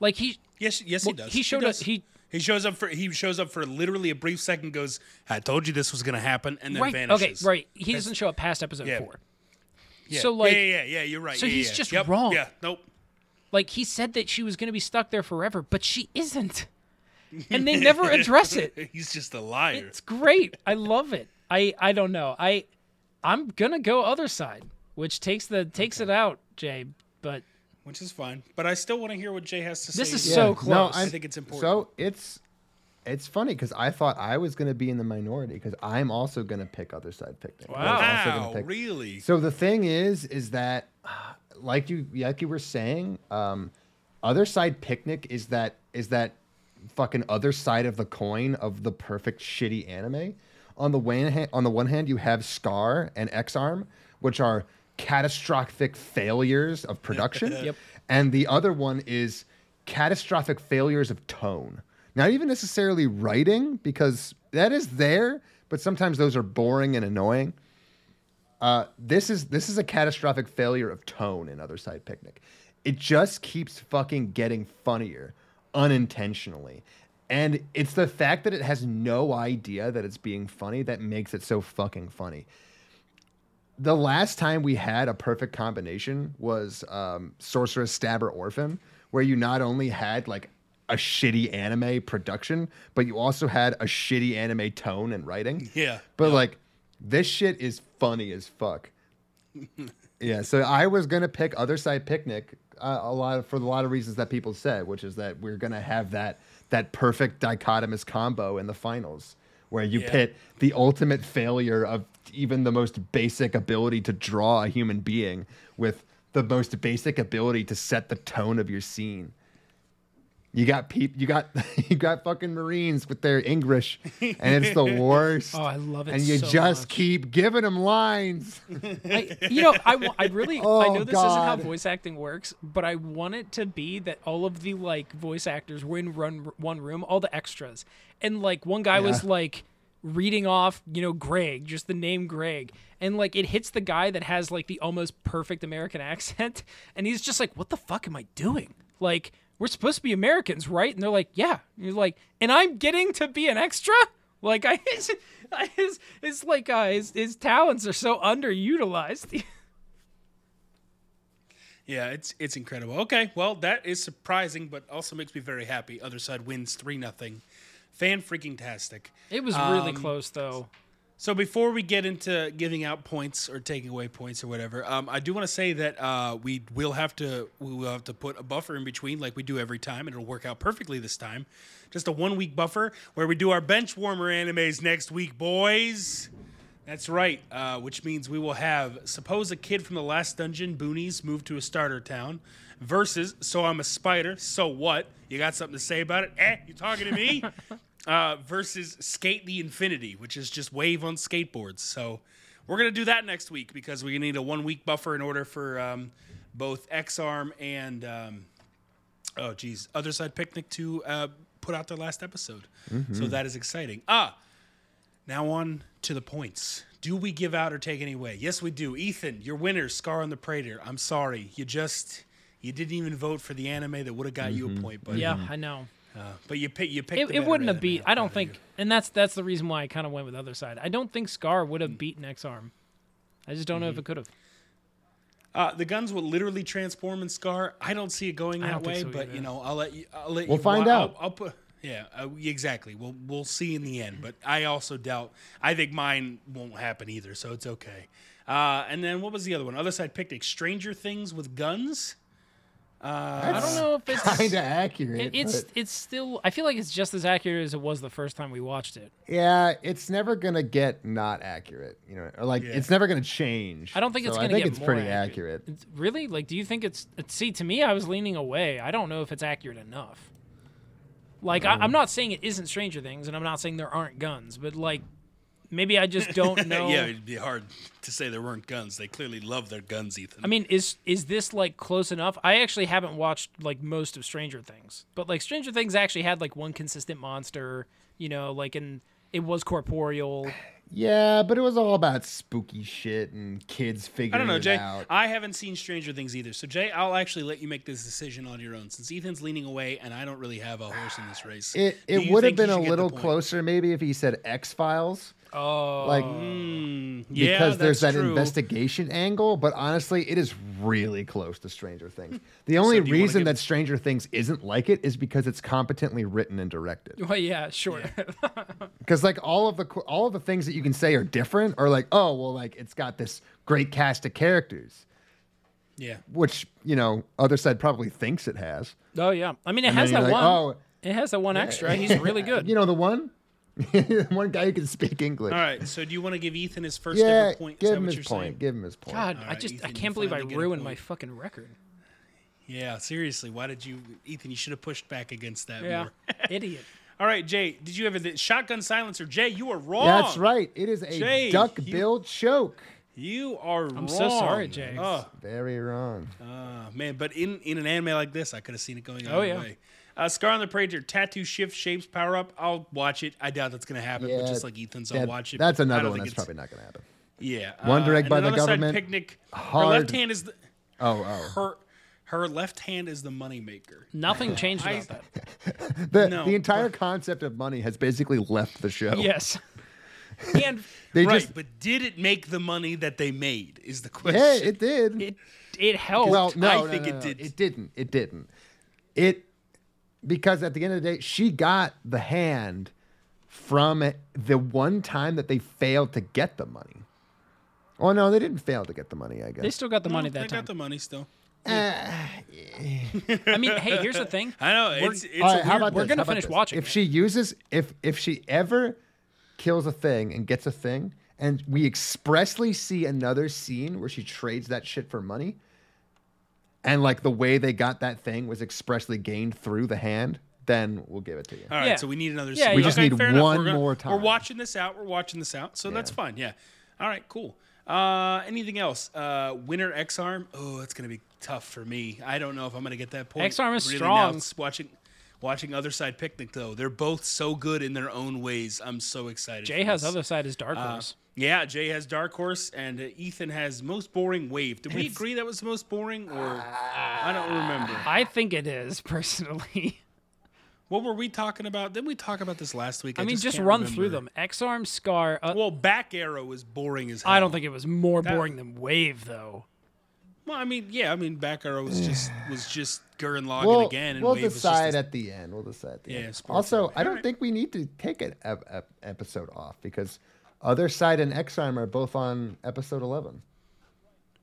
S6: like he
S4: yes, yes,
S6: Well,
S4: he does.
S6: he showed
S4: does.
S6: us- he-
S4: he shows up for he shows up for literally a brief second. Goes, I told you this was going to happen, and then
S6: right
S4: vanishes.
S6: okay right he doesn't show up past episode
S4: Yeah.
S6: 4
S4: Yeah.
S6: so like
S4: yeah, yeah, yeah, yeah, you're right.
S6: so
S4: Yeah,
S6: he's
S4: yeah.
S6: just
S4: Yep.
S6: wrong.
S4: Yeah, nope.
S6: Like he said that she was going to be stuck there forever, but she isn't. And they never address it.
S4: He's just a liar.
S6: It's great. I love it. I I don't know. I I'm going to go other side, which takes the takes it out, Jay, but
S4: which is fine. But I still want to hear what Jay has to say.
S6: This is
S5: yeah,
S6: so
S5: no,
S6: close.
S5: I'm-
S4: I think it's important.
S5: So it's it's funny because I thought I was going to be in the minority because I'm also going to pick other side picnic. I was also gonna
S4: wow,
S5: pick-
S4: really?
S5: So the thing is, is that uh, like you like you were saying, um, other side picnic is that is that fucking other side of the coin of the perfect shitty anime. On the one hand, on the one hand, you have Scar and X Arm, which are catastrophic failures of production,
S6: Yep.
S5: and the other one is catastrophic failures of tone. Not even necessarily writing, because that is there, but sometimes those are boring and annoying this is this is a catastrophic failure of tone in Other Side Picnic. It just keeps fucking getting funnier unintentionally. And it's the fact that it has no idea that it's being funny that makes it so fucking funny. The last time we had a perfect combination was um, Sorceress Stabber Orphan, where you not only had like a shitty anime production, but you also had a shitty anime tone and writing.
S4: Yeah.
S5: But like this shit is funny as fuck. yeah, so I was gonna pick Other Side Picnic uh, a lot of, for a lot of reasons that people said, which is that we're gonna have that that perfect dichotomous combo in the finals where you
S4: Yeah.
S5: pit the ultimate failure of even the most basic ability to draw a human being with the most basic ability to set the tone of your scene. You got peep, you got you got fucking Marines with their English, and it's the worst.
S6: Oh, I love it
S5: And you
S6: so
S5: just
S6: much.
S5: keep giving them lines.
S6: I, you know, I, wa- I really, I
S5: Oh,
S6: know this isn't how
S5: God.
S6: voice acting works, but I want it to be that all of the like voice actors were in run, one room, all the extras, and like one guy was
S5: Yeah.
S6: like reading off, you know, Greg, just the name Greg, and like it hits the guy that has like the almost perfect American accent, and he's just like, "What the fuck am I doing?" Like. We're supposed to be Americans, right? And they're like, "Yeah." And you're like, "And I'm getting to be an extra." Like I, it's, it's, it's like uh, his his talents are so underutilized.
S4: Yeah, it's it's incredible. Okay, well that is surprising, but also makes me very happy. Other side wins three nothing. Fan freaking tastic.
S6: It was really close though.
S4: So before we get into giving out points or taking away points or whatever, um, I do want to say that uh, we will have to we will have to put a buffer in between, like we do every time, and it'll work out perfectly this time. Just a one week buffer where we do our bench warmer animes next week, boys. That's right, uh, which means we will have suppose a kid from the last dungeon, Boonies, moved to a starter town versus so I'm a spider, so what? You got something to say about it? Eh, you talking to me? uh, versus skate the infinity, which is just wave on skateboards. So we're gonna do that next week because we need a one week buffer in order for um, both X Arm and um, oh geez, Other Side Picnic to uh, put out their last episode. So that is exciting. Ah. Now on to the points. Do we give out or take any away? Yes, we do. Ethan, your winner, Scar on the Prater. I'm sorry, you just you didn't even vote for the anime that would have got you a point, but
S6: Yeah, I know.
S4: but you pick you picked.
S6: It,
S4: the
S6: it
S4: better
S6: wouldn't have
S4: anime.
S6: beat. I don't think, and that's that's the reason why I kind of went with other side. I don't think Scar would have beaten X Arm. I just don't know if it could have.
S4: Uh, the guns will literally transform in Scar. I don't see it going
S6: I
S4: that
S6: don't think
S4: way,
S6: so
S4: but
S6: either.
S4: you know, I'll let you. I'll let
S5: We'll
S4: you-
S5: find
S4: I'll-
S5: out.
S4: I'll, put. Yeah, uh, exactly. We'll we'll see in the end, but I also doubt. I think mine won't happen either, so it's okay. Uh, and then what was the other one? Other side picnic. Stranger Things with guns. Uh,
S6: I don't know if it's
S5: Kinda accurate.
S6: it- it's
S5: but-
S6: it's still. I feel like it's just as accurate as it was the first time we watched it.
S5: yeah, it's never gonna get not accurate. You know, or like it's never gonna change.
S6: I don't think
S5: So
S6: it's gonna
S5: I think
S6: get
S5: it's
S6: more
S5: pretty
S6: accurate.
S5: accurate.
S6: It's- Really? Like, do you think it's? it- See, to me, I was leaning away. I don't know if it's accurate enough. Like, I, I'm not saying it isn't Stranger Things, and I'm not saying there aren't guns, but like, maybe I just don't know.
S4: Yeah, it'd be hard to say there weren't guns. They clearly love their guns, Ethan.
S6: I mean, is is this like close enough? I actually haven't watched like most of Stranger Things, but like Stranger Things actually had like one consistent monster, you know, like and it was corporeal.
S5: Yeah, but it was all about spooky shit and kids figuring
S4: I don't know,
S5: it
S4: Jay.
S5: out.
S4: I haven't seen Stranger Things either. So, Jay, I'll actually let you make this decision on your own since Ethan's leaning away and I don't really have a horse in this race.
S5: It
S4: Do
S5: it
S4: you
S5: would have
S4: think he
S5: been a
S4: should get the
S5: little
S4: point?
S5: closer maybe if he said X Files.
S6: Oh,
S5: Like
S4: Yeah,
S5: because there's that
S4: that's true.
S5: investigation angle, but honestly, it is really close to Stranger Things. The only
S4: do you wanna
S5: reason
S4: give-
S5: that Stranger Things isn't like it is because it's competently written and directed.
S6: well, yeah, sure.
S5: Because like all of the qu- all of the things that you can say are different, or like oh well, like it's got this great cast of characters,
S4: Yeah.
S5: which you know other side probably thinks it has.
S6: oh yeah, I mean, it
S5: then
S6: has
S5: you're
S6: that
S5: like,
S6: one.
S5: oh.
S6: it has that one extra. He's really good.
S5: You know the one, the one guy who can speak English.
S4: All right. So, do you want to give Ethan his first
S5: Yeah,
S4: ever point? Is
S5: give
S4: that
S5: him
S4: what
S5: his
S4: you're
S5: point.
S4: saying?
S5: Give him his point.
S6: God, I
S4: right,
S6: just I
S4: Ethan,
S6: can't
S4: you
S6: believe I
S4: finally get a
S6: ruined my
S4: point.
S6: fucking record.
S4: Yeah, seriously. Why did you, Ethan, you should have pushed back against that
S6: Yeah,
S4: more.
S6: idiot.
S4: All right, Jay, did you have a shotgun silencer? Jay, you are wrong.
S5: That's right. It is a
S4: Jay,
S5: duck
S4: you-
S5: bill choke.
S4: You are wrong.
S6: I'm so sorry, Jay.
S4: Oh,
S5: Very wrong.
S4: Oh, man, but in, in an anime like this, I could have seen it going the
S6: Oh,
S4: other
S6: yeah.
S4: way. Uh, Scar on the Praetor, tattoo shift shapes power up. I'll watch it. I doubt that's gonna happen, but
S5: Yeah,
S4: just like Ethan's, I'll
S5: That-
S4: watch it.
S5: That's
S4: but I
S5: another
S4: don't
S5: one
S4: think
S5: that's
S4: it's-
S5: probably not going to happen.
S4: yeah. uh,
S5: One direct
S4: and
S5: by
S4: then
S5: the
S4: other side,
S5: government,
S4: picnic. Her
S5: hard-
S4: left hand is the,
S5: Oh, oh.
S4: her her left hand is the moneymaker.
S6: Nothing changed about that.
S5: The,
S4: No,
S5: the entire concept of money has basically left the show.
S6: Yes. and
S5: They
S4: Right,
S5: just,
S4: but did it make the money that they made? Is the question.
S5: yeah, it did.
S6: it it helped.
S5: well, no,
S4: I
S5: no,
S4: think
S5: no,
S4: it
S5: no,
S4: did.
S5: It didn't. It didn't. It because at the end of the day, she got the hand from it- the one time that they failed to get the money. Oh no, they didn't fail to get the money. I guess
S6: They still got the money
S4: they
S6: that time.
S4: got the money still.
S6: I mean, hey, here's the thing.
S4: I know it's it's a
S5: All right, how
S4: weird-
S5: about
S6: we're
S5: this?
S6: gonna
S5: How about
S6: finish
S5: this?
S6: watching
S5: If
S6: it.
S5: she uses, if if she ever kills a thing and gets a thing, and we expressly see another scene where she trades that shit for money, and like the way they got that thing was expressly gained through the hand, then we'll give it to you.
S4: All right,
S6: Yeah.
S4: so we need another.
S6: Yeah,
S4: scene.
S6: We yeah. just
S4: okay,
S5: need
S4: fair enough.
S5: one
S4: We're gonna-
S5: more
S4: We're
S5: time.
S4: watching this out. We're watching this out. So that's fine. Yeah. All right. Cool. Uh, anything else? Uh, Winner X Arm. Oh, it's gonna be tough for me. I don't know if I'm gonna get that point.
S6: X Arm is
S4: really
S6: strong.
S4: Now, s- watching, watching Other Side Picnic though. They're both so good in their own ways. I'm so excited.
S6: Jay
S4: for
S6: has
S4: this.
S6: other side as dark
S5: Uh,
S6: horse.
S4: Yeah, Jay has Dark Horse, and uh, Ethan has Most Boring Wave. Did we agree that was the most boring, or I don't remember.
S6: I think it is personally.
S4: What were we talking about? Didn't we talk about this last week?
S6: I mean, just,
S4: can't
S6: run through
S4: remember.
S6: them. X arm scar. Uh,
S4: Well, back arrow was boring as hell.
S6: I don't think it was more boring than wave though.
S4: Well, I mean, yeah, I mean, back arrow was just was just Gurren Lagann
S5: We'll,
S4: again, and
S5: we'll
S4: Wave was just
S5: decide
S4: this-
S5: at the end. We'll decide at the
S4: Yeah,
S5: end.
S4: sports
S5: Also,
S4: anime.
S5: I don't
S4: Alright.
S5: think we need to take an ep- ep- episode off because Other Side and Exime are both on episode 11.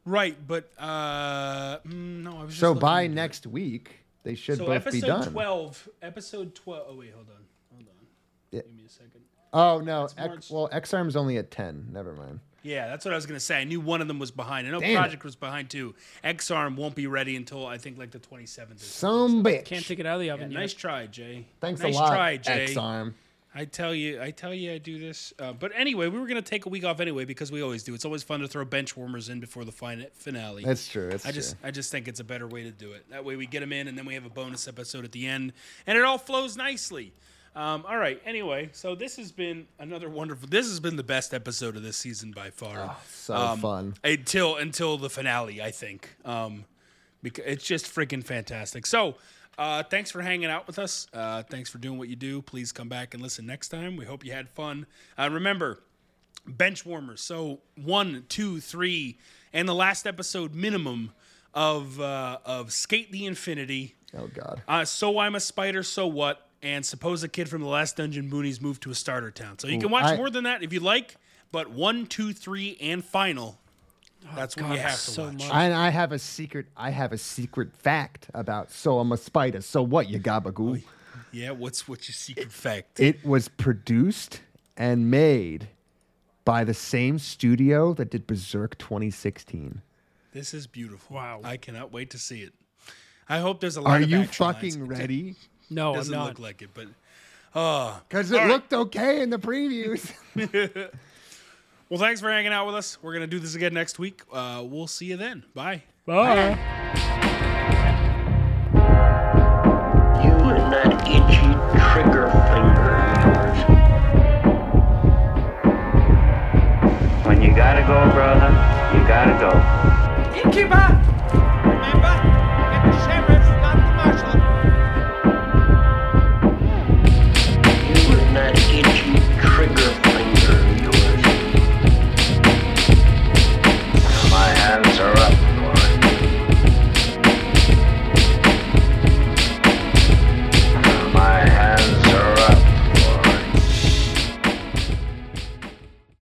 S4: right, but uh, mm, no, I was just
S5: So
S4: looking
S5: by
S4: into it.
S5: next week, they should
S4: so
S5: both be
S4: episode
S5: done.
S4: twelve, episode twelve. Oh wait, hold on, hold on,
S5: Yeah.
S4: give me a second.
S5: Oh no,
S4: March.
S5: X, well Xarm's only at ten. Never mind.
S4: Yeah, that's what I was gonna say. I knew one of them was behind. I know
S5: Damn it.
S4: Project was behind too. X Arm won't be ready until I think like the twenty seventh.
S5: Some bitch.
S6: Can't take it out of the oven. yet.
S4: Nice try, Jay.
S5: Thanks
S4: nice
S5: a lot,
S4: try, Jay.
S5: Xarm.
S4: I tell you, I tell you, I do this. Uh, but anyway, we were gonna take a week off anyway because we always do. It's always fun to throw bench warmers in before the fin- finale.
S5: That's true. That's
S4: I just, I just think it's a better way to do it. That way, we get them in, and then we have a bonus episode at the end, and it all flows nicely. Um, all right. Anyway, so this has been another wonderful. This has been the best episode of this season by far.
S5: so
S4: um,
S5: fun.
S4: Until until the finale, I think. Um, because it's just freaking fantastic. So, uh, thanks for hanging out with us. Uh, thanks for doing what you do. Please come back and listen next time. We hope you had fun. Uh, remember, bench warmers. So one, two, three, and the last episode minimum of uh, of Skate the Infinity.
S5: true. Oh god.
S4: Uh, so I'm a spider. So what? And suppose a kid from the last dungeon Moonies moved to a starter town. So you can watch
S5: I-
S4: more than that if you like. But one, two, three, and final. That's what you
S6: Oh, God,
S4: have to
S6: so
S4: watch.
S6: much.
S5: And I have a secret. I have a secret fact about. So I'm a spider. So what? You gabagool.
S4: Yeah, what's what's your secret fact?
S5: It was produced and made by the same studio that did Berserk 2016.
S4: This is beautiful.
S6: Wow.
S4: I cannot wait to see it. I hope there's a lot
S5: Are
S4: of
S5: you
S4: action lines.
S5: fucking ready?
S6: No,
S4: It
S6: I'm
S4: doesn't
S6: not.
S4: look like it, but
S5: Because it looked okay in the previews.
S4: well, thanks for hanging out with us. We're gonna do this again next week. Uh, we'll see you then. Bye.
S6: Bye.